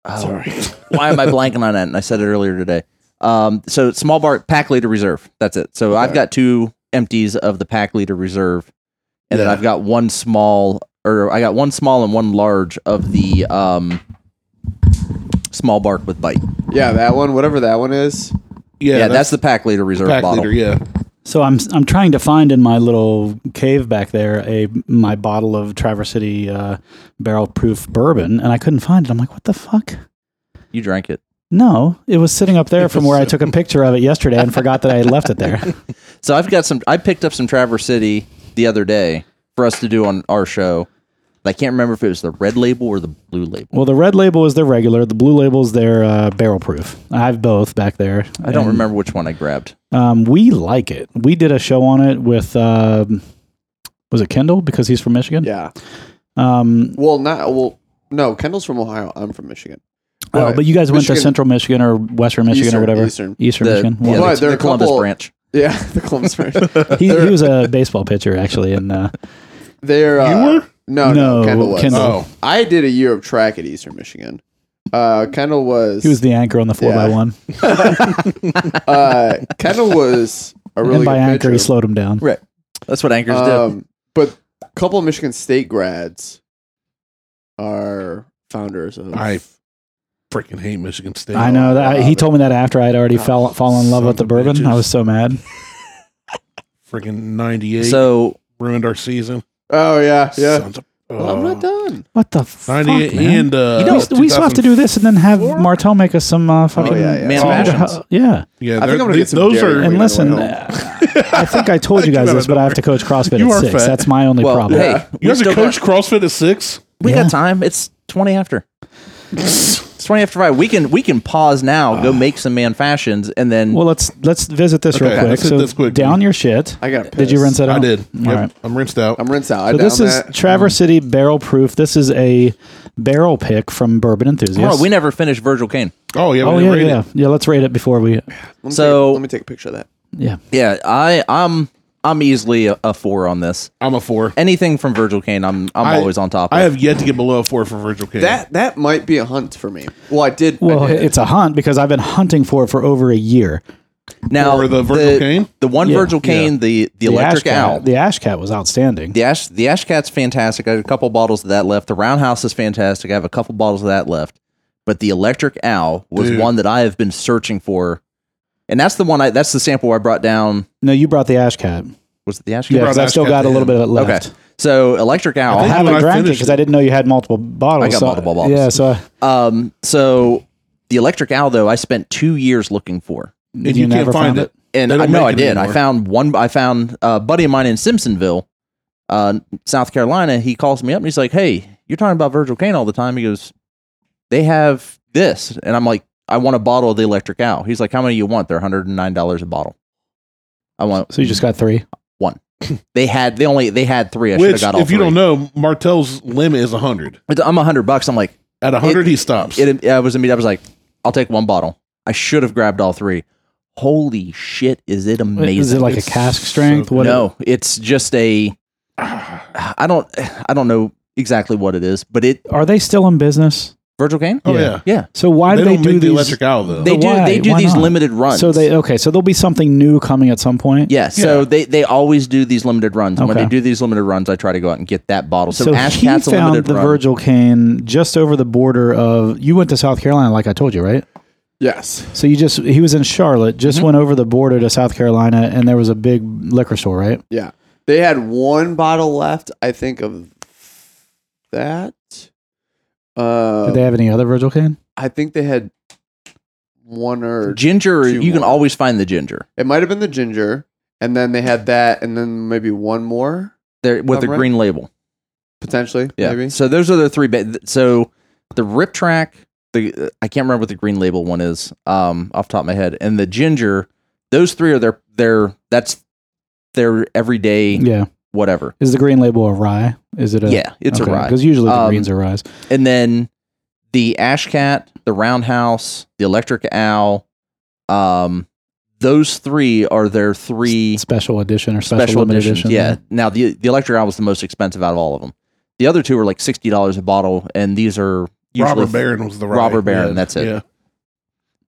[SPEAKER 3] oh,
[SPEAKER 1] Sorry,
[SPEAKER 3] why am I blanking on that? And I said it earlier today. Um, so small bar pack leader reserve. That's it. So I've
[SPEAKER 4] Okay.
[SPEAKER 3] got two empties of the pack leader reserve, and then
[SPEAKER 1] Yeah.
[SPEAKER 3] I've got one small, or I got one small and one large of the um, small bark with bite.
[SPEAKER 4] yeah that one whatever that one is.
[SPEAKER 1] yeah,
[SPEAKER 3] Yeah, that's, the pack leader reserve
[SPEAKER 1] pack
[SPEAKER 3] bottle.
[SPEAKER 1] leader. Yeah,
[SPEAKER 2] So I'm I'm trying to find in my little cave back there a my bottle of Traverse City uh, barrel proof bourbon, and I couldn't find it. I'm like, what the fuck?
[SPEAKER 3] You drank it.
[SPEAKER 2] No, it was sitting up there
[SPEAKER 1] It
[SPEAKER 2] from
[SPEAKER 1] was
[SPEAKER 2] where I
[SPEAKER 1] sitting-
[SPEAKER 2] took a picture of it yesterday and forgot that I had left it there.
[SPEAKER 3] So I've got some. I picked up some Traverse City the other day for us to do on our show. I can't remember if it was the red label or the blue label.
[SPEAKER 2] Well, the red label is their regular, the blue label is their uh, barrel proof. I have both back there.
[SPEAKER 3] I don't remember which one I grabbed.
[SPEAKER 2] Um, we like it. We did a show on it with um, was it Kendall because he's from Michigan.
[SPEAKER 4] Yeah.
[SPEAKER 2] Um,
[SPEAKER 4] Well, not well. No, Kendall's from Ohio. I'm from Michigan.
[SPEAKER 2] uh,
[SPEAKER 4] Right.
[SPEAKER 2] but you guys went to
[SPEAKER 4] Michigan-
[SPEAKER 2] Central Michigan or Western Michigan
[SPEAKER 4] Eastern-
[SPEAKER 2] or whatever.
[SPEAKER 4] Eastern.
[SPEAKER 2] Eastern
[SPEAKER 3] The,
[SPEAKER 2] Michigan.
[SPEAKER 3] yeah,
[SPEAKER 2] Well,
[SPEAKER 4] Well,
[SPEAKER 3] the,
[SPEAKER 4] there are
[SPEAKER 3] the
[SPEAKER 4] a
[SPEAKER 3] Columbus
[SPEAKER 4] couple-
[SPEAKER 3] branch.
[SPEAKER 4] Yeah, the Columbus branch.
[SPEAKER 2] he, he was a baseball pitcher actually, and uh,
[SPEAKER 4] They're uh,
[SPEAKER 1] You were?
[SPEAKER 4] no, no,
[SPEAKER 2] No,
[SPEAKER 4] Kendall was.
[SPEAKER 2] Kendall.
[SPEAKER 1] Oh.
[SPEAKER 4] I did a year of track at Eastern Michigan. Uh, Kendall was.
[SPEAKER 2] he was the anchor on the four
[SPEAKER 4] Yeah.
[SPEAKER 2] by one.
[SPEAKER 4] uh, Kendall was a really
[SPEAKER 2] and by
[SPEAKER 4] good
[SPEAKER 2] anchor, he
[SPEAKER 4] pitcher.
[SPEAKER 2] slowed him down.
[SPEAKER 3] Right. That's what anchors do.
[SPEAKER 4] Um, but a couple of Michigan State grads are founders of.
[SPEAKER 1] I freaking hate Michigan State.
[SPEAKER 2] I know that
[SPEAKER 4] love
[SPEAKER 2] he
[SPEAKER 4] it.
[SPEAKER 2] told me that after I had already fell fallen in love
[SPEAKER 1] son
[SPEAKER 2] with the
[SPEAKER 1] of
[SPEAKER 2] bourbon. I
[SPEAKER 1] bitches.
[SPEAKER 2] was so mad.
[SPEAKER 1] Freaking '98
[SPEAKER 3] So
[SPEAKER 1] ruined our season.
[SPEAKER 4] oh yeah, yeah.
[SPEAKER 1] Sons of-
[SPEAKER 4] Well, I'm
[SPEAKER 1] uh,
[SPEAKER 4] not done.
[SPEAKER 2] What the fuck, man?
[SPEAKER 1] 98 and uh,
[SPEAKER 3] You know,
[SPEAKER 2] we, st- we still have to do this and then have Martel make us some uh, fucking
[SPEAKER 4] yeah, yeah.
[SPEAKER 3] man
[SPEAKER 1] Oh.
[SPEAKER 3] rations.
[SPEAKER 2] yeah.
[SPEAKER 1] Yeah, they're-
[SPEAKER 4] I think I'm gonna get some
[SPEAKER 1] those
[SPEAKER 4] dairy
[SPEAKER 1] are
[SPEAKER 4] Wait,
[SPEAKER 2] And listen,
[SPEAKER 4] wait, wait.
[SPEAKER 2] uh, I think I told you
[SPEAKER 1] Came
[SPEAKER 2] guys
[SPEAKER 1] out
[SPEAKER 2] this,
[SPEAKER 1] of
[SPEAKER 2] but I have to coach CrossFit
[SPEAKER 1] You
[SPEAKER 2] at
[SPEAKER 1] are
[SPEAKER 2] six.
[SPEAKER 1] fat.
[SPEAKER 2] That's my only
[SPEAKER 3] Well,
[SPEAKER 2] problem.
[SPEAKER 3] hey,
[SPEAKER 1] you
[SPEAKER 3] we
[SPEAKER 1] have to
[SPEAKER 3] still
[SPEAKER 1] coach
[SPEAKER 3] got,
[SPEAKER 1] CrossFit at six.
[SPEAKER 3] we
[SPEAKER 2] Yeah.
[SPEAKER 3] got time. It's twenty after. it's twenty after five. We can we can pause now, go make some man fashions, and then
[SPEAKER 2] Well, let's let's visit this
[SPEAKER 1] Okay,
[SPEAKER 2] real quick.
[SPEAKER 1] let's hit
[SPEAKER 2] So
[SPEAKER 1] this quickly.
[SPEAKER 2] down your shit.
[SPEAKER 4] I got.
[SPEAKER 2] Did you
[SPEAKER 4] pissed.
[SPEAKER 2] rinse that out?
[SPEAKER 1] I did.
[SPEAKER 2] All
[SPEAKER 1] yep,
[SPEAKER 2] right.
[SPEAKER 1] I'm rinsed out.
[SPEAKER 4] I'm rinse out. I
[SPEAKER 2] So this
[SPEAKER 4] down
[SPEAKER 2] is
[SPEAKER 4] that.
[SPEAKER 2] Traverse City Barrel Proof. This is a barrel pick from Bourbon
[SPEAKER 3] Tomorrow,
[SPEAKER 2] Enthusiast.
[SPEAKER 3] we never finished Virgil Kane.
[SPEAKER 1] oh yeah,
[SPEAKER 2] oh
[SPEAKER 1] we
[SPEAKER 2] yeah,
[SPEAKER 1] rated
[SPEAKER 2] yeah, yeah. Let's rate it before we.
[SPEAKER 4] Let me
[SPEAKER 3] So-
[SPEAKER 4] take- let me take a picture of that.
[SPEAKER 2] Yeah,
[SPEAKER 3] Yeah, I I'm I'm easily a, a four on this.
[SPEAKER 1] I'm a four.
[SPEAKER 3] Anything from Virgil Kane, I'm I'm
[SPEAKER 1] I-
[SPEAKER 3] always on top. Of.
[SPEAKER 1] I have yet to get below a four for Virgil King.
[SPEAKER 4] That that might be a hunt for me. Well, I did. I
[SPEAKER 2] well,
[SPEAKER 4] did.
[SPEAKER 2] it's a hunt because I've been hunting for it for over a year.
[SPEAKER 3] now
[SPEAKER 1] Or the Virgil
[SPEAKER 3] the,
[SPEAKER 1] Kane?
[SPEAKER 3] the one
[SPEAKER 2] Yeah.
[SPEAKER 3] Virgil Kane, the the electric
[SPEAKER 2] Ash Cat-
[SPEAKER 3] owl,
[SPEAKER 2] the Ash Cat was outstanding.
[SPEAKER 3] The ash, the ash cat's fantastic. I have a couple bottles of that left. The roundhouse is fantastic. I have a couple bottles of that left. But the electric owl was
[SPEAKER 1] Dude.
[SPEAKER 3] one that I have been searching for, and that's the one. I that's the sample I brought down.
[SPEAKER 2] no, you brought the Ash Cat.
[SPEAKER 3] Was it the ash
[SPEAKER 2] Yeah,
[SPEAKER 3] cat?
[SPEAKER 2] 'cause
[SPEAKER 1] brought
[SPEAKER 2] I still
[SPEAKER 1] Ash Cat
[SPEAKER 2] got a
[SPEAKER 1] to
[SPEAKER 2] little
[SPEAKER 1] him.
[SPEAKER 2] bit of it
[SPEAKER 3] Okay,
[SPEAKER 2] left.
[SPEAKER 3] so electric owl.
[SPEAKER 2] I
[SPEAKER 1] think
[SPEAKER 2] haven't
[SPEAKER 1] when I
[SPEAKER 2] drank it
[SPEAKER 1] finished
[SPEAKER 2] because
[SPEAKER 1] it-
[SPEAKER 2] I didn't know you had multiple bottles.
[SPEAKER 3] I got
[SPEAKER 2] so-
[SPEAKER 3] multiple bottles.
[SPEAKER 2] Yeah, so I,
[SPEAKER 3] um, so the electric owl though, I spent two years looking for.
[SPEAKER 1] and you,
[SPEAKER 2] you
[SPEAKER 1] can't
[SPEAKER 2] never
[SPEAKER 1] find
[SPEAKER 2] found
[SPEAKER 1] it.
[SPEAKER 2] it?
[SPEAKER 3] and
[SPEAKER 1] They
[SPEAKER 3] I
[SPEAKER 1] don't
[SPEAKER 3] know
[SPEAKER 1] make
[SPEAKER 3] I
[SPEAKER 1] it
[SPEAKER 3] did. I
[SPEAKER 1] anymore.
[SPEAKER 3] found one. I found a buddy of mine in Simpsonville, uh, South Carolina. He calls me up and he's like, "Hey, you're talking about Virgil Kane all the time." He goes, "They have this," and I'm like, "I want a bottle of the Electric Owl." He's like, "How many you want?" They're 109 dollars a bottle. I want.
[SPEAKER 2] so you just got three.
[SPEAKER 3] They had. They only. They had three. I should have
[SPEAKER 1] Which,
[SPEAKER 3] got all
[SPEAKER 1] if you
[SPEAKER 3] three.
[SPEAKER 1] don't know, Martel's limit is hundred.
[SPEAKER 3] But I'm 100 bucks. I'm like,
[SPEAKER 1] At hundred, he stops.
[SPEAKER 3] it. I was in meet. I was like, I'll take one bottle. I should have grabbed all three. holy shit, is it amazing?
[SPEAKER 2] Is it like
[SPEAKER 1] It's
[SPEAKER 2] a cask strength?
[SPEAKER 1] so
[SPEAKER 2] what
[SPEAKER 3] no, it's just a. I don't. I don't know exactly what it is, but it
[SPEAKER 2] are they still in business?
[SPEAKER 3] Virgil Kane.
[SPEAKER 1] Oh
[SPEAKER 2] Yeah.
[SPEAKER 1] yeah.
[SPEAKER 3] Yeah,
[SPEAKER 2] So why
[SPEAKER 1] they
[SPEAKER 2] do they
[SPEAKER 1] don't
[SPEAKER 2] do
[SPEAKER 1] make the
[SPEAKER 2] these?
[SPEAKER 1] electric owl though.
[SPEAKER 3] they do.
[SPEAKER 2] why?
[SPEAKER 3] They do
[SPEAKER 2] Why
[SPEAKER 3] these
[SPEAKER 2] not?
[SPEAKER 3] limited runs.
[SPEAKER 2] So they okay. So there'll be something new coming at some point.
[SPEAKER 3] Yeah, so
[SPEAKER 1] Yeah.
[SPEAKER 3] they, they always do these limited runs. And When
[SPEAKER 2] Okay.
[SPEAKER 3] they do these limited runs, I try to go out and get that bottle. So,
[SPEAKER 2] So
[SPEAKER 3] Ash
[SPEAKER 2] he
[SPEAKER 3] Cat's a
[SPEAKER 2] found
[SPEAKER 3] limited
[SPEAKER 2] the
[SPEAKER 3] run.
[SPEAKER 2] Virgil cane just over the border of. You went to South Carolina, like I told you, right?
[SPEAKER 4] Yes.
[SPEAKER 2] So you just he was in Charlotte, just went over the border to South Carolina, and there was a big liquor store, right?
[SPEAKER 4] Yeah. They had one bottle left, I think, of that. Uh,
[SPEAKER 2] Did they have any other Virgil cane?
[SPEAKER 4] I think they had one or
[SPEAKER 3] ginger,
[SPEAKER 4] Two
[SPEAKER 3] you can
[SPEAKER 4] more.
[SPEAKER 3] always find the ginger
[SPEAKER 4] it might have been the ginger, and then they had that, and then maybe one more
[SPEAKER 3] there with
[SPEAKER 2] Oh,
[SPEAKER 4] I'm
[SPEAKER 3] the
[SPEAKER 4] right.
[SPEAKER 3] green label.
[SPEAKER 4] potentially.
[SPEAKER 3] Yeah.
[SPEAKER 4] Maybe.
[SPEAKER 3] So those are the three. Ba- th- so the Rip Track, the uh, I can't remember what the green label one is um, off the top of my head, and the ginger. Those three are their their that's their everyday
[SPEAKER 2] Yeah.
[SPEAKER 3] whatever.
[SPEAKER 2] Is the green label a rye? Is it a
[SPEAKER 3] yeah, it's a rye.
[SPEAKER 2] because usually the
[SPEAKER 3] Um,
[SPEAKER 2] greens are ryes.
[SPEAKER 3] and then the ash cat the roundhouse the electric owl um those three are their three
[SPEAKER 2] special edition or special,
[SPEAKER 3] special
[SPEAKER 2] limited
[SPEAKER 3] editions
[SPEAKER 2] edition.
[SPEAKER 3] yeah. now the the electric owl was the most expensive out of all of them the other two are like $60 a bottle and these are usually
[SPEAKER 1] Robert Barron was the right.
[SPEAKER 3] Robert Barron, that's it.
[SPEAKER 1] Yeah.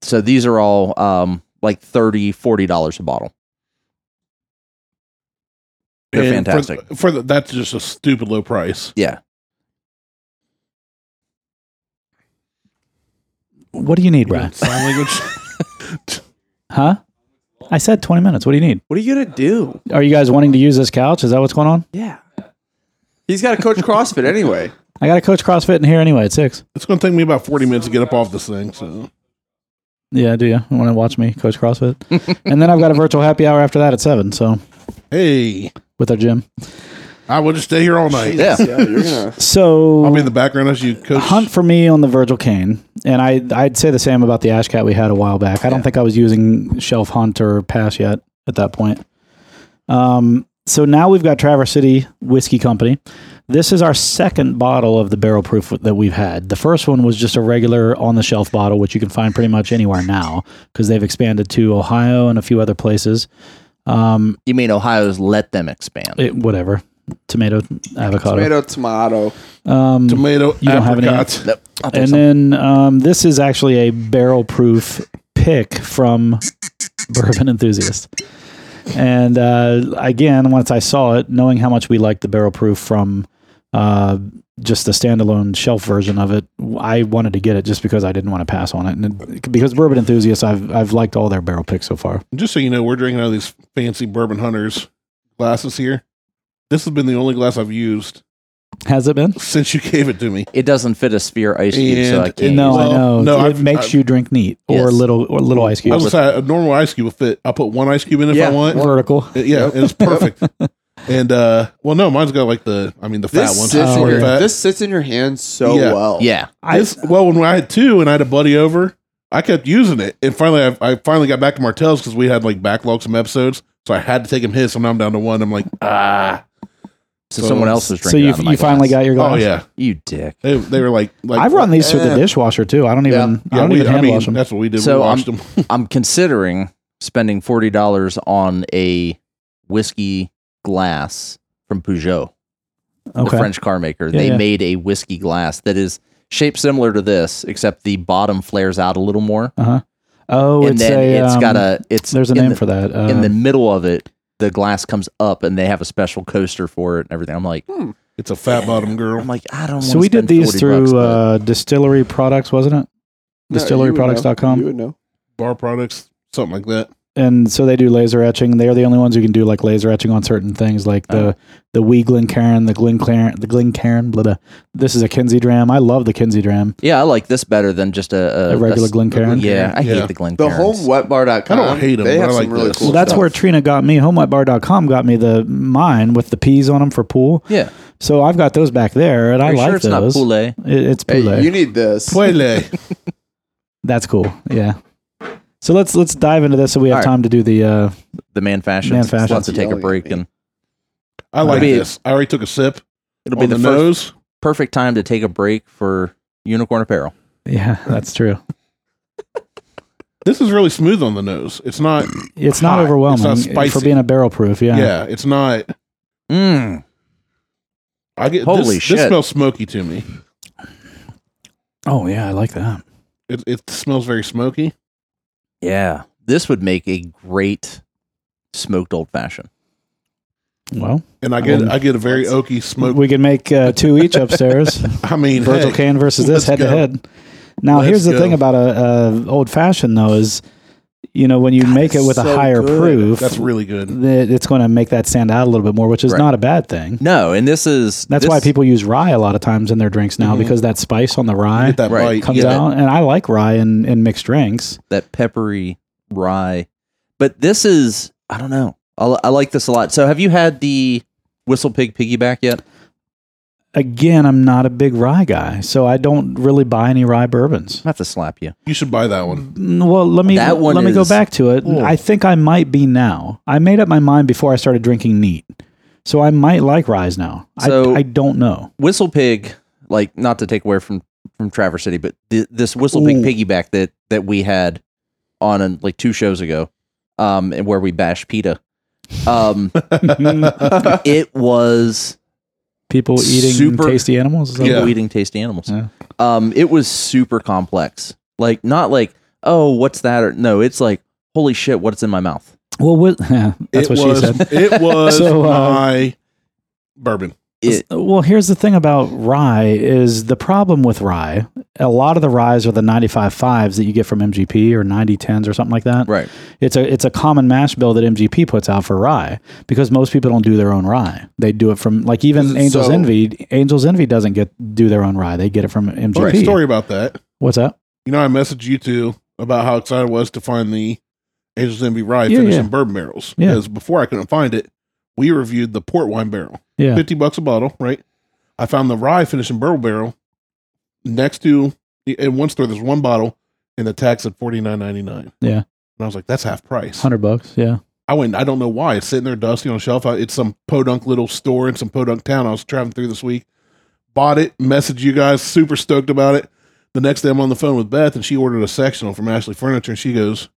[SPEAKER 3] so these are all um like 30 $40 a bottle they're
[SPEAKER 1] And for-
[SPEAKER 3] fantastic
[SPEAKER 1] For, the, that's just a stupid low price.
[SPEAKER 3] yeah
[SPEAKER 2] What do you need, Brad?
[SPEAKER 1] Sign language.
[SPEAKER 2] Huh? I said 20 minutes. What do you need?
[SPEAKER 4] What are you gonna do?
[SPEAKER 2] Are you guys wanting to use this couch? Is that what's going on?
[SPEAKER 4] Yeah. He's got to coach CrossFit anyway.
[SPEAKER 2] I got to coach CrossFit in here anyway at six.
[SPEAKER 1] it's going to take me about forty minutes to get up off this thing. So
[SPEAKER 2] Yeah, do you want to watch me coach CrossFit? and then I've got a virtual happy hour after that at seven. So
[SPEAKER 1] hey,
[SPEAKER 2] with our gym.
[SPEAKER 1] I will just stay here all night.
[SPEAKER 3] Yeah.
[SPEAKER 4] yeah, you're gonna.
[SPEAKER 2] So
[SPEAKER 1] I'll be in the background as you coach.
[SPEAKER 2] hunt for me on the Virgil cane, and I I'd say the same about the ash cat we had a while back. I don't think I was using shelf hunt or pass yet at that point. Um, so now we've got Traverse City Whiskey Company. This is our second bottle of the barrel proof that we've had. The first one was just a regular on the shelf bottle, which you can find pretty much anywhere now because they've expanded to Ohio and a few other places. Um,
[SPEAKER 3] you mean ohio's let them expand
[SPEAKER 2] it, whatever, tomato, avocado.
[SPEAKER 4] Tomato, tomato.
[SPEAKER 2] Um,
[SPEAKER 1] tomato
[SPEAKER 2] You don't have any-
[SPEAKER 1] apricots.
[SPEAKER 3] Nope. I think
[SPEAKER 2] and
[SPEAKER 3] so.
[SPEAKER 2] then um, this is actually a barrel proof pick from bourbon enthusiast and uh, again once i saw it knowing how much we liked the barrel proof from uh, just the standalone shelf version of it i wanted to get it just because i didn't want to pass on it and it, because bourbon enthusiast I've, I've liked all their barrel picks so far
[SPEAKER 1] Just so you know, we're drinking out of these fancy bourbon hunters glasses here. This has been the only glass I've used
[SPEAKER 2] has it been
[SPEAKER 1] since you gave it to me.
[SPEAKER 3] it doesn't fit a sphere ice cube so
[SPEAKER 1] And
[SPEAKER 3] i can't
[SPEAKER 2] no
[SPEAKER 3] use it.
[SPEAKER 1] Well,
[SPEAKER 2] i know
[SPEAKER 1] no,
[SPEAKER 2] it
[SPEAKER 1] I've-
[SPEAKER 2] makes
[SPEAKER 1] I've-
[SPEAKER 2] you drink neat or
[SPEAKER 3] Yes.
[SPEAKER 2] little or little ice
[SPEAKER 1] I
[SPEAKER 2] cubes
[SPEAKER 1] was saying, a normal ice cube will fit. I put one ice cube in if
[SPEAKER 4] Yeah.
[SPEAKER 1] I want.
[SPEAKER 2] vertical
[SPEAKER 1] Uh, Yeah, and it's perfect. and uh well no, mine's got like the I mean the fat
[SPEAKER 4] This
[SPEAKER 1] one.
[SPEAKER 4] sits,
[SPEAKER 2] Oh,
[SPEAKER 4] in
[SPEAKER 2] yeah.
[SPEAKER 4] your,
[SPEAKER 1] Fat.
[SPEAKER 4] this sits in your hand so
[SPEAKER 1] Yeah.
[SPEAKER 4] well.
[SPEAKER 3] yeah
[SPEAKER 1] This- well when I had two and I had a buddy over, I kept using it. And finally I, I finally got back to Martell's because we had like backlog some episodes. So I had to take him his, so now I'm down to one. I'm like, ah
[SPEAKER 3] so,
[SPEAKER 1] So-
[SPEAKER 3] someone else is
[SPEAKER 2] so
[SPEAKER 3] drinking
[SPEAKER 2] you,
[SPEAKER 3] out of my
[SPEAKER 2] you finally
[SPEAKER 3] glass.
[SPEAKER 2] got your glass
[SPEAKER 1] Oh yeah.
[SPEAKER 3] you dick
[SPEAKER 1] They, they were like like
[SPEAKER 2] I've run these through the
[SPEAKER 4] Yeah.
[SPEAKER 2] dishwasher too. I don't
[SPEAKER 4] Yeah.
[SPEAKER 2] even I
[SPEAKER 1] yeah,
[SPEAKER 2] don't
[SPEAKER 1] we,
[SPEAKER 2] even hand
[SPEAKER 1] I mean,
[SPEAKER 2] wash them.
[SPEAKER 1] that's what we did.
[SPEAKER 3] So,
[SPEAKER 1] we washed them.
[SPEAKER 3] I'm considering spending forty dollars on a whiskey glass from Peugeot, the
[SPEAKER 2] Okay.
[SPEAKER 3] French car maker.
[SPEAKER 2] Yeah,
[SPEAKER 3] they
[SPEAKER 2] yeah.
[SPEAKER 3] made a whiskey glass that is shaped similar to this, except the bottom flares out a little more,
[SPEAKER 2] Oh,
[SPEAKER 3] and
[SPEAKER 2] it's
[SPEAKER 3] then
[SPEAKER 2] a,
[SPEAKER 3] it's
[SPEAKER 2] um,
[SPEAKER 3] got a it's
[SPEAKER 2] There's a
[SPEAKER 3] in
[SPEAKER 2] name
[SPEAKER 3] the,
[SPEAKER 2] for that. Uh,
[SPEAKER 3] in the middle of it. The glass comes up, and they have a special coaster for it and everything. I'm like,
[SPEAKER 1] It's a fat bottom
[SPEAKER 3] I'm
[SPEAKER 1] girl.
[SPEAKER 3] like, I don't.
[SPEAKER 2] so
[SPEAKER 3] wanna
[SPEAKER 2] we did
[SPEAKER 3] spend
[SPEAKER 2] these
[SPEAKER 3] 40
[SPEAKER 2] through
[SPEAKER 3] bucks, but-
[SPEAKER 2] uh, distillery products, wasn't it?
[SPEAKER 4] No,
[SPEAKER 2] Distilleryproducts.com.
[SPEAKER 4] You would know.
[SPEAKER 1] Bar products, something like that.
[SPEAKER 2] and so they do laser etching. They're the only ones who can do like laser etching on certain things, like
[SPEAKER 3] Uh-huh.
[SPEAKER 2] the the Wee Glencairn, the Glencairn, the Glencairn. Blah, blah. This is a Kinsey dram. I love the Kinsey dram.
[SPEAKER 3] yeah, I like this better than just a,
[SPEAKER 2] A regular
[SPEAKER 3] s-
[SPEAKER 2] Glencairn?
[SPEAKER 3] Yeah, I
[SPEAKER 1] Yeah.
[SPEAKER 3] hate Uh, the Glencairn.
[SPEAKER 4] The homewetbar.com.
[SPEAKER 1] I don't hate 'em,
[SPEAKER 4] They
[SPEAKER 1] but
[SPEAKER 4] have
[SPEAKER 1] I
[SPEAKER 4] some
[SPEAKER 1] like
[SPEAKER 4] really
[SPEAKER 1] this.
[SPEAKER 4] cool
[SPEAKER 2] Well, that's
[SPEAKER 4] stuff.
[SPEAKER 2] where Trina got me. Homewetbar.com got me the mine with the peas on them for pool.
[SPEAKER 3] Yeah,
[SPEAKER 2] So I've got those back there, and I
[SPEAKER 3] Are you
[SPEAKER 2] like
[SPEAKER 3] sure it's not
[SPEAKER 2] those.
[SPEAKER 3] poulet.
[SPEAKER 2] It- it's poulet.
[SPEAKER 4] Hey, you need this.
[SPEAKER 1] Puele.
[SPEAKER 2] That's cool. Yeah. So let's let's dive into this so we have
[SPEAKER 3] All right.
[SPEAKER 2] time to do the uh
[SPEAKER 3] the man fashions.
[SPEAKER 2] Man fashions.
[SPEAKER 3] Let's take a
[SPEAKER 4] Yelling at
[SPEAKER 3] break
[SPEAKER 4] me.
[SPEAKER 3] and
[SPEAKER 1] I like
[SPEAKER 3] Be-
[SPEAKER 1] this. I already took a sip.
[SPEAKER 3] it'll
[SPEAKER 1] on
[SPEAKER 3] be the,
[SPEAKER 1] nose.
[SPEAKER 3] first perfect time to take a break for Unicorn Apparel.
[SPEAKER 2] yeah, that's true.
[SPEAKER 1] This is really smooth on the nose. It's not.
[SPEAKER 2] It's not
[SPEAKER 1] Hot. It's
[SPEAKER 2] overwhelming uh,
[SPEAKER 1] not
[SPEAKER 2] for
[SPEAKER 1] spicy.
[SPEAKER 2] being a barrel proof. Yeah.
[SPEAKER 1] Yeah, it's not.
[SPEAKER 3] Mm.
[SPEAKER 1] I get
[SPEAKER 3] Holy
[SPEAKER 1] this, This
[SPEAKER 3] shit.
[SPEAKER 1] smells smoky to me.
[SPEAKER 2] Oh yeah, I like that.
[SPEAKER 1] It, it smells very smoky.
[SPEAKER 3] Yeah. This would make a great smoked old fashioned.
[SPEAKER 2] Well,
[SPEAKER 1] and I get
[SPEAKER 2] Um,
[SPEAKER 1] I get a very oaky smoke.
[SPEAKER 2] we can make uh, two each upstairs.
[SPEAKER 1] I mean,
[SPEAKER 2] Virgil
[SPEAKER 1] hey,
[SPEAKER 2] Can versus
[SPEAKER 1] let's
[SPEAKER 2] this head to
[SPEAKER 1] go.
[SPEAKER 2] head. Now,
[SPEAKER 1] Let's
[SPEAKER 2] here's the
[SPEAKER 1] go.
[SPEAKER 2] thing about a, a old fashioned though is, you know, when you make it
[SPEAKER 4] it's
[SPEAKER 2] with a
[SPEAKER 4] so
[SPEAKER 2] higher
[SPEAKER 4] good.
[SPEAKER 2] proof,
[SPEAKER 1] that's really good.
[SPEAKER 2] that it's going to make that stand out a little bit more, which is
[SPEAKER 3] Right.
[SPEAKER 2] not a bad thing.
[SPEAKER 3] No, and this is
[SPEAKER 2] That's
[SPEAKER 3] this-
[SPEAKER 2] why people use rye a lot of times in their drinks now because that spice on the rye
[SPEAKER 1] Mm-hmm. Get that
[SPEAKER 3] Right.
[SPEAKER 1] bite.
[SPEAKER 2] comes
[SPEAKER 1] yeah.
[SPEAKER 2] out. And I like rye in, in mixed drinks.
[SPEAKER 3] that peppery rye. But this is I don't know. I, li- I like this a lot. So have you had the whistle pig piggyback yet?
[SPEAKER 2] Again, I'm not a big rye guy, so I don't really buy any rye bourbons.
[SPEAKER 3] I have to slap you.
[SPEAKER 1] You should buy that one.
[SPEAKER 2] Mm, Well, let me
[SPEAKER 3] That one
[SPEAKER 2] let me go
[SPEAKER 3] is-
[SPEAKER 2] back to it.
[SPEAKER 3] Oh.
[SPEAKER 2] I think I might be now. I made up my mind before I started drinking neat, so I might like rye now.
[SPEAKER 3] So-
[SPEAKER 2] I, I don't know.
[SPEAKER 3] Whistle pig, like not to take away from from Traverse City, but th- this whistle pig
[SPEAKER 2] Ooh.
[SPEAKER 3] piggyback that that we had on uh, like two shows ago, um, and where we bashed PETA. Um, it was
[SPEAKER 2] People eating
[SPEAKER 3] Super-
[SPEAKER 2] tasty animals. Is that
[SPEAKER 1] Yeah.
[SPEAKER 3] people eating tasty animals.
[SPEAKER 2] Yeah.
[SPEAKER 3] Um, it was super complex. Like not like oh what's that or no, it's like holy shit what's in my mouth.
[SPEAKER 2] Well, what, that's
[SPEAKER 1] it
[SPEAKER 2] what
[SPEAKER 1] was,
[SPEAKER 2] she said.
[SPEAKER 1] It was
[SPEAKER 2] So, uh,
[SPEAKER 1] my bourbon.
[SPEAKER 3] It,
[SPEAKER 2] Well, here's the thing about rye is the problem with rye. A lot of the ryes are the 95 fives that you get from MGP or 90 tens or something like that.
[SPEAKER 3] right.
[SPEAKER 2] It's a it's a common mash bill that MGP puts out for rye because most people don't do their own rye. They do it from like even Angels
[SPEAKER 4] So-
[SPEAKER 2] Envy. Angels Envy doesn't get do their own rye. They get it from MGP.
[SPEAKER 1] Great story about that.
[SPEAKER 2] What's that?
[SPEAKER 1] You know, I messaged you two about how excited I was to find the Angels Envy Rye
[SPEAKER 2] Yeah,
[SPEAKER 1] finishing
[SPEAKER 2] yeah.
[SPEAKER 1] bourbon barrels.
[SPEAKER 2] Yeah.
[SPEAKER 1] Because before I couldn't find it, we reviewed the port wine barrel,
[SPEAKER 2] Yeah.
[SPEAKER 1] fifty bucks a bottle, right? I found the rye finishing bourbon barrel next to in one store. There's one bottle, and the tax at forty nine ninety nine.
[SPEAKER 2] Yeah.
[SPEAKER 1] and I was like, that's half price.
[SPEAKER 2] 100 bucks. Yeah.
[SPEAKER 1] I went. I don't know why it's sitting there dusty on a shelf. I, it's some podunk little store in some podunk town. I was traveling through this week. Bought it. Messaged you guys. Super stoked about it. The next day, I'm on the phone with Beth, and she ordered a sectional from Ashley Furniture, and she goes,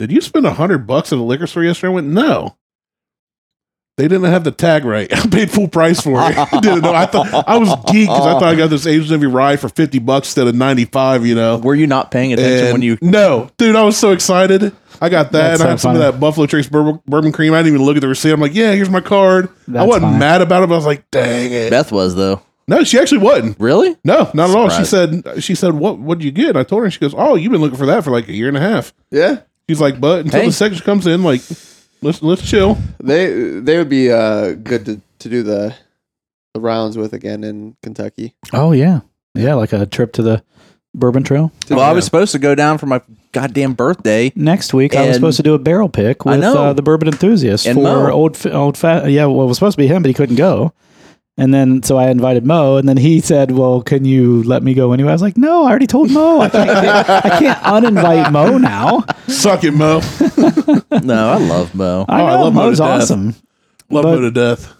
[SPEAKER 1] "Did you spend a hundred bucks at a liquor store yesterday?" I went, "No." They didn't have the tag right. I paid full price for it. I didn't know. I thought I was geeked because I thought I got this Agents Envy rye for fifty bucks instead of ninety five. You know,
[SPEAKER 3] Were you not paying attention when
[SPEAKER 1] and-
[SPEAKER 3] you
[SPEAKER 1] no, dude, I was so excited. I got that,
[SPEAKER 2] That's
[SPEAKER 1] and I
[SPEAKER 2] so
[SPEAKER 1] had some
[SPEAKER 2] funny.
[SPEAKER 1] of that Buffalo Trace bourbon, bourbon cream. I didn't even look at the receipt. I'm like, yeah, here's my card. I
[SPEAKER 2] That's
[SPEAKER 1] wasn't
[SPEAKER 2] fine.
[SPEAKER 1] mad about it, but I was like, dang it.
[SPEAKER 3] Beth was though.
[SPEAKER 1] no, she actually wasn't.
[SPEAKER 3] Really?
[SPEAKER 1] No, not at all. She said, she said, what what did you get? And I told her, and she goes, oh, you've been looking for that for like a year and a half.
[SPEAKER 4] Yeah,
[SPEAKER 1] She's like, but until
[SPEAKER 3] Hey.
[SPEAKER 1] the section comes in, like, let's let's chill.
[SPEAKER 4] they they would be uh, good to, to do the the rounds with again in Kentucky.
[SPEAKER 2] Oh yeah. Yeah, like a trip to the Bourbon Trail.
[SPEAKER 3] Well, I was supposed to go down for my goddamn birthday.
[SPEAKER 2] Next week I was
[SPEAKER 3] And-
[SPEAKER 2] supposed to do a barrel pick
[SPEAKER 3] I
[SPEAKER 2] with
[SPEAKER 3] know.
[SPEAKER 2] uh, the Bourbon Enthusiast
[SPEAKER 3] And
[SPEAKER 2] for
[SPEAKER 3] Mo.
[SPEAKER 2] old fa- old fa- yeah, well it was supposed to be him but he couldn't go. And then so I invited Mo and then he said, "Well, can you let me go anyway?" I was like, "No, I already told Mo. I can't, I can't uninvite Mo now."
[SPEAKER 1] Suck it, Mo.
[SPEAKER 3] No, I love Mo.
[SPEAKER 2] I
[SPEAKER 1] Oh, I
[SPEAKER 2] know
[SPEAKER 1] love Mo to
[SPEAKER 2] Mo's
[SPEAKER 1] death.
[SPEAKER 2] awesome.
[SPEAKER 1] Love
[SPEAKER 2] But-
[SPEAKER 1] Mo to death.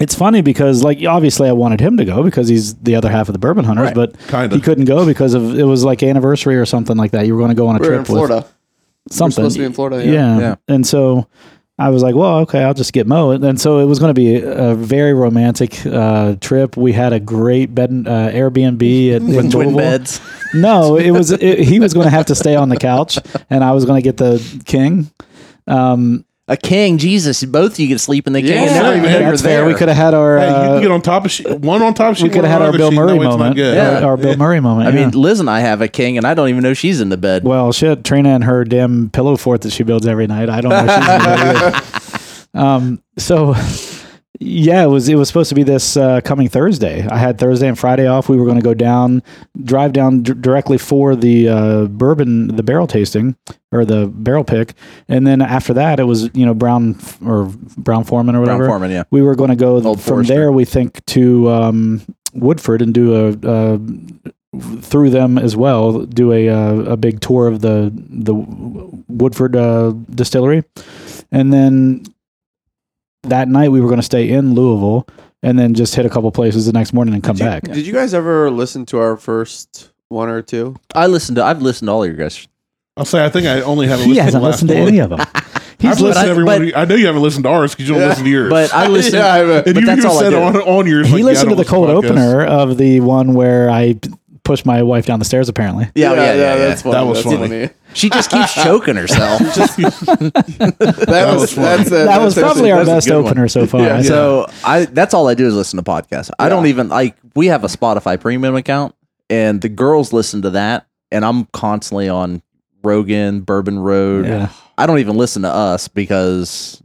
[SPEAKER 2] It's funny because like obviously I wanted him to go because he's the other half of the Bourbon Hunters, but
[SPEAKER 1] Kinda.
[SPEAKER 2] he couldn't go because of it was like anniversary or something like that. You were going to go on a
[SPEAKER 4] We're
[SPEAKER 2] trip
[SPEAKER 4] in
[SPEAKER 2] with
[SPEAKER 4] Florida.
[SPEAKER 2] something.
[SPEAKER 4] supposed to be in Florida, yeah.
[SPEAKER 3] Yeah.
[SPEAKER 2] And so I was like, well, okay, I'll just get Mo. And, and so it was going to be a very romantic uh, trip. We had a great bed and- uh, Airbnb at in
[SPEAKER 3] With twin
[SPEAKER 2] Louisville.
[SPEAKER 3] beds.
[SPEAKER 2] No, it was it, he was going to have to stay on the couch, and I was going to get the king. Um,
[SPEAKER 3] A king, Jesus, both of you can sleep in the king.
[SPEAKER 4] Yeah,
[SPEAKER 3] and never even know
[SPEAKER 1] man.
[SPEAKER 3] you're
[SPEAKER 2] that's fair.
[SPEAKER 3] there.
[SPEAKER 2] We could have had our.
[SPEAKER 1] Hey, you
[SPEAKER 2] uh,
[SPEAKER 1] can get on top of she- one on top of
[SPEAKER 2] we
[SPEAKER 1] sheet,
[SPEAKER 2] could have
[SPEAKER 1] one on
[SPEAKER 2] had our
[SPEAKER 1] other
[SPEAKER 2] Bill
[SPEAKER 1] sheet. That
[SPEAKER 2] Murray
[SPEAKER 1] way it's not
[SPEAKER 2] moment.
[SPEAKER 1] good.
[SPEAKER 3] Yeah.
[SPEAKER 2] Our, our Bill Murray moment.
[SPEAKER 3] I
[SPEAKER 2] yeah.
[SPEAKER 3] mean, Liz and I have a king, and I don't even know she's in the bed.
[SPEAKER 2] Well, shit, Trina and her damn pillow fort that she builds every night. I don't know. If she's gonna do it. um, so yeah, it was it was supposed to be this uh, coming Thursday. I had Thursday and Friday off. We were going to go down, drive down d- directly for the uh, bourbon, the barrel tasting or the barrel pick, and then after that, it was you know Brown F- or Brown Foreman or
[SPEAKER 3] Brown
[SPEAKER 2] whatever.
[SPEAKER 3] Foreman, yeah.
[SPEAKER 2] We were going to go
[SPEAKER 3] Old
[SPEAKER 2] from
[SPEAKER 3] Forester.
[SPEAKER 2] there. We think to um, Woodford and do a uh, through them as well. Do a uh, a big tour of the the Woodford uh, distillery, and then that night we were going to stay in Louisville and then just hit a couple places the next morning and come
[SPEAKER 4] Did you,
[SPEAKER 2] back.
[SPEAKER 4] did you guys ever listen to our first one or two?
[SPEAKER 3] I listened to. I've listened to all your guys'
[SPEAKER 1] I'll say I think I only haven't
[SPEAKER 2] He
[SPEAKER 1] listened
[SPEAKER 2] hasn't
[SPEAKER 1] to the last
[SPEAKER 2] listened to
[SPEAKER 1] one.
[SPEAKER 2] any of them.
[SPEAKER 1] I've
[SPEAKER 2] He's
[SPEAKER 1] listened to
[SPEAKER 2] listened.
[SPEAKER 1] every
[SPEAKER 3] but-
[SPEAKER 1] one. of you- I know you haven't listened to ours because you don't listen to yours.
[SPEAKER 3] But I listen.
[SPEAKER 4] yeah, I have a-
[SPEAKER 1] and
[SPEAKER 3] but
[SPEAKER 1] you,
[SPEAKER 3] that's
[SPEAKER 1] you
[SPEAKER 3] all I
[SPEAKER 1] said
[SPEAKER 3] do.
[SPEAKER 1] on, on yours. like,
[SPEAKER 2] he
[SPEAKER 1] yeah, I
[SPEAKER 2] listened to
[SPEAKER 1] don't
[SPEAKER 2] the cold
[SPEAKER 1] listen podcasts.
[SPEAKER 2] opener of the one where I p- pushed my wife down the stairs. Apparently,
[SPEAKER 3] yeah, yeah, yeah, yeah.
[SPEAKER 4] That's funny.
[SPEAKER 1] That was
[SPEAKER 4] that's
[SPEAKER 1] funny.
[SPEAKER 3] She just keeps choking herself.
[SPEAKER 4] That, was,
[SPEAKER 1] was funny.
[SPEAKER 4] That's,
[SPEAKER 2] that
[SPEAKER 4] that's
[SPEAKER 2] was probably our
[SPEAKER 4] that's-
[SPEAKER 2] best
[SPEAKER 3] good one.
[SPEAKER 2] opener so far.
[SPEAKER 4] Yeah.
[SPEAKER 3] So I that's all I do is listen to podcasts. I don't
[SPEAKER 4] Yeah.
[SPEAKER 3] even like we have a Spotify premium account and the girls listen to that and I'm constantly on Rogan, Bourbon Road.
[SPEAKER 2] Yeah.
[SPEAKER 3] I don't even listen to us because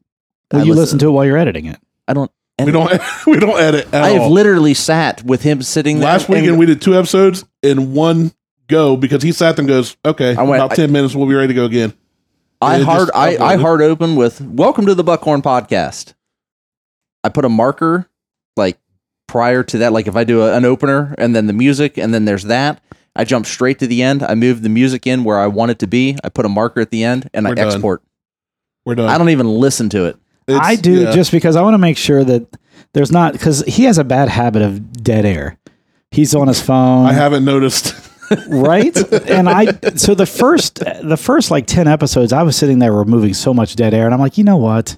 [SPEAKER 2] Well,
[SPEAKER 3] I
[SPEAKER 2] you listen, to it while you're editing it.
[SPEAKER 3] I don't
[SPEAKER 1] We don't. We don't edit at
[SPEAKER 3] I have
[SPEAKER 1] all.
[SPEAKER 3] literally sat with him sitting there
[SPEAKER 1] Last
[SPEAKER 3] and
[SPEAKER 1] weekend we did two episodes in one go because he sat there and goes, "Okay,
[SPEAKER 3] went-
[SPEAKER 1] about ten minutes, we'll be ready to go again."
[SPEAKER 3] I
[SPEAKER 1] it
[SPEAKER 3] hard
[SPEAKER 1] just
[SPEAKER 3] I, I
[SPEAKER 1] uploaded.
[SPEAKER 3] hard open with welcome to the Buckhorn podcast. I put a marker like prior to that, like if I do a, an opener and then the music and then there's that, I jump straight to the end. I move the music in where I want it to be. I put a marker at the end and
[SPEAKER 1] We're
[SPEAKER 3] I
[SPEAKER 1] done.
[SPEAKER 3] export.
[SPEAKER 1] We're done.
[SPEAKER 3] I don't even listen to it.
[SPEAKER 1] It's-
[SPEAKER 2] I do
[SPEAKER 1] yeah.
[SPEAKER 2] just because I want to make sure that there's not because he has a bad habit of dead air. He's on his phone,
[SPEAKER 1] I haven't noticed.
[SPEAKER 2] right? and I so the first the first like ten episodes, I was sitting there removing so much dead air, and I'm like, you know what?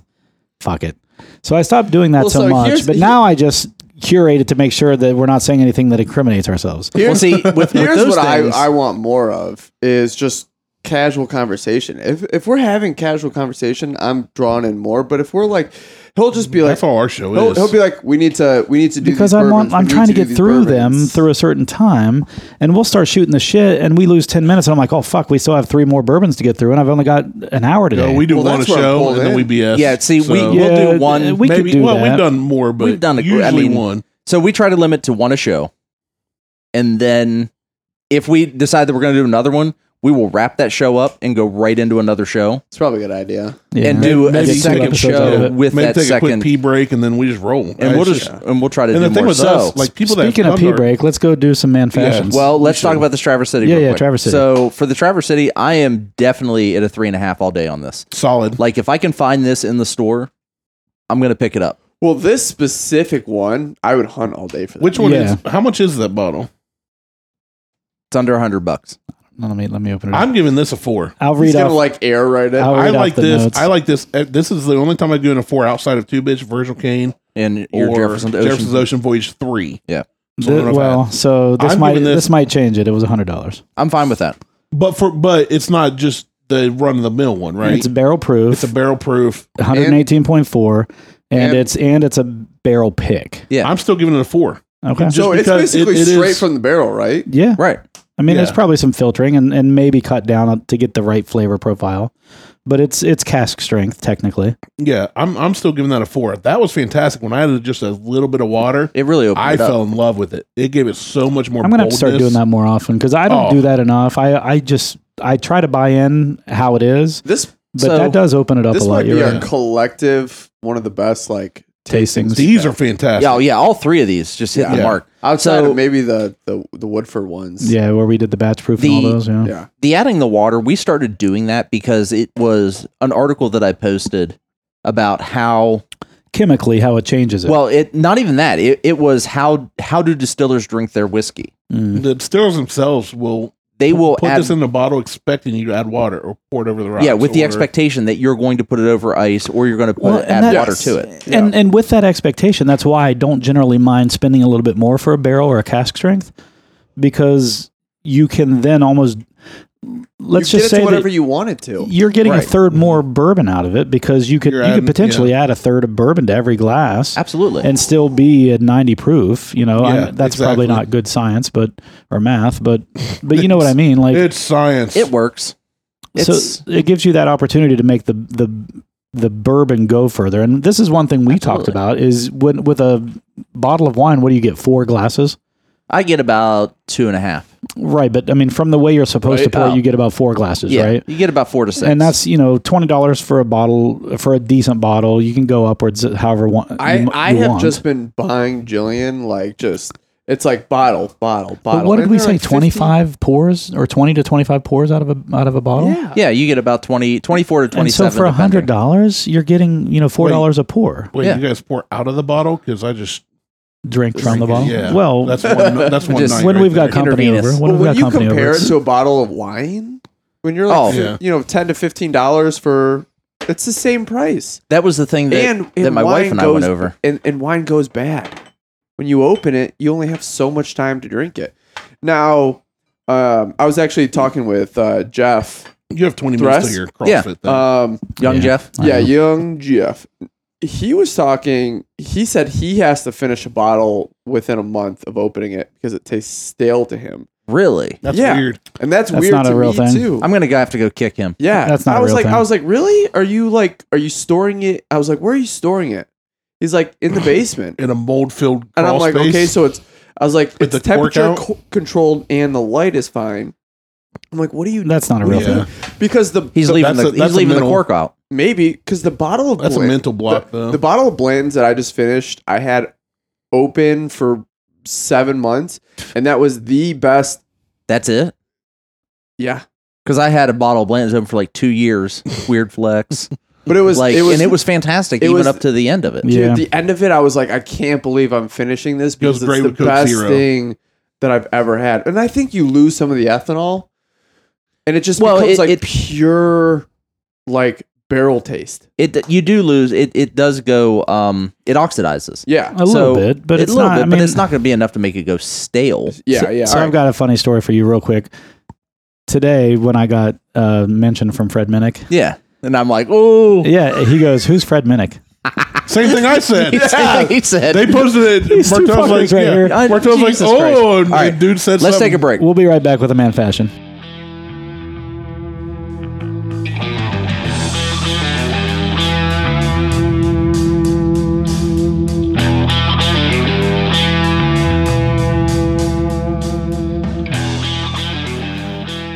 [SPEAKER 2] Fuck it. So I stopped doing that
[SPEAKER 4] Well,
[SPEAKER 2] so,
[SPEAKER 4] so
[SPEAKER 2] much,
[SPEAKER 4] here's-
[SPEAKER 2] but now I just curate it to make sure that we're not saying anything that incriminates ourselves.
[SPEAKER 3] Well, see, with, with
[SPEAKER 4] Here's
[SPEAKER 3] those
[SPEAKER 4] what
[SPEAKER 3] things,
[SPEAKER 4] I, I want more of is just casual conversation. If if we're having casual conversation, I'm drawn in more. But if we're like, he'll just be like,
[SPEAKER 1] That's all our show
[SPEAKER 4] he'll,
[SPEAKER 1] is.
[SPEAKER 4] he'll be like, we need to we need to do
[SPEAKER 2] because
[SPEAKER 4] these
[SPEAKER 2] I want,
[SPEAKER 4] bourbons. We
[SPEAKER 2] I'm
[SPEAKER 4] need
[SPEAKER 2] trying to
[SPEAKER 4] do
[SPEAKER 2] get
[SPEAKER 4] these
[SPEAKER 2] through them
[SPEAKER 4] bourbons."
[SPEAKER 2] through a certain time, and we'll start shooting the shit, and we lose ten minutes, and I'm like, oh fuck, we still have three more bourbons to get through, and I've only got an hour today.
[SPEAKER 1] No, we do
[SPEAKER 4] Well,
[SPEAKER 1] one a
[SPEAKER 4] that's where I'm
[SPEAKER 1] show
[SPEAKER 4] pulled
[SPEAKER 1] and then
[SPEAKER 4] in.
[SPEAKER 1] we BS.
[SPEAKER 3] yeah, see, we,
[SPEAKER 1] So,
[SPEAKER 2] Yeah,
[SPEAKER 3] we'll do one.
[SPEAKER 2] we- could
[SPEAKER 1] maybe.
[SPEAKER 2] do
[SPEAKER 1] well,
[SPEAKER 2] that.
[SPEAKER 1] we've done more, but
[SPEAKER 3] We've done a- I
[SPEAKER 1] usually
[SPEAKER 3] mean-
[SPEAKER 1] one.
[SPEAKER 3] so we try to limit to one a show. And then if we decide that we're going to do another one, we will wrap that show up and go right into another show.
[SPEAKER 4] It's probably a good idea.
[SPEAKER 2] Yeah.
[SPEAKER 3] and do
[SPEAKER 1] Maybe take
[SPEAKER 3] a
[SPEAKER 2] two
[SPEAKER 3] second
[SPEAKER 2] episodes out of
[SPEAKER 3] show
[SPEAKER 2] it.
[SPEAKER 3] with
[SPEAKER 1] Maybe
[SPEAKER 3] that
[SPEAKER 1] take a quick
[SPEAKER 3] second,
[SPEAKER 1] pee break and then we just roll.
[SPEAKER 3] and we'll
[SPEAKER 1] Actually,
[SPEAKER 3] just
[SPEAKER 1] yeah.
[SPEAKER 3] and we'll try to
[SPEAKER 1] and
[SPEAKER 3] do
[SPEAKER 1] the thing
[SPEAKER 3] more.
[SPEAKER 1] with
[SPEAKER 3] So,
[SPEAKER 1] us, like people that
[SPEAKER 2] Speaking of
[SPEAKER 1] come
[SPEAKER 2] pee
[SPEAKER 1] to our-
[SPEAKER 2] break, let's go do some man fashions.
[SPEAKER 3] well, let's talk about this Traverse City.
[SPEAKER 2] Yeah,
[SPEAKER 3] real
[SPEAKER 2] yeah,
[SPEAKER 3] quick.
[SPEAKER 2] Traverse City.
[SPEAKER 3] So for the Traverse City, I am definitely at a three and a half all day on this.
[SPEAKER 1] solid.
[SPEAKER 3] Like if I can find this in the store, I'm gonna pick it up.
[SPEAKER 4] Well, this specific one, I would hunt all day for that.
[SPEAKER 1] Which one
[SPEAKER 2] Yeah.
[SPEAKER 1] is? How much is that bottle?
[SPEAKER 3] It's under hundred bucks.
[SPEAKER 2] No, let me let me open it. Up.
[SPEAKER 1] I'm giving this a four.
[SPEAKER 2] I'll
[SPEAKER 4] He's
[SPEAKER 2] read
[SPEAKER 4] gonna
[SPEAKER 2] off.
[SPEAKER 4] like air right it.
[SPEAKER 2] I'll
[SPEAKER 1] I
[SPEAKER 2] read off
[SPEAKER 1] like
[SPEAKER 2] the
[SPEAKER 1] this.
[SPEAKER 2] notes.
[SPEAKER 1] I like this. Uh, This is the only time I've given a four outside of two bitch, Virgil Kane,
[SPEAKER 3] And your
[SPEAKER 1] or
[SPEAKER 3] Jefferson to Ocean.
[SPEAKER 1] Jefferson's Ocean Voyage three.
[SPEAKER 2] The-
[SPEAKER 1] Something like
[SPEAKER 2] well, so this
[SPEAKER 1] I'm
[SPEAKER 2] might
[SPEAKER 1] giving
[SPEAKER 2] this,
[SPEAKER 1] this-
[SPEAKER 2] might change it. It was hundred dollars.
[SPEAKER 3] I'm fine with that.
[SPEAKER 1] But for but it's not just the run of the mill one, right?
[SPEAKER 2] It's barrel proof.
[SPEAKER 1] It's a barrel proof.
[SPEAKER 2] one hundred and eighteen point four, and,
[SPEAKER 4] and-
[SPEAKER 2] it's and it's a barrel pick.
[SPEAKER 3] Yeah.
[SPEAKER 1] I'm still giving it a four.
[SPEAKER 2] Okay.
[SPEAKER 1] just
[SPEAKER 4] so it's
[SPEAKER 1] because
[SPEAKER 4] basically
[SPEAKER 1] it- it
[SPEAKER 4] straight
[SPEAKER 1] is-
[SPEAKER 4] from the barrel, right?
[SPEAKER 2] Yeah.
[SPEAKER 3] Right.
[SPEAKER 2] I mean, there's
[SPEAKER 1] Yeah.
[SPEAKER 2] probably some filtering and, and maybe cut down to get the right flavor profile, but it's it's cask strength technically.
[SPEAKER 1] Yeah, I'm I'm still giving that a four. That was fantastic. When I added just a little bit of water,
[SPEAKER 3] It really opened
[SPEAKER 1] I
[SPEAKER 3] it up.
[SPEAKER 1] fell in love with it. It gave it so much more.
[SPEAKER 2] I'm gonna have to start doing that more often because I don't
[SPEAKER 1] Oh.
[SPEAKER 2] do that enough. I I just I try to buy in how it is,
[SPEAKER 4] This
[SPEAKER 2] but
[SPEAKER 3] So,
[SPEAKER 2] that does open it up a
[SPEAKER 4] this
[SPEAKER 2] lot.
[SPEAKER 4] might be
[SPEAKER 2] You're
[SPEAKER 4] our
[SPEAKER 2] right.
[SPEAKER 4] collective one of the best like
[SPEAKER 2] Tastings.
[SPEAKER 1] These are fantastic.
[SPEAKER 3] Yeah, oh, yeah, all three of these just hit the
[SPEAKER 1] Yeah.
[SPEAKER 3] mark.
[SPEAKER 4] outside
[SPEAKER 3] So-
[SPEAKER 4] of maybe the the the Woodford ones.
[SPEAKER 2] Yeah, where we did the batch proof and all
[SPEAKER 3] The-
[SPEAKER 2] those. Yeah.
[SPEAKER 4] yeah.
[SPEAKER 3] the adding the water, we started doing that because it was an article that I posted about how
[SPEAKER 2] Chemically, how it changes it.
[SPEAKER 3] well it not even that it, it was how how do distillers drink their whiskey
[SPEAKER 2] Mm.
[SPEAKER 1] The distillers themselves will
[SPEAKER 3] they will
[SPEAKER 1] put
[SPEAKER 3] add
[SPEAKER 1] this in a bottle, expecting you to add water or pour it over the rocks.
[SPEAKER 3] yeah with the
[SPEAKER 1] or-
[SPEAKER 3] expectation that you're going to put it over ice or you're going to put,
[SPEAKER 2] Well, and
[SPEAKER 3] add
[SPEAKER 2] that-
[SPEAKER 3] water to it
[SPEAKER 2] And and with that expectation, that's why I don't generally mind spending a little bit more for a barrel or a cask strength, because you can then almost let's
[SPEAKER 4] you
[SPEAKER 2] just
[SPEAKER 4] get
[SPEAKER 2] say
[SPEAKER 4] it to whatever
[SPEAKER 2] that
[SPEAKER 4] you want it to.
[SPEAKER 2] you're getting a
[SPEAKER 3] Right.
[SPEAKER 2] third more bourbon out of it because you could
[SPEAKER 1] You're
[SPEAKER 2] you could
[SPEAKER 1] adding-
[SPEAKER 2] potentially add a third of bourbon to every glass
[SPEAKER 3] absolutely
[SPEAKER 2] and still be at 90 proof you know
[SPEAKER 1] Yeah,
[SPEAKER 2] I'm, that's probably
[SPEAKER 1] exactly.
[SPEAKER 2] not good science but or math but but you know what i mean like
[SPEAKER 1] It's science.
[SPEAKER 3] it works it's
[SPEAKER 2] so it gives you that opportunity to make the the the bourbon go further. And this is one thing we talked
[SPEAKER 3] Absolutely.
[SPEAKER 2] about is when with a bottle of wine, what do you get? Four glasses,
[SPEAKER 3] i get about two and a half
[SPEAKER 2] right? But I mean, from the way you're supposed to
[SPEAKER 4] Right.
[SPEAKER 2] pour,
[SPEAKER 3] Oh.
[SPEAKER 2] you get about four glasses,
[SPEAKER 3] yeah
[SPEAKER 2] right?
[SPEAKER 3] you get about four to six
[SPEAKER 2] And that's you know twenty dollars for a bottle for a decent bottle. You can go upwards, however one.
[SPEAKER 4] I
[SPEAKER 2] you,
[SPEAKER 4] I
[SPEAKER 2] you
[SPEAKER 4] have
[SPEAKER 2] want.
[SPEAKER 4] just been buying Jillian like just it's like bottle bottle bottle.
[SPEAKER 2] But what did
[SPEAKER 4] And
[SPEAKER 2] we
[SPEAKER 4] they're
[SPEAKER 2] say?
[SPEAKER 4] like 15
[SPEAKER 2] twenty five pours or twenty to twenty five pours out of a out of a bottle.
[SPEAKER 4] Yeah.
[SPEAKER 3] yeah you get about 20 24 to
[SPEAKER 2] And
[SPEAKER 3] 27
[SPEAKER 2] so for hundred dollars, you're getting you know four dollars a pour.
[SPEAKER 1] Wait,
[SPEAKER 3] Yeah.
[SPEAKER 1] you guys pour out of the bottle because I just
[SPEAKER 2] Drink from the bottle.
[SPEAKER 1] Yeah,
[SPEAKER 2] Well,
[SPEAKER 1] that's one. That's one.
[SPEAKER 3] Just-
[SPEAKER 1] night
[SPEAKER 2] when
[SPEAKER 1] right
[SPEAKER 2] we've got
[SPEAKER 1] there.
[SPEAKER 2] company
[SPEAKER 3] Intravenous.
[SPEAKER 2] over, when we've
[SPEAKER 4] Well,
[SPEAKER 2] got
[SPEAKER 4] when you
[SPEAKER 2] company
[SPEAKER 4] compare
[SPEAKER 2] over,
[SPEAKER 4] it to a bottle of wine, When you're like,
[SPEAKER 3] Oh.
[SPEAKER 1] Yeah.
[SPEAKER 4] you know, ten to fifteen dollars for, it's the same price.
[SPEAKER 3] That was the thing that,
[SPEAKER 4] and
[SPEAKER 3] that my wife and I
[SPEAKER 4] goes,
[SPEAKER 3] went over.
[SPEAKER 4] And, and wine goes bad. When you open it, you only have so much time to drink it. Now, um, I was actually talking with uh, Jeff.
[SPEAKER 1] You have 20 minutes
[SPEAKER 4] Thrust?
[SPEAKER 1] to your CrossFit
[SPEAKER 3] Yeah. uh,
[SPEAKER 1] thing.
[SPEAKER 4] Um,
[SPEAKER 3] Young
[SPEAKER 2] Yeah.
[SPEAKER 3] Jeff.
[SPEAKER 2] I
[SPEAKER 4] yeah,
[SPEAKER 2] know.
[SPEAKER 4] young Jeff. He was talking. He said he has to finish a bottle within a month of opening it because it tastes stale to him,
[SPEAKER 3] Really?
[SPEAKER 1] That's
[SPEAKER 4] yeah.
[SPEAKER 1] weird.
[SPEAKER 4] and that's,
[SPEAKER 2] That's
[SPEAKER 4] weird
[SPEAKER 2] not
[SPEAKER 4] to
[SPEAKER 2] a real
[SPEAKER 4] me
[SPEAKER 2] thing.
[SPEAKER 4] too.
[SPEAKER 3] I'm gonna go have to go kick him.
[SPEAKER 4] Yeah,
[SPEAKER 2] That's not
[SPEAKER 4] I
[SPEAKER 2] a
[SPEAKER 4] was
[SPEAKER 2] real
[SPEAKER 4] like,
[SPEAKER 2] thing.
[SPEAKER 4] I was like, really? Are you like, are you storing it? I was like, where are you storing it? He's like, in the basement.
[SPEAKER 1] In a mold filled
[SPEAKER 4] And I'm like, okay, so it's. I was like,
[SPEAKER 1] With
[SPEAKER 4] it's
[SPEAKER 1] the cork
[SPEAKER 4] temperature
[SPEAKER 1] out?
[SPEAKER 4] co- controlled and the light is fine. I'm like, what are you?
[SPEAKER 2] That's not a real
[SPEAKER 1] Yeah.
[SPEAKER 2] thing.
[SPEAKER 4] Because the
[SPEAKER 3] He's
[SPEAKER 1] So
[SPEAKER 3] leaving
[SPEAKER 1] that's
[SPEAKER 3] the
[SPEAKER 1] a- that's
[SPEAKER 3] he's
[SPEAKER 1] a
[SPEAKER 3] leaving the
[SPEAKER 1] mental-
[SPEAKER 3] cork out.
[SPEAKER 4] maybe because the bottle of
[SPEAKER 1] That's a
[SPEAKER 4] blend-
[SPEAKER 1] mental block,
[SPEAKER 4] the,
[SPEAKER 1] though.
[SPEAKER 4] the bottle of blends that I just finished, I had open for seven months, and that was the best.
[SPEAKER 3] That's it.
[SPEAKER 4] Yeah,
[SPEAKER 3] Because I had a bottle of Blanton's open for like two years. Weird flex.
[SPEAKER 4] but it was
[SPEAKER 3] like
[SPEAKER 4] it was
[SPEAKER 3] and it was fantastic
[SPEAKER 4] it
[SPEAKER 3] even
[SPEAKER 4] was-
[SPEAKER 3] up to the end of it.
[SPEAKER 2] Yeah.
[SPEAKER 4] Dude, the end of it, I was like, I can't believe I'm finishing this
[SPEAKER 1] Goes
[SPEAKER 4] because it's
[SPEAKER 1] great
[SPEAKER 4] the
[SPEAKER 1] with Coke
[SPEAKER 4] best
[SPEAKER 1] Zero.
[SPEAKER 4] thing that I've ever had. And I think you lose some of the ethanol, and it just
[SPEAKER 3] Well,
[SPEAKER 4] becomes
[SPEAKER 3] it-
[SPEAKER 4] like
[SPEAKER 3] it-
[SPEAKER 4] pure, like barrel taste.
[SPEAKER 3] It you do lose it. It does go. Um, it oxidizes.
[SPEAKER 4] Yeah,
[SPEAKER 2] A little
[SPEAKER 3] So,
[SPEAKER 2] bit, but
[SPEAKER 3] a
[SPEAKER 2] it's
[SPEAKER 3] little
[SPEAKER 2] not.
[SPEAKER 3] bit,
[SPEAKER 2] I
[SPEAKER 3] but
[SPEAKER 2] mean-
[SPEAKER 3] it's not going to be enough to make it go stale.
[SPEAKER 4] yeah,
[SPEAKER 2] Oh, So,
[SPEAKER 4] yeah.
[SPEAKER 2] so
[SPEAKER 4] all
[SPEAKER 2] I've
[SPEAKER 4] right.
[SPEAKER 2] got a funny story for you, real quick. Today, when I got uh, mentioned from Fred Minnick,
[SPEAKER 3] Yeah, and I'm like, oh,
[SPEAKER 2] yeah, he goes, "Who's Fred Minnick?"
[SPEAKER 1] Same thing I said.
[SPEAKER 3] he said.
[SPEAKER 1] They posted it.
[SPEAKER 2] These two
[SPEAKER 1] Martel's like,
[SPEAKER 2] fuckers right
[SPEAKER 1] yeah.
[SPEAKER 2] here.
[SPEAKER 3] I-
[SPEAKER 1] Martel's like,
[SPEAKER 3] Uh, Jesus Christ.
[SPEAKER 1] oh, and
[SPEAKER 3] All right,
[SPEAKER 1] the dude said
[SPEAKER 3] Let's
[SPEAKER 1] something.
[SPEAKER 3] take a break.
[SPEAKER 2] We'll be right back with a man fashion.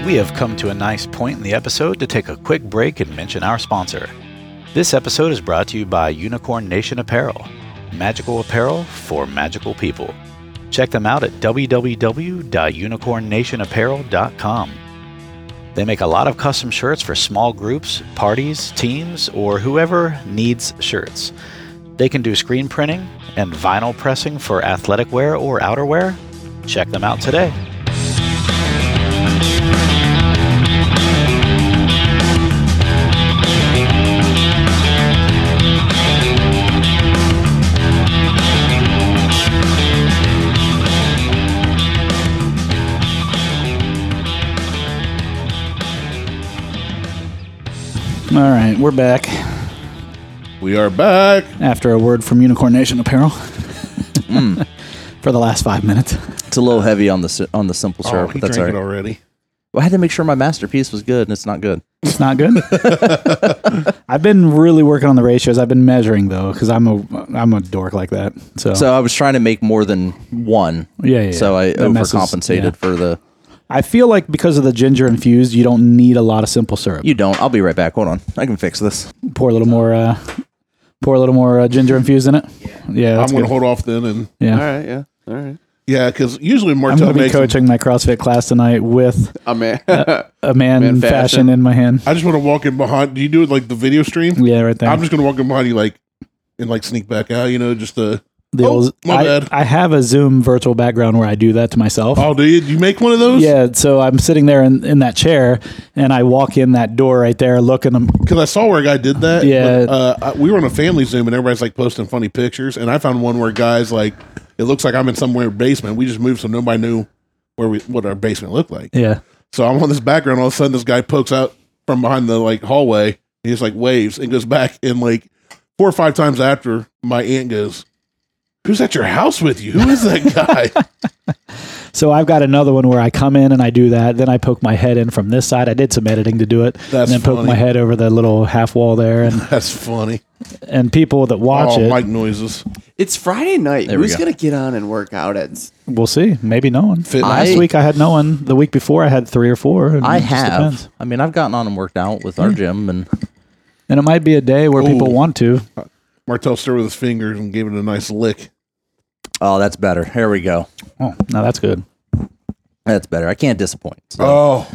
[SPEAKER 2] We have come to a nice point in the episode to take a quick break and mention our sponsor. This episode is brought to you by Unicorn Nation Apparel, magical apparel for magical people. Check them out at www.unicornnationapparel.com. They make a lot of custom shirts for small groups, parties, teams, or whoever needs shirts. They can do screen printing and vinyl pressing for athletic wear or outerwear. Check them out today. All right, we're back
[SPEAKER 1] We are back.
[SPEAKER 2] after a word from Unicorn Nation Apparel Mm. for the last five minutes.
[SPEAKER 3] It's a little heavy on the si- on the simple syrup,
[SPEAKER 1] oh, he
[SPEAKER 3] but that's all
[SPEAKER 1] drank
[SPEAKER 3] right.
[SPEAKER 1] it already.
[SPEAKER 3] Well, I had to make sure my masterpiece was good, and it's not good.
[SPEAKER 2] It's not good. I've been really working on the ratios. I've been measuring though, because I'm a I'm a dork like that. So,
[SPEAKER 3] So I was trying to make more than one.
[SPEAKER 2] yeah, yeah.
[SPEAKER 3] So I
[SPEAKER 2] That messes-
[SPEAKER 3] overcompensated
[SPEAKER 2] yeah.
[SPEAKER 3] for the.
[SPEAKER 2] I feel like because of the ginger infused, you don't need a lot of simple syrup.
[SPEAKER 3] You don't. I'll be right back. Hold on. I can fix this.
[SPEAKER 2] pour a little more. Uh, pour a little more uh, ginger infused in it. Yeah, yeah.
[SPEAKER 1] I'm
[SPEAKER 2] That's
[SPEAKER 1] going to
[SPEAKER 2] good.
[SPEAKER 1] hold off then. and
[SPEAKER 2] yeah.
[SPEAKER 4] yeah, all right.
[SPEAKER 1] Yeah, because usually
[SPEAKER 2] I'm
[SPEAKER 1] Martel
[SPEAKER 2] going to be
[SPEAKER 1] makes.
[SPEAKER 2] coaching my CrossFit class tonight with
[SPEAKER 4] Oh man,
[SPEAKER 2] a man,
[SPEAKER 4] Man
[SPEAKER 2] fashion.
[SPEAKER 4] fashion.
[SPEAKER 2] in my hand.
[SPEAKER 1] I just want to walk in behind. Do you do it like the video stream?
[SPEAKER 2] Yeah, right there.
[SPEAKER 1] I'm just going to walk in behind you, like, and like sneak back out, you know, just to.
[SPEAKER 2] The
[SPEAKER 1] oh,
[SPEAKER 2] old-
[SPEAKER 1] my
[SPEAKER 2] I,
[SPEAKER 1] bad.
[SPEAKER 2] I have a Zoom virtual background where I do that to myself.
[SPEAKER 1] Oh, do you, do you make one of those?
[SPEAKER 2] Yeah, so I'm sitting there in, in that chair, and I walk in that door right there, look, and I'm
[SPEAKER 1] Because I saw where a guy did that.
[SPEAKER 2] Yeah.
[SPEAKER 1] but, uh, I- we were on a family Zoom and everybody's like posting funny pictures. And I found one where guys like, it looks like I'm in some weird basement. We just moved so nobody knew where we what our basement looked like.
[SPEAKER 2] yeah,
[SPEAKER 1] So I'm on this background. All of a sudden, this guy pokes out from behind the like hallway. He just like waves and goes back. And like four or five times after, my aunt goes, "Who's at your house with you? Who is that guy?"
[SPEAKER 2] So I've got another one where I come in and I do that. Then I poke my head in from this side. I did some editing to do it.
[SPEAKER 1] That's
[SPEAKER 2] and then poke
[SPEAKER 1] funny.
[SPEAKER 2] my head over the little half wall there. And,
[SPEAKER 1] That's funny.
[SPEAKER 2] and people that watch
[SPEAKER 1] oh,
[SPEAKER 2] it,
[SPEAKER 1] mic noises.
[SPEAKER 4] it's Friday night.
[SPEAKER 3] we
[SPEAKER 4] Who's
[SPEAKER 3] go.
[SPEAKER 4] gonna get on and work out at? s-
[SPEAKER 2] we'll see. Maybe no one.
[SPEAKER 1] Fit-
[SPEAKER 2] Last
[SPEAKER 3] I-
[SPEAKER 2] week I had no one. The week before I had three or four. and
[SPEAKER 3] I
[SPEAKER 2] it just
[SPEAKER 3] have.
[SPEAKER 2] depends.
[SPEAKER 3] I mean, I've gotten on and worked out with our gym, and
[SPEAKER 2] And it might be a day where people
[SPEAKER 1] Ooh.
[SPEAKER 2] want to.
[SPEAKER 1] Martel stirred with his fingers and gave it a nice lick.
[SPEAKER 3] oh, that's better. Here we go.
[SPEAKER 2] Oh, no, that's good.
[SPEAKER 3] That's better. I can't disappoint. So.
[SPEAKER 1] Oh,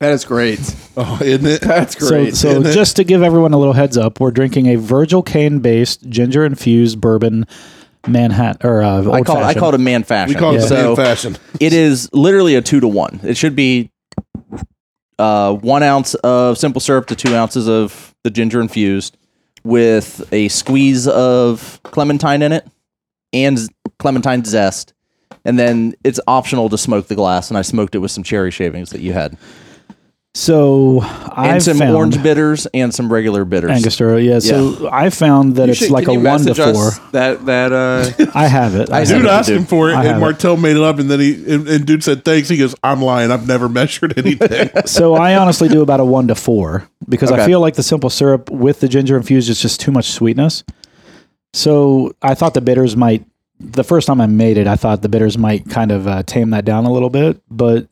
[SPEAKER 4] That is great.
[SPEAKER 1] oh, isn't it?
[SPEAKER 4] That's
[SPEAKER 2] So,
[SPEAKER 4] great.
[SPEAKER 2] so
[SPEAKER 1] isn't it?
[SPEAKER 2] just to give everyone a little heads up, we're drinking a Virgil Cane based ginger infused bourbon Manhattan or uh,
[SPEAKER 3] I call it, I call it a man fashion.
[SPEAKER 1] We call it the
[SPEAKER 3] so
[SPEAKER 1] man fashion.
[SPEAKER 3] it is literally a two to one. It should be uh, one ounce of simple syrup to two ounces of the ginger infused with a squeeze of clementine in it and z- clementine zest. And then it's optional to smoke the glass. And I smoked it with some cherry shavings that you had
[SPEAKER 2] So I
[SPEAKER 3] and some
[SPEAKER 2] found
[SPEAKER 3] orange bitters and some regular bitters.
[SPEAKER 2] Angostura. Yeah. So I found that it's
[SPEAKER 4] Shit,
[SPEAKER 2] like
[SPEAKER 4] can
[SPEAKER 2] a
[SPEAKER 4] you
[SPEAKER 2] one to
[SPEAKER 4] message
[SPEAKER 2] four.
[SPEAKER 4] us That that uh,
[SPEAKER 2] I have it. I have
[SPEAKER 1] Dude
[SPEAKER 2] it.
[SPEAKER 1] asked him for it,
[SPEAKER 2] I have
[SPEAKER 1] and
[SPEAKER 2] it.
[SPEAKER 1] Martel made it up, and then he and, and dude said thanks. He goes, "I'm lying. I've never measured anything."
[SPEAKER 2] so I honestly do about a one to four because I
[SPEAKER 3] Okay.
[SPEAKER 2] feel like the simple syrup with the ginger infused is just too much sweetness. So I thought the bitters might. The first time I made it, I thought the bitters might kind of uh, tame that down a little bit, but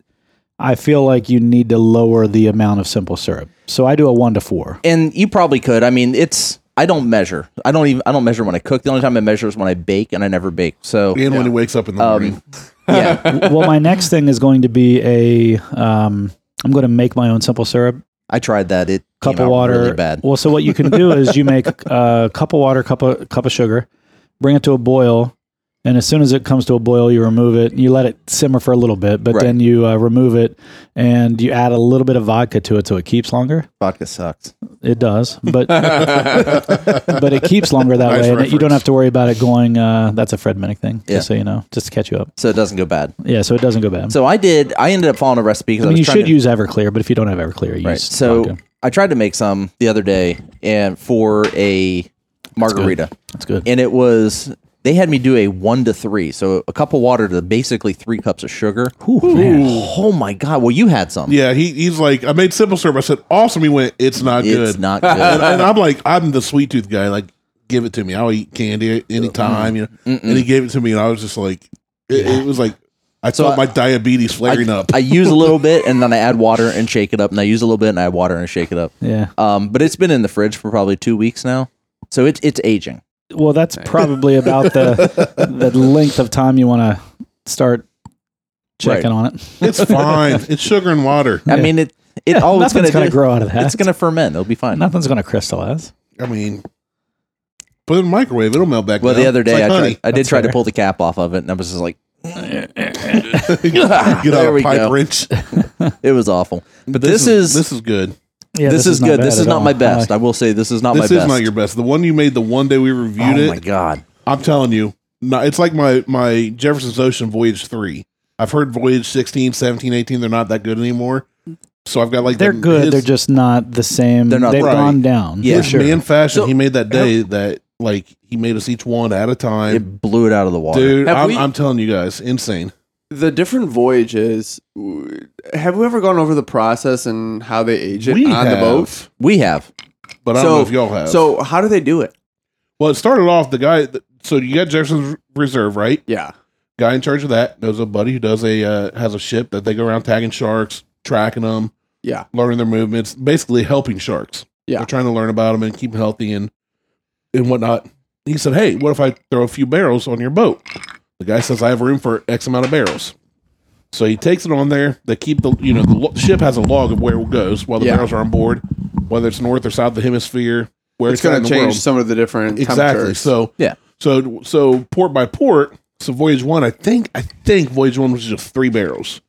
[SPEAKER 2] I feel like you need to lower the amount of simple syrup. So I do a one to four.
[SPEAKER 3] and you probably could. I mean, it's I don't measure. I don't even I don't measure when I cook. The only time I measure is when I bake, and I never bake. So
[SPEAKER 1] and when he wakes up in the
[SPEAKER 3] Um,
[SPEAKER 1] morning,
[SPEAKER 3] yeah,
[SPEAKER 2] well, my next thing is going to be a. Um, I'm going to make my own simple syrup
[SPEAKER 3] I tried that. It
[SPEAKER 2] cup
[SPEAKER 3] came
[SPEAKER 2] of
[SPEAKER 3] out
[SPEAKER 2] water.
[SPEAKER 3] really bad.
[SPEAKER 2] Well, so what you can do is you make a cup of water, cup of cup of sugar, bring it to a boil, and as soon as it comes to a boil, you remove it. You let it simmer for a little bit, but
[SPEAKER 3] Right.
[SPEAKER 2] then you uh, remove it and you add a little bit of vodka to it so it keeps longer.
[SPEAKER 3] Vodka sucks.
[SPEAKER 2] It does, but but it keeps longer that
[SPEAKER 1] Nice
[SPEAKER 2] way, and you don't
[SPEAKER 1] reference.
[SPEAKER 2] have to worry about it going. Uh, that's a Fred Minnick thing,
[SPEAKER 3] Yeah.
[SPEAKER 2] just so you know, just to catch you up.
[SPEAKER 3] So it doesn't go bad.
[SPEAKER 2] Yeah, so it doesn't go bad.
[SPEAKER 3] So I did. I ended up following a recipe because
[SPEAKER 2] I
[SPEAKER 3] I,
[SPEAKER 2] mean,
[SPEAKER 3] was
[SPEAKER 2] you
[SPEAKER 3] trying
[SPEAKER 2] should
[SPEAKER 3] to,
[SPEAKER 2] use Everclear, but if you don't have Everclear,
[SPEAKER 3] Right.
[SPEAKER 2] use
[SPEAKER 3] So
[SPEAKER 2] vodka.
[SPEAKER 3] I tried to make some the other day and for a margarita,
[SPEAKER 2] that's good.
[SPEAKER 3] and it was they had me do a one to three, so a cup of water to basically three cups of sugar.
[SPEAKER 2] Ooh, man.
[SPEAKER 3] Oh my god! Well, you had some.
[SPEAKER 1] yeah, he, he's like, "I made simple syrup." I said, "Awesome." He went, "It's not
[SPEAKER 3] it's
[SPEAKER 1] good."
[SPEAKER 3] not
[SPEAKER 1] and,
[SPEAKER 3] good.
[SPEAKER 1] and I'm like, I'm the sweet tooth guy. Like, give it to me. I'll eat candy anytime. You know. And he gave it to me, and I was just like, it, it was like I
[SPEAKER 3] So
[SPEAKER 1] felt
[SPEAKER 3] I-
[SPEAKER 1] my diabetes flaring up.
[SPEAKER 3] I use a little bit and then I add water and shake it up, and I use a little bit and I add water and shake it up.
[SPEAKER 2] yeah.
[SPEAKER 3] Um, but it's been in the fridge for probably two weeks now, so it's it's aging.
[SPEAKER 2] Well, that's probably about the the length of time you want to start checking on it.
[SPEAKER 1] it's fine. It's sugar and water.
[SPEAKER 3] I mean it it always
[SPEAKER 2] Nothing's
[SPEAKER 3] Oh, gonna,
[SPEAKER 2] going to
[SPEAKER 3] do-
[SPEAKER 2] grow out of that.
[SPEAKER 3] It's gonna ferment. It'll be fine.
[SPEAKER 2] Nothing's going to crystallize.
[SPEAKER 1] I mean, put it in the microwave. It'll melt back.
[SPEAKER 3] well, the
[SPEAKER 1] down.
[SPEAKER 3] other
[SPEAKER 1] It's
[SPEAKER 3] day
[SPEAKER 1] like
[SPEAKER 3] I
[SPEAKER 1] honey.
[SPEAKER 3] tried, I did
[SPEAKER 2] That's
[SPEAKER 3] try to
[SPEAKER 2] fair.
[SPEAKER 3] pull the cap off of it, and I was just like,
[SPEAKER 1] get
[SPEAKER 3] There
[SPEAKER 1] out
[SPEAKER 3] we
[SPEAKER 1] a pipe
[SPEAKER 3] go.
[SPEAKER 1] wrench.
[SPEAKER 3] it was awful. But this, is,
[SPEAKER 1] this is good.
[SPEAKER 2] Yeah,
[SPEAKER 3] this, is,
[SPEAKER 2] not
[SPEAKER 3] good.
[SPEAKER 2] bad
[SPEAKER 3] This
[SPEAKER 2] at
[SPEAKER 3] is not
[SPEAKER 2] all.
[SPEAKER 3] my
[SPEAKER 2] I
[SPEAKER 3] best.
[SPEAKER 2] like-
[SPEAKER 3] I will say this is not my
[SPEAKER 1] This is
[SPEAKER 3] best.
[SPEAKER 1] not your best. The one you made the one day we reviewed
[SPEAKER 3] oh
[SPEAKER 1] it.
[SPEAKER 3] my god!
[SPEAKER 1] I'm telling you, no, it's like my my Jefferson's Ocean Voyage 3. I've heard Voyage 16, 17, 18, they're not that good anymore. So I've got like
[SPEAKER 2] They're
[SPEAKER 1] the-
[SPEAKER 2] good.
[SPEAKER 1] his-
[SPEAKER 2] They're just not the same. They're
[SPEAKER 3] They're
[SPEAKER 2] not
[SPEAKER 3] not
[SPEAKER 2] They've
[SPEAKER 1] right.
[SPEAKER 2] gone down.
[SPEAKER 3] Yeah.
[SPEAKER 2] for
[SPEAKER 1] his
[SPEAKER 2] sure.
[SPEAKER 1] man fashion
[SPEAKER 3] So-
[SPEAKER 1] he made that day that like he made us each one at a time.
[SPEAKER 3] It blew it out of the water.
[SPEAKER 1] Dude,
[SPEAKER 4] Have
[SPEAKER 1] I'm,
[SPEAKER 4] we-
[SPEAKER 1] I'm telling you guys, insane.
[SPEAKER 4] the different voyages. w- Have we ever gone over the process and how they age it
[SPEAKER 1] We
[SPEAKER 4] on
[SPEAKER 1] have,
[SPEAKER 4] the boat?
[SPEAKER 3] we have
[SPEAKER 1] but I don't know if y'all have. So
[SPEAKER 4] So how do they do it?
[SPEAKER 1] well, it started off the guy. that- So you got Jefferson's Reserve, right?
[SPEAKER 4] Yeah,
[SPEAKER 1] guy in charge of that knows a buddy who does a uh, has a ship that they go around tagging sharks, tracking them,
[SPEAKER 4] yeah,
[SPEAKER 1] learning their movements, basically helping sharks.
[SPEAKER 4] Yeah.
[SPEAKER 1] they're trying to learn about them and keep 'em healthy and and whatnot. He said, "Hey, what if I throw a few barrels on your boat?" The guy says, "I have room for X amount of barrels." So he takes it on there. They keep the you know the lo- ship has a log of where it goes while the
[SPEAKER 4] Yeah.
[SPEAKER 1] barrels are on board, whether it's north or south of the hemisphere. Where
[SPEAKER 4] it's,
[SPEAKER 1] it's,
[SPEAKER 4] going
[SPEAKER 1] at in
[SPEAKER 4] to
[SPEAKER 1] the
[SPEAKER 4] change
[SPEAKER 1] world.
[SPEAKER 4] some of the different
[SPEAKER 1] Exactly.
[SPEAKER 4] temperatures.
[SPEAKER 1] So
[SPEAKER 3] Yeah.
[SPEAKER 1] So so port by port. So voyage one, I think I think voyage one was just three barrels.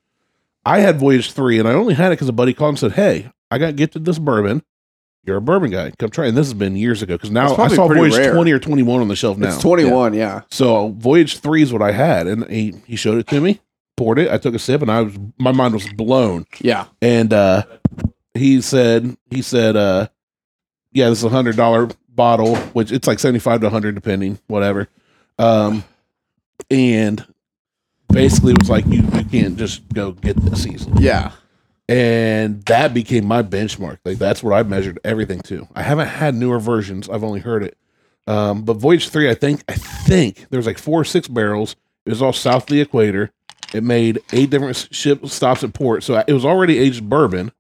[SPEAKER 1] I had voyage three, and I only had it because a buddy called and said, "Hey, I got gifted this bourbon. You're a bourbon guy. Come try." it." And this has been years ago because now
[SPEAKER 4] That's
[SPEAKER 1] I
[SPEAKER 4] probably
[SPEAKER 1] saw
[SPEAKER 4] pretty
[SPEAKER 1] voyage
[SPEAKER 4] rare.
[SPEAKER 1] twenty or twenty one on the shelf now.
[SPEAKER 4] it's twenty one. Yeah.
[SPEAKER 1] so voyage three is what I had, and he he showed it to me, poured it. I took a sip, and I was my mind was blown
[SPEAKER 4] yeah,
[SPEAKER 1] and uh he said he said uh yeah this is a hundred dollar bottle which it's like 75 to 100 depending whatever um and basically it was like you, you can't just go get this easily
[SPEAKER 4] yeah,
[SPEAKER 1] and that became my benchmark like that's what i measured everything to i haven't had newer versions i've only heard it um but voyage 3 i think i think there was like four or six barrels it was all south of the equator it made eight different s- ship stops at port so uh, it was already aged bourbon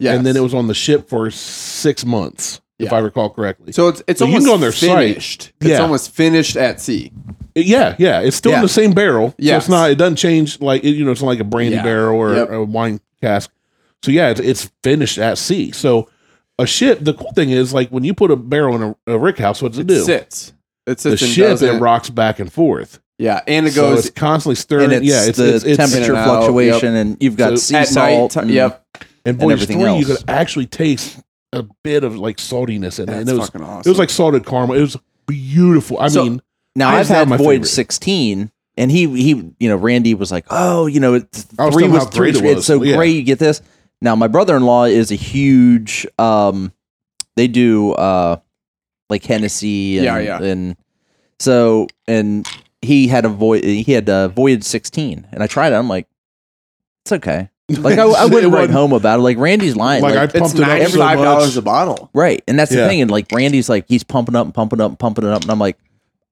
[SPEAKER 4] yeah.
[SPEAKER 1] and then it was on the ship for six months, if I
[SPEAKER 4] Yeah.
[SPEAKER 1] recall correctly. So
[SPEAKER 4] so it's it's
[SPEAKER 1] So you can
[SPEAKER 4] almost
[SPEAKER 1] go on their site.
[SPEAKER 4] finished. It's
[SPEAKER 1] Yeah.
[SPEAKER 4] almost finished at sea.
[SPEAKER 1] yeah, yeah, it's still in
[SPEAKER 4] Yeah.
[SPEAKER 1] the same barrel. Yeah, so
[SPEAKER 4] Yes.
[SPEAKER 1] it's not. It doesn't change like it, you know. It's not like a brandy
[SPEAKER 4] Yeah.
[SPEAKER 1] barrel or
[SPEAKER 4] Yep.
[SPEAKER 1] a wine cask. So yeah, it's, it's finished at sea. So a ship. The cool thing is like when you put a barrel in a, a rick house, what does it,
[SPEAKER 4] It
[SPEAKER 1] do?
[SPEAKER 4] sits. It
[SPEAKER 1] The
[SPEAKER 4] sits and
[SPEAKER 1] ship
[SPEAKER 4] doesn't-
[SPEAKER 1] it rocks back and forth.
[SPEAKER 4] Yeah, and it
[SPEAKER 1] so
[SPEAKER 4] goes
[SPEAKER 1] it's constantly
[SPEAKER 3] and
[SPEAKER 1] stirring.
[SPEAKER 3] it's
[SPEAKER 1] yeah, it's
[SPEAKER 3] the
[SPEAKER 1] it's, it's
[SPEAKER 3] temperature
[SPEAKER 4] In and out,
[SPEAKER 3] fluctuation, and you've got
[SPEAKER 1] So
[SPEAKER 3] sea
[SPEAKER 4] at
[SPEAKER 3] salt.
[SPEAKER 4] night.
[SPEAKER 3] and
[SPEAKER 4] yep.
[SPEAKER 1] And Voyage
[SPEAKER 3] everything
[SPEAKER 1] Three, you
[SPEAKER 3] else.
[SPEAKER 1] could actually taste a bit of like saltiness in it. And
[SPEAKER 4] That's
[SPEAKER 1] it was
[SPEAKER 4] fucking awesome.
[SPEAKER 1] it was like salted caramel. It was beautiful. I
[SPEAKER 3] So-
[SPEAKER 1] mean,
[SPEAKER 3] Now
[SPEAKER 1] I
[SPEAKER 3] I've
[SPEAKER 1] just had
[SPEAKER 3] had
[SPEAKER 1] my
[SPEAKER 3] Voyage
[SPEAKER 1] favorite.
[SPEAKER 3] 16, and he he you know Randy was like, oh you know it's
[SPEAKER 1] I was
[SPEAKER 3] three
[SPEAKER 1] telling
[SPEAKER 3] was
[SPEAKER 1] how great
[SPEAKER 3] three,
[SPEAKER 1] it was.
[SPEAKER 3] it's so
[SPEAKER 1] Yeah.
[SPEAKER 3] great you get this. Now my brother in law is a huge um, they do uh like Hennessy and
[SPEAKER 4] Yeah, yeah.
[SPEAKER 3] and so and he had a void he had a Voyage 16, and I tried it. I'm like, it's okay. Like I, I
[SPEAKER 1] It
[SPEAKER 3] wouldn't write
[SPEAKER 1] wasn't-
[SPEAKER 3] home about it. Like Randy's lying.
[SPEAKER 1] Like,
[SPEAKER 3] Like,
[SPEAKER 1] I
[SPEAKER 4] it's
[SPEAKER 1] pumped it up
[SPEAKER 4] ninety
[SPEAKER 1] so
[SPEAKER 4] five dollars
[SPEAKER 1] much.
[SPEAKER 4] a bottle.
[SPEAKER 3] Right. And that's
[SPEAKER 1] Yeah.
[SPEAKER 3] the thing. And like Randy's like, he's pumping up and pumping up and pumping it up. And I'm like,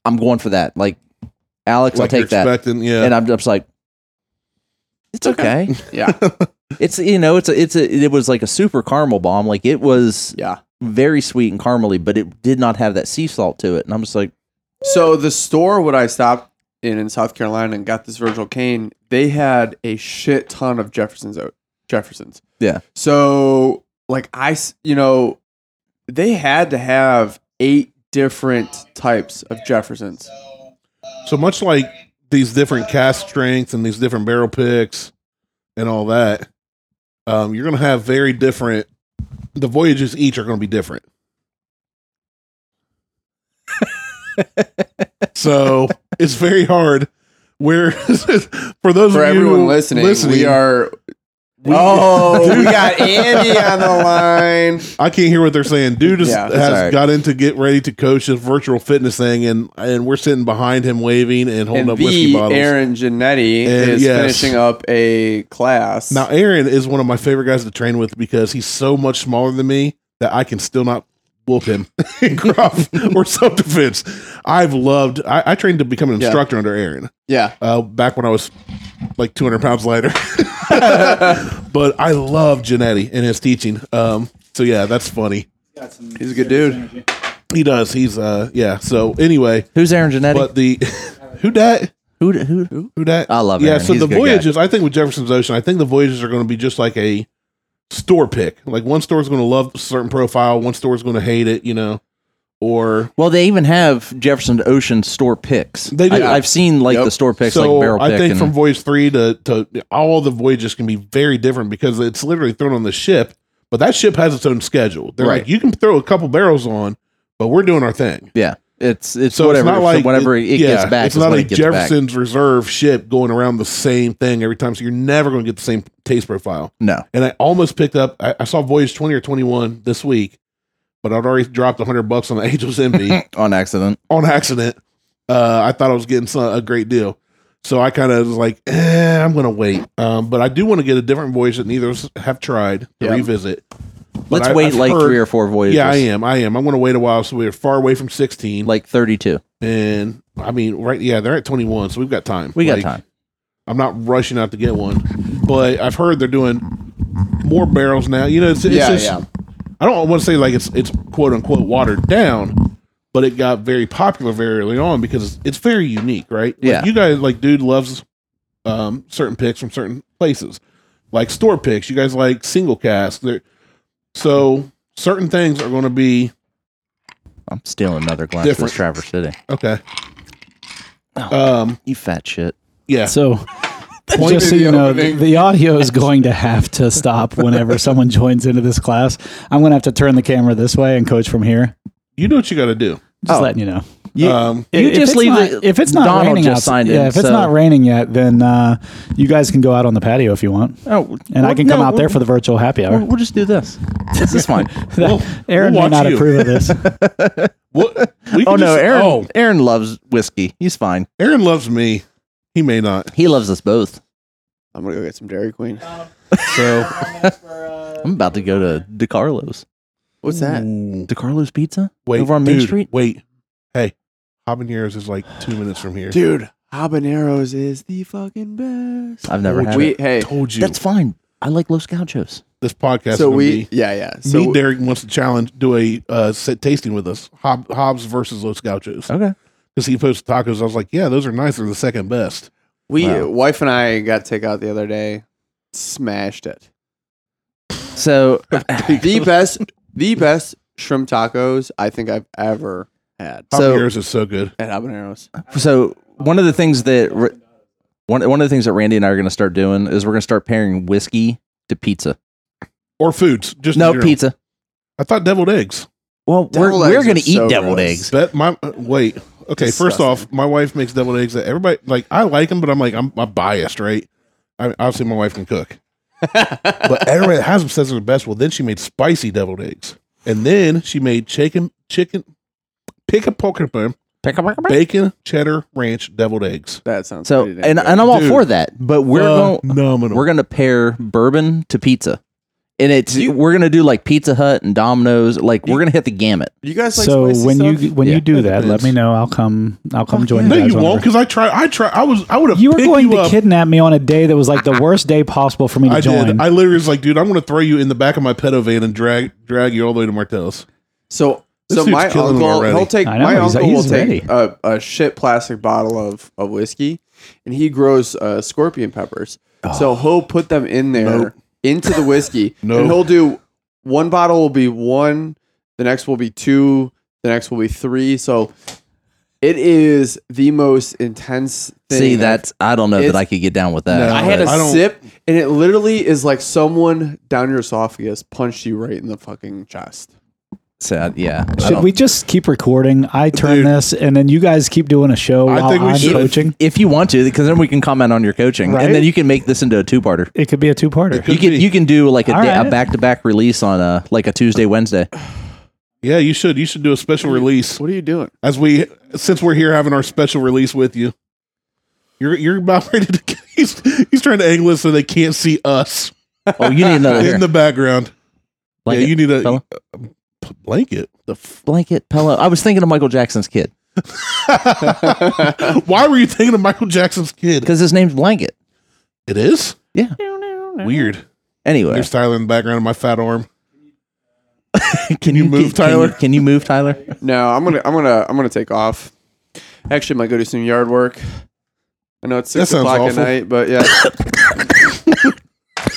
[SPEAKER 3] I'm going for that. Like, Alex,
[SPEAKER 1] like
[SPEAKER 3] I'll
[SPEAKER 1] you're
[SPEAKER 3] take that.
[SPEAKER 1] expecting, yeah.
[SPEAKER 3] And I'm just like, it's okay.
[SPEAKER 4] Yeah,
[SPEAKER 3] it's, you know, it's a, it's a, it was like a super caramel bomb. Like it was
[SPEAKER 4] yeah.
[SPEAKER 3] very sweet and caramely, but it did not have that sea salt to it. And I'm just like,
[SPEAKER 4] So the store what I stopped in in South Carolina and got this Virgil Cane, they had a shit ton of Jefferson's oat Jeffersons.
[SPEAKER 3] Yeah.
[SPEAKER 4] So like I, s- you know, they had to have eight different types of Jeffersons.
[SPEAKER 1] so much like these different cast strengths and these different barrel picks and all that. Um, you're gonna have very different. The voyages each are gonna be different. so it's very hard. Where for those
[SPEAKER 4] For
[SPEAKER 1] of you
[SPEAKER 4] everyone listening, we are. oh, we got Andy on the line.
[SPEAKER 1] I can't hear what they're saying. Dude just
[SPEAKER 4] Yeah, that's
[SPEAKER 1] has
[SPEAKER 3] all right.
[SPEAKER 1] got into get ready to coach this virtual fitness thing, and and we're sitting behind him waving and holding
[SPEAKER 4] And
[SPEAKER 1] up whiskey
[SPEAKER 4] B,
[SPEAKER 1] bottles.
[SPEAKER 4] Aaron Janetti
[SPEAKER 1] And
[SPEAKER 4] is
[SPEAKER 1] yes.
[SPEAKER 4] finishing up a class.
[SPEAKER 1] Now, Aaron is one of my favorite guys to train with because he's so much smaller than me that I can still not whoop him in crop or self defense. I've loved. I, I trained to become an
[SPEAKER 4] Yeah.
[SPEAKER 1] instructor under Aaron
[SPEAKER 4] yeah,
[SPEAKER 1] uh, back when I was like 200 pounds lighter. but I love Janetti and his teaching. Um, so yeah, that's funny.
[SPEAKER 4] he's a good dude.
[SPEAKER 1] He does. He's uh yeah. So anyway,
[SPEAKER 3] who's Aaron Janetti?
[SPEAKER 1] but the who dat
[SPEAKER 3] Who, who, who?
[SPEAKER 1] who dat
[SPEAKER 3] I love
[SPEAKER 1] yeah.
[SPEAKER 3] Aaron.
[SPEAKER 1] So
[SPEAKER 3] He's
[SPEAKER 1] the
[SPEAKER 3] a good guy.
[SPEAKER 1] voyages, I think with Jefferson's Ocean, I think the voyages are going to be just like a store pick. Like one store is going to love a certain profile, one store is going to hate it, you know, or
[SPEAKER 3] Well, they even have Jefferson Ocean store picks.
[SPEAKER 1] They do.
[SPEAKER 3] I, have seen like
[SPEAKER 4] Yep.
[SPEAKER 3] the store picks,
[SPEAKER 1] so.
[SPEAKER 3] like barrel pick.
[SPEAKER 1] I think
[SPEAKER 3] and,
[SPEAKER 1] from voyage three to to all the voyages can be very different because it's literally thrown on the ship, but that ship has its own schedule. They're
[SPEAKER 3] Right.
[SPEAKER 1] like you can throw a couple barrels on, but we're doing our thing.
[SPEAKER 3] yeah. It's, it's
[SPEAKER 1] So
[SPEAKER 3] whatever.
[SPEAKER 1] it's not like
[SPEAKER 3] whatever it, gets back.
[SPEAKER 1] It's
[SPEAKER 3] is
[SPEAKER 1] not
[SPEAKER 3] what
[SPEAKER 1] a
[SPEAKER 3] it gets back.
[SPEAKER 1] Jefferson's Reserve ship going around the same thing every time. So you're never going to get the same taste profile.
[SPEAKER 3] No.
[SPEAKER 1] And I almost picked up. I, I saw Voyage 20 or 21 this week, but I'd already dropped 100 bucks on the Angel's Envy
[SPEAKER 3] On accident.
[SPEAKER 1] on accident. Uh, I thought I was getting some, a great deal, so I kind of was like, eh, I'm going to wait. Um, but I do want to get a different voyage that neither of us have tried to
[SPEAKER 4] Yeah.
[SPEAKER 1] revisit. But
[SPEAKER 3] Let's
[SPEAKER 1] I-
[SPEAKER 3] wait
[SPEAKER 1] I've
[SPEAKER 3] like
[SPEAKER 1] heard-
[SPEAKER 3] three or four voyages.
[SPEAKER 1] Yeah, I am. I am. I'm going to wait a while, so we're far away from 16.
[SPEAKER 3] Like 32.
[SPEAKER 1] and I mean, right? Yeah, they're at 21, so we've got time.
[SPEAKER 3] We got
[SPEAKER 1] Like,
[SPEAKER 3] time.
[SPEAKER 1] I'm not rushing out to get one, but I've heard they're doing more barrels now. You know, it's, it's
[SPEAKER 4] Yeah,
[SPEAKER 1] just,
[SPEAKER 4] yeah.
[SPEAKER 1] I don't want to say like it's it's quote unquote watered down, but it got very popular very early on because it's very unique, right? Like,
[SPEAKER 3] Yeah.
[SPEAKER 1] you guys like dude loves um, certain picks from certain places, like store picks. You guys like single cast. They're, so certain things are going to be
[SPEAKER 3] I'm stealing another glass of
[SPEAKER 1] Different.
[SPEAKER 3] this Traverse City.
[SPEAKER 1] okay. Um.
[SPEAKER 3] You fat shit.
[SPEAKER 1] Yeah.
[SPEAKER 2] So,
[SPEAKER 1] Point
[SPEAKER 2] just so
[SPEAKER 4] to the
[SPEAKER 2] you know,
[SPEAKER 4] opening.
[SPEAKER 2] the audio is going to have to stop whenever someone joins into this class. I'm going to have to turn the camera this way and coach from here.
[SPEAKER 1] You know what you got to do.
[SPEAKER 2] Just
[SPEAKER 3] Oh.
[SPEAKER 2] letting you know.
[SPEAKER 3] You,
[SPEAKER 1] Um,
[SPEAKER 3] you
[SPEAKER 2] If- if
[SPEAKER 3] just
[SPEAKER 2] it's
[SPEAKER 3] leave
[SPEAKER 2] not-
[SPEAKER 3] the,
[SPEAKER 2] if it's not
[SPEAKER 3] Donald
[SPEAKER 2] raining
[SPEAKER 3] just
[SPEAKER 2] outs-
[SPEAKER 3] signed it.
[SPEAKER 2] yeah, if it's
[SPEAKER 3] so-
[SPEAKER 2] not raining yet, then uh, you guys can go out on the patio if you want,
[SPEAKER 3] oh,
[SPEAKER 2] and I
[SPEAKER 3] well,
[SPEAKER 2] can come
[SPEAKER 3] no,
[SPEAKER 2] out there for the virtual happy
[SPEAKER 3] We'll,
[SPEAKER 2] hour.
[SPEAKER 3] we'll just do this. This is fine.
[SPEAKER 1] we'll-
[SPEAKER 2] Aaron
[SPEAKER 1] we'll watch
[SPEAKER 2] may not
[SPEAKER 1] you.
[SPEAKER 2] approve of this.
[SPEAKER 1] What? We can
[SPEAKER 3] oh no,
[SPEAKER 1] just-
[SPEAKER 3] Aaron.
[SPEAKER 1] oh,
[SPEAKER 3] Aaron loves whiskey. He's fine.
[SPEAKER 1] Aaron loves me. He may not.
[SPEAKER 3] He loves us both.
[SPEAKER 4] I'm gonna go get some Dairy Queen.
[SPEAKER 1] So
[SPEAKER 3] I'm about to go to DeCarlo's.
[SPEAKER 4] What's that?
[SPEAKER 1] Ooh.
[SPEAKER 3] DeCarlo's Pizza
[SPEAKER 1] wait,
[SPEAKER 3] over on Main
[SPEAKER 1] dude,
[SPEAKER 3] Street.
[SPEAKER 1] Wait, hey, habaneros is like two minutes from here.
[SPEAKER 4] Dude, habaneros is the fucking best.
[SPEAKER 3] I've never
[SPEAKER 1] Would
[SPEAKER 3] had
[SPEAKER 4] we
[SPEAKER 3] it.
[SPEAKER 4] hey,
[SPEAKER 1] Told you
[SPEAKER 3] That's fine. I like Los Gauchos.
[SPEAKER 1] this podcast.
[SPEAKER 4] so
[SPEAKER 1] is
[SPEAKER 4] we
[SPEAKER 1] we
[SPEAKER 4] yeah yeah.
[SPEAKER 1] me
[SPEAKER 4] So
[SPEAKER 1] Derek wants to challenge do a uh, set tasting with us. Hob, Hobbs versus Los Gauchos
[SPEAKER 3] Okay.
[SPEAKER 1] because he posted tacos. I was like, yeah, those are nice. They're the second best.
[SPEAKER 4] we
[SPEAKER 3] Wow.
[SPEAKER 4] wife and I got takeout the other day. Smashed it.
[SPEAKER 3] So
[SPEAKER 4] The best the best shrimp tacos I think I've ever had
[SPEAKER 3] So-
[SPEAKER 1] Habaneros is so good.
[SPEAKER 4] at habaneros.
[SPEAKER 3] so one of the things that Ra- one one of the things that Randy and I are going to start doing is we're going to start pairing whiskey to pizza.
[SPEAKER 1] or foods. Just in
[SPEAKER 3] No
[SPEAKER 1] general.
[SPEAKER 3] pizza.
[SPEAKER 1] I thought deviled eggs.
[SPEAKER 3] Well,
[SPEAKER 4] Deviled
[SPEAKER 3] we're we're
[SPEAKER 4] eggs
[SPEAKER 3] gonna
[SPEAKER 4] are
[SPEAKER 3] eat
[SPEAKER 4] so
[SPEAKER 3] deviled
[SPEAKER 4] gross.
[SPEAKER 3] eggs.
[SPEAKER 1] That my uh, wait. Okay, first
[SPEAKER 4] Disgusting.
[SPEAKER 1] off, my wife makes deviled eggs that everybody like. I like them, but I'm like I'm, I'm biased, right? I mean, obviously, my wife can cook, but everybody that has them says they're the best. Well, then she made spicy deviled eggs, and then she made chicken, chicken, pick a poker bun, bacon, cheddar, ranch, deviled eggs.
[SPEAKER 4] That sounds
[SPEAKER 3] So
[SPEAKER 4] pretty
[SPEAKER 3] and,
[SPEAKER 4] damn
[SPEAKER 3] and
[SPEAKER 4] good.
[SPEAKER 3] I'm all
[SPEAKER 1] Dude.
[SPEAKER 3] for that, but we're
[SPEAKER 2] Uh,
[SPEAKER 3] going
[SPEAKER 1] Phenomenal.
[SPEAKER 3] we're gonna pair bourbon to pizza, and it's we're gonna do like Pizza Hut and Domino's. Like we're gonna hit the gamut.
[SPEAKER 4] you guys like
[SPEAKER 2] so
[SPEAKER 4] spicy
[SPEAKER 2] when
[SPEAKER 4] stuff?
[SPEAKER 2] you when
[SPEAKER 3] Yeah.
[SPEAKER 2] you do
[SPEAKER 1] It
[SPEAKER 2] that, let
[SPEAKER 1] depends.
[SPEAKER 2] me know. I'll come. I'll come join
[SPEAKER 1] no,
[SPEAKER 2] you guys.
[SPEAKER 1] you
[SPEAKER 2] on
[SPEAKER 1] won't,
[SPEAKER 2] the-
[SPEAKER 1] because I try. I try. I was. I would have.
[SPEAKER 2] You were going
[SPEAKER 1] you
[SPEAKER 2] to
[SPEAKER 1] up.
[SPEAKER 2] kidnap me on a day that was like the worst day possible for me to
[SPEAKER 1] I
[SPEAKER 2] join.
[SPEAKER 1] did. I literally was like, dude, I'm going to throw you in the back of my pedo van and drag drag you all the way to Martell's.
[SPEAKER 4] so
[SPEAKER 1] This
[SPEAKER 4] so
[SPEAKER 1] dude's
[SPEAKER 4] my
[SPEAKER 1] killing 'em
[SPEAKER 4] uncle
[SPEAKER 1] already.
[SPEAKER 4] he'll take
[SPEAKER 2] I know,
[SPEAKER 4] my
[SPEAKER 2] he's-
[SPEAKER 4] uncle
[SPEAKER 2] he's
[SPEAKER 4] will take
[SPEAKER 2] ready.
[SPEAKER 4] a, a shit plastic bottle of of whiskey, and he grows uh, scorpion peppers. So he'll put them in there
[SPEAKER 1] Nope.
[SPEAKER 4] into the whiskey,
[SPEAKER 1] Nope.
[SPEAKER 4] and he'll do one bottle will be one, the next will be two, the next will be three. So. It is the most intense thing.
[SPEAKER 3] See,
[SPEAKER 4] I've
[SPEAKER 3] that's I don't know that
[SPEAKER 4] It's-
[SPEAKER 3] I could get down with that.
[SPEAKER 1] No.
[SPEAKER 4] I had a
[SPEAKER 1] I don't-
[SPEAKER 4] sip, and it literally is like someone down your esophagus punched you right in the fucking chest.
[SPEAKER 3] So, uh, yeah. I
[SPEAKER 2] Should
[SPEAKER 3] don't-
[SPEAKER 2] we just keep recording? I turn
[SPEAKER 1] Dude.
[SPEAKER 2] this, and then you guys keep doing a show
[SPEAKER 1] I
[SPEAKER 2] while
[SPEAKER 1] think we
[SPEAKER 2] I'm
[SPEAKER 1] should.
[SPEAKER 2] coaching.
[SPEAKER 3] If you want to, because then we can comment on your coaching,
[SPEAKER 2] Right?
[SPEAKER 3] and then you can make this into a two-parter.
[SPEAKER 2] It could be a two-parter.
[SPEAKER 1] Could
[SPEAKER 3] you can
[SPEAKER 1] be.
[SPEAKER 3] you can do like a,
[SPEAKER 2] All
[SPEAKER 3] day,
[SPEAKER 2] right.
[SPEAKER 3] a back-to-back release on a like a Tuesday Wednesday.
[SPEAKER 1] Yeah, you should. You should do a special release
[SPEAKER 4] What are you doing?
[SPEAKER 1] as we since we're here having our special release with you. You're you're about ready to. He's he's trying to angle us so they can't see us
[SPEAKER 3] Oh, you need another
[SPEAKER 1] in the background.
[SPEAKER 3] blanket,
[SPEAKER 1] yeah, you need a,
[SPEAKER 3] Fella?
[SPEAKER 1] a blanket.
[SPEAKER 3] the blanket pillow. I was thinking of Michael Jackson's kid
[SPEAKER 1] Why were you thinking of Michael Jackson's kid?
[SPEAKER 3] because his name's Blanket.
[SPEAKER 1] It is
[SPEAKER 3] Yeah.
[SPEAKER 1] weird.
[SPEAKER 3] Anyway,
[SPEAKER 1] There's Tyler in the background of my fat arm.
[SPEAKER 3] can
[SPEAKER 1] you move,
[SPEAKER 3] can-
[SPEAKER 1] Tyler?
[SPEAKER 3] Can you, can you move Tyler?
[SPEAKER 4] No, I'm gonna, I'm gonna, I'm gonna take off. Actually, I might go do some yard work. I know it's
[SPEAKER 1] That
[SPEAKER 4] six
[SPEAKER 1] sounds
[SPEAKER 4] o'clock
[SPEAKER 1] awful.
[SPEAKER 4] at night, but yeah,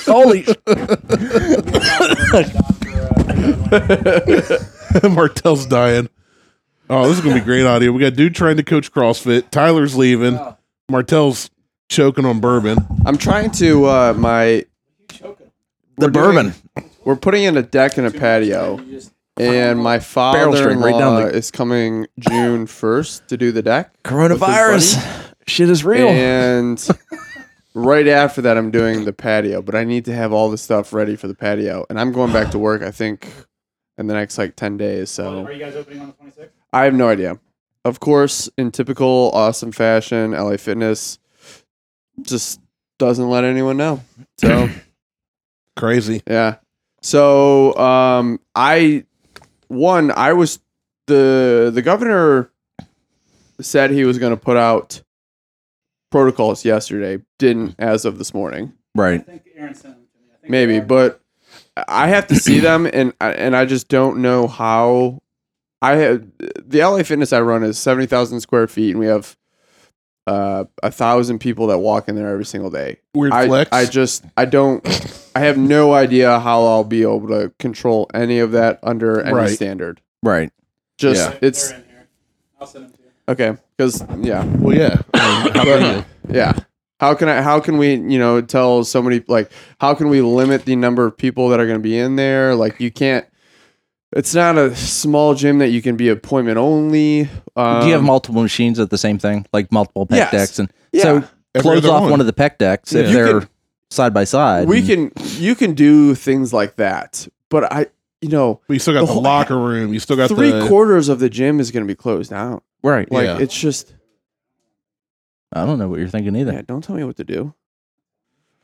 [SPEAKER 3] Holy!
[SPEAKER 1] Martell's dying. Oh, this is gonna be great audio. We got dude trying to coach CrossFit. Tyler's leaving. Martell's choking on bourbon.
[SPEAKER 4] I'm trying to uh, my
[SPEAKER 3] the
[SPEAKER 4] We're doing-
[SPEAKER 3] bourbon.
[SPEAKER 4] We're putting in a deck and a patio, and my
[SPEAKER 3] straight right
[SPEAKER 4] father-in-law
[SPEAKER 3] down the-
[SPEAKER 4] is coming June 1st to do the deck.
[SPEAKER 3] Coronavirus. Shit is real.
[SPEAKER 4] And right after that, I'm doing the patio, but I need to have all the stuff ready for the patio. And I'm going back to work, I think, in the next like 10 days. So
[SPEAKER 2] you guys opening on the 26th?
[SPEAKER 4] I have no idea. Of course, in typical awesome fashion, LA Fitness just doesn't let anyone know. So,
[SPEAKER 1] Crazy.
[SPEAKER 4] yeah. So, um, I, one, I was, the, the governor said he was going to put out protocols yesterday, didn't as of this morning
[SPEAKER 3] right.
[SPEAKER 4] maybe but i have to see them and I- and i just don't know how i have the la fitness i run is 70,000 square feet and we have uh a thousand people that walk in there every single day
[SPEAKER 1] Weird
[SPEAKER 4] I,
[SPEAKER 1] flex.
[SPEAKER 4] I just i don't i have no idea how i'll be able to control any of that under any
[SPEAKER 1] Right.
[SPEAKER 4] standard
[SPEAKER 3] Right.
[SPEAKER 4] just it's
[SPEAKER 2] I'll send them to you.
[SPEAKER 4] okay because yeah
[SPEAKER 1] well, yeah. I mean, how about you?
[SPEAKER 4] yeah how can i how can we you know tell somebody like how can we limit the number of people that are going to be in there like you can't it's not a small gym that you can be appointment only um,
[SPEAKER 3] Do you have multiple machines at the same thing, like multiple pec
[SPEAKER 4] Yes.
[SPEAKER 3] decks, and
[SPEAKER 4] Yeah.
[SPEAKER 3] so
[SPEAKER 1] Every
[SPEAKER 3] close
[SPEAKER 1] other
[SPEAKER 3] off
[SPEAKER 1] one.
[SPEAKER 3] one. of the pec decks if
[SPEAKER 4] You
[SPEAKER 3] they're
[SPEAKER 4] could-
[SPEAKER 3] side by side.
[SPEAKER 4] we
[SPEAKER 3] and-
[SPEAKER 4] can you can do things like that but i you know
[SPEAKER 1] But you still got
[SPEAKER 4] The
[SPEAKER 1] the,
[SPEAKER 4] whole-
[SPEAKER 1] locker room. You still got
[SPEAKER 4] three
[SPEAKER 1] the
[SPEAKER 4] quarters of the gym is going to be closed down
[SPEAKER 3] right.
[SPEAKER 4] like
[SPEAKER 1] Yeah.
[SPEAKER 4] it's just
[SPEAKER 3] I don't know what you're thinking either.
[SPEAKER 4] yeah don't tell me what to do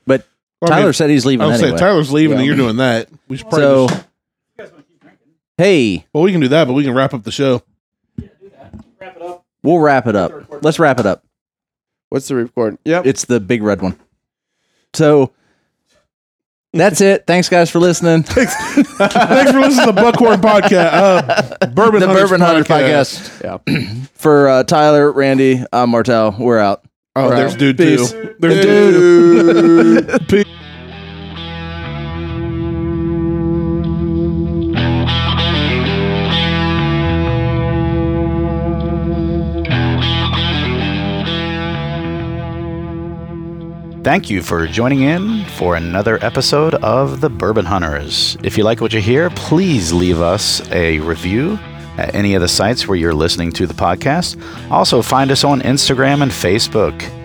[SPEAKER 1] Well, I mean,
[SPEAKER 3] Tyler said he's leaving
[SPEAKER 1] I was
[SPEAKER 3] anyway.
[SPEAKER 1] saying, Tyler's leaving
[SPEAKER 4] Yeah.
[SPEAKER 1] and you're doing that. We should probably
[SPEAKER 3] so,
[SPEAKER 1] just,
[SPEAKER 3] hey,
[SPEAKER 1] well, we can do that, but we can wrap up the show.
[SPEAKER 3] we'll wrap it up. Let's wrap it up.
[SPEAKER 4] what's the record yep
[SPEAKER 3] It's the big red one. So that's it. Thanks, guys, for listening.
[SPEAKER 1] Thanks for listening to the Buckhorn Podcast. Uh, Bourbon
[SPEAKER 3] the
[SPEAKER 1] Hunters
[SPEAKER 3] Bourbon Hunter podcast.
[SPEAKER 4] yeah
[SPEAKER 3] For uh, Tyler, Randy, I'm Martel. We're out.
[SPEAKER 1] Oh,
[SPEAKER 4] Right.
[SPEAKER 1] there's dude
[SPEAKER 4] Peace.
[SPEAKER 1] too. There's dude.
[SPEAKER 4] Dude.
[SPEAKER 1] Peace.
[SPEAKER 5] Thank you for joining in for another episode of The Bourbon Hunters. If you like what you hear, please leave us a review at any of the sites where you're listening to the podcast. Also, find us on Instagram and Facebook.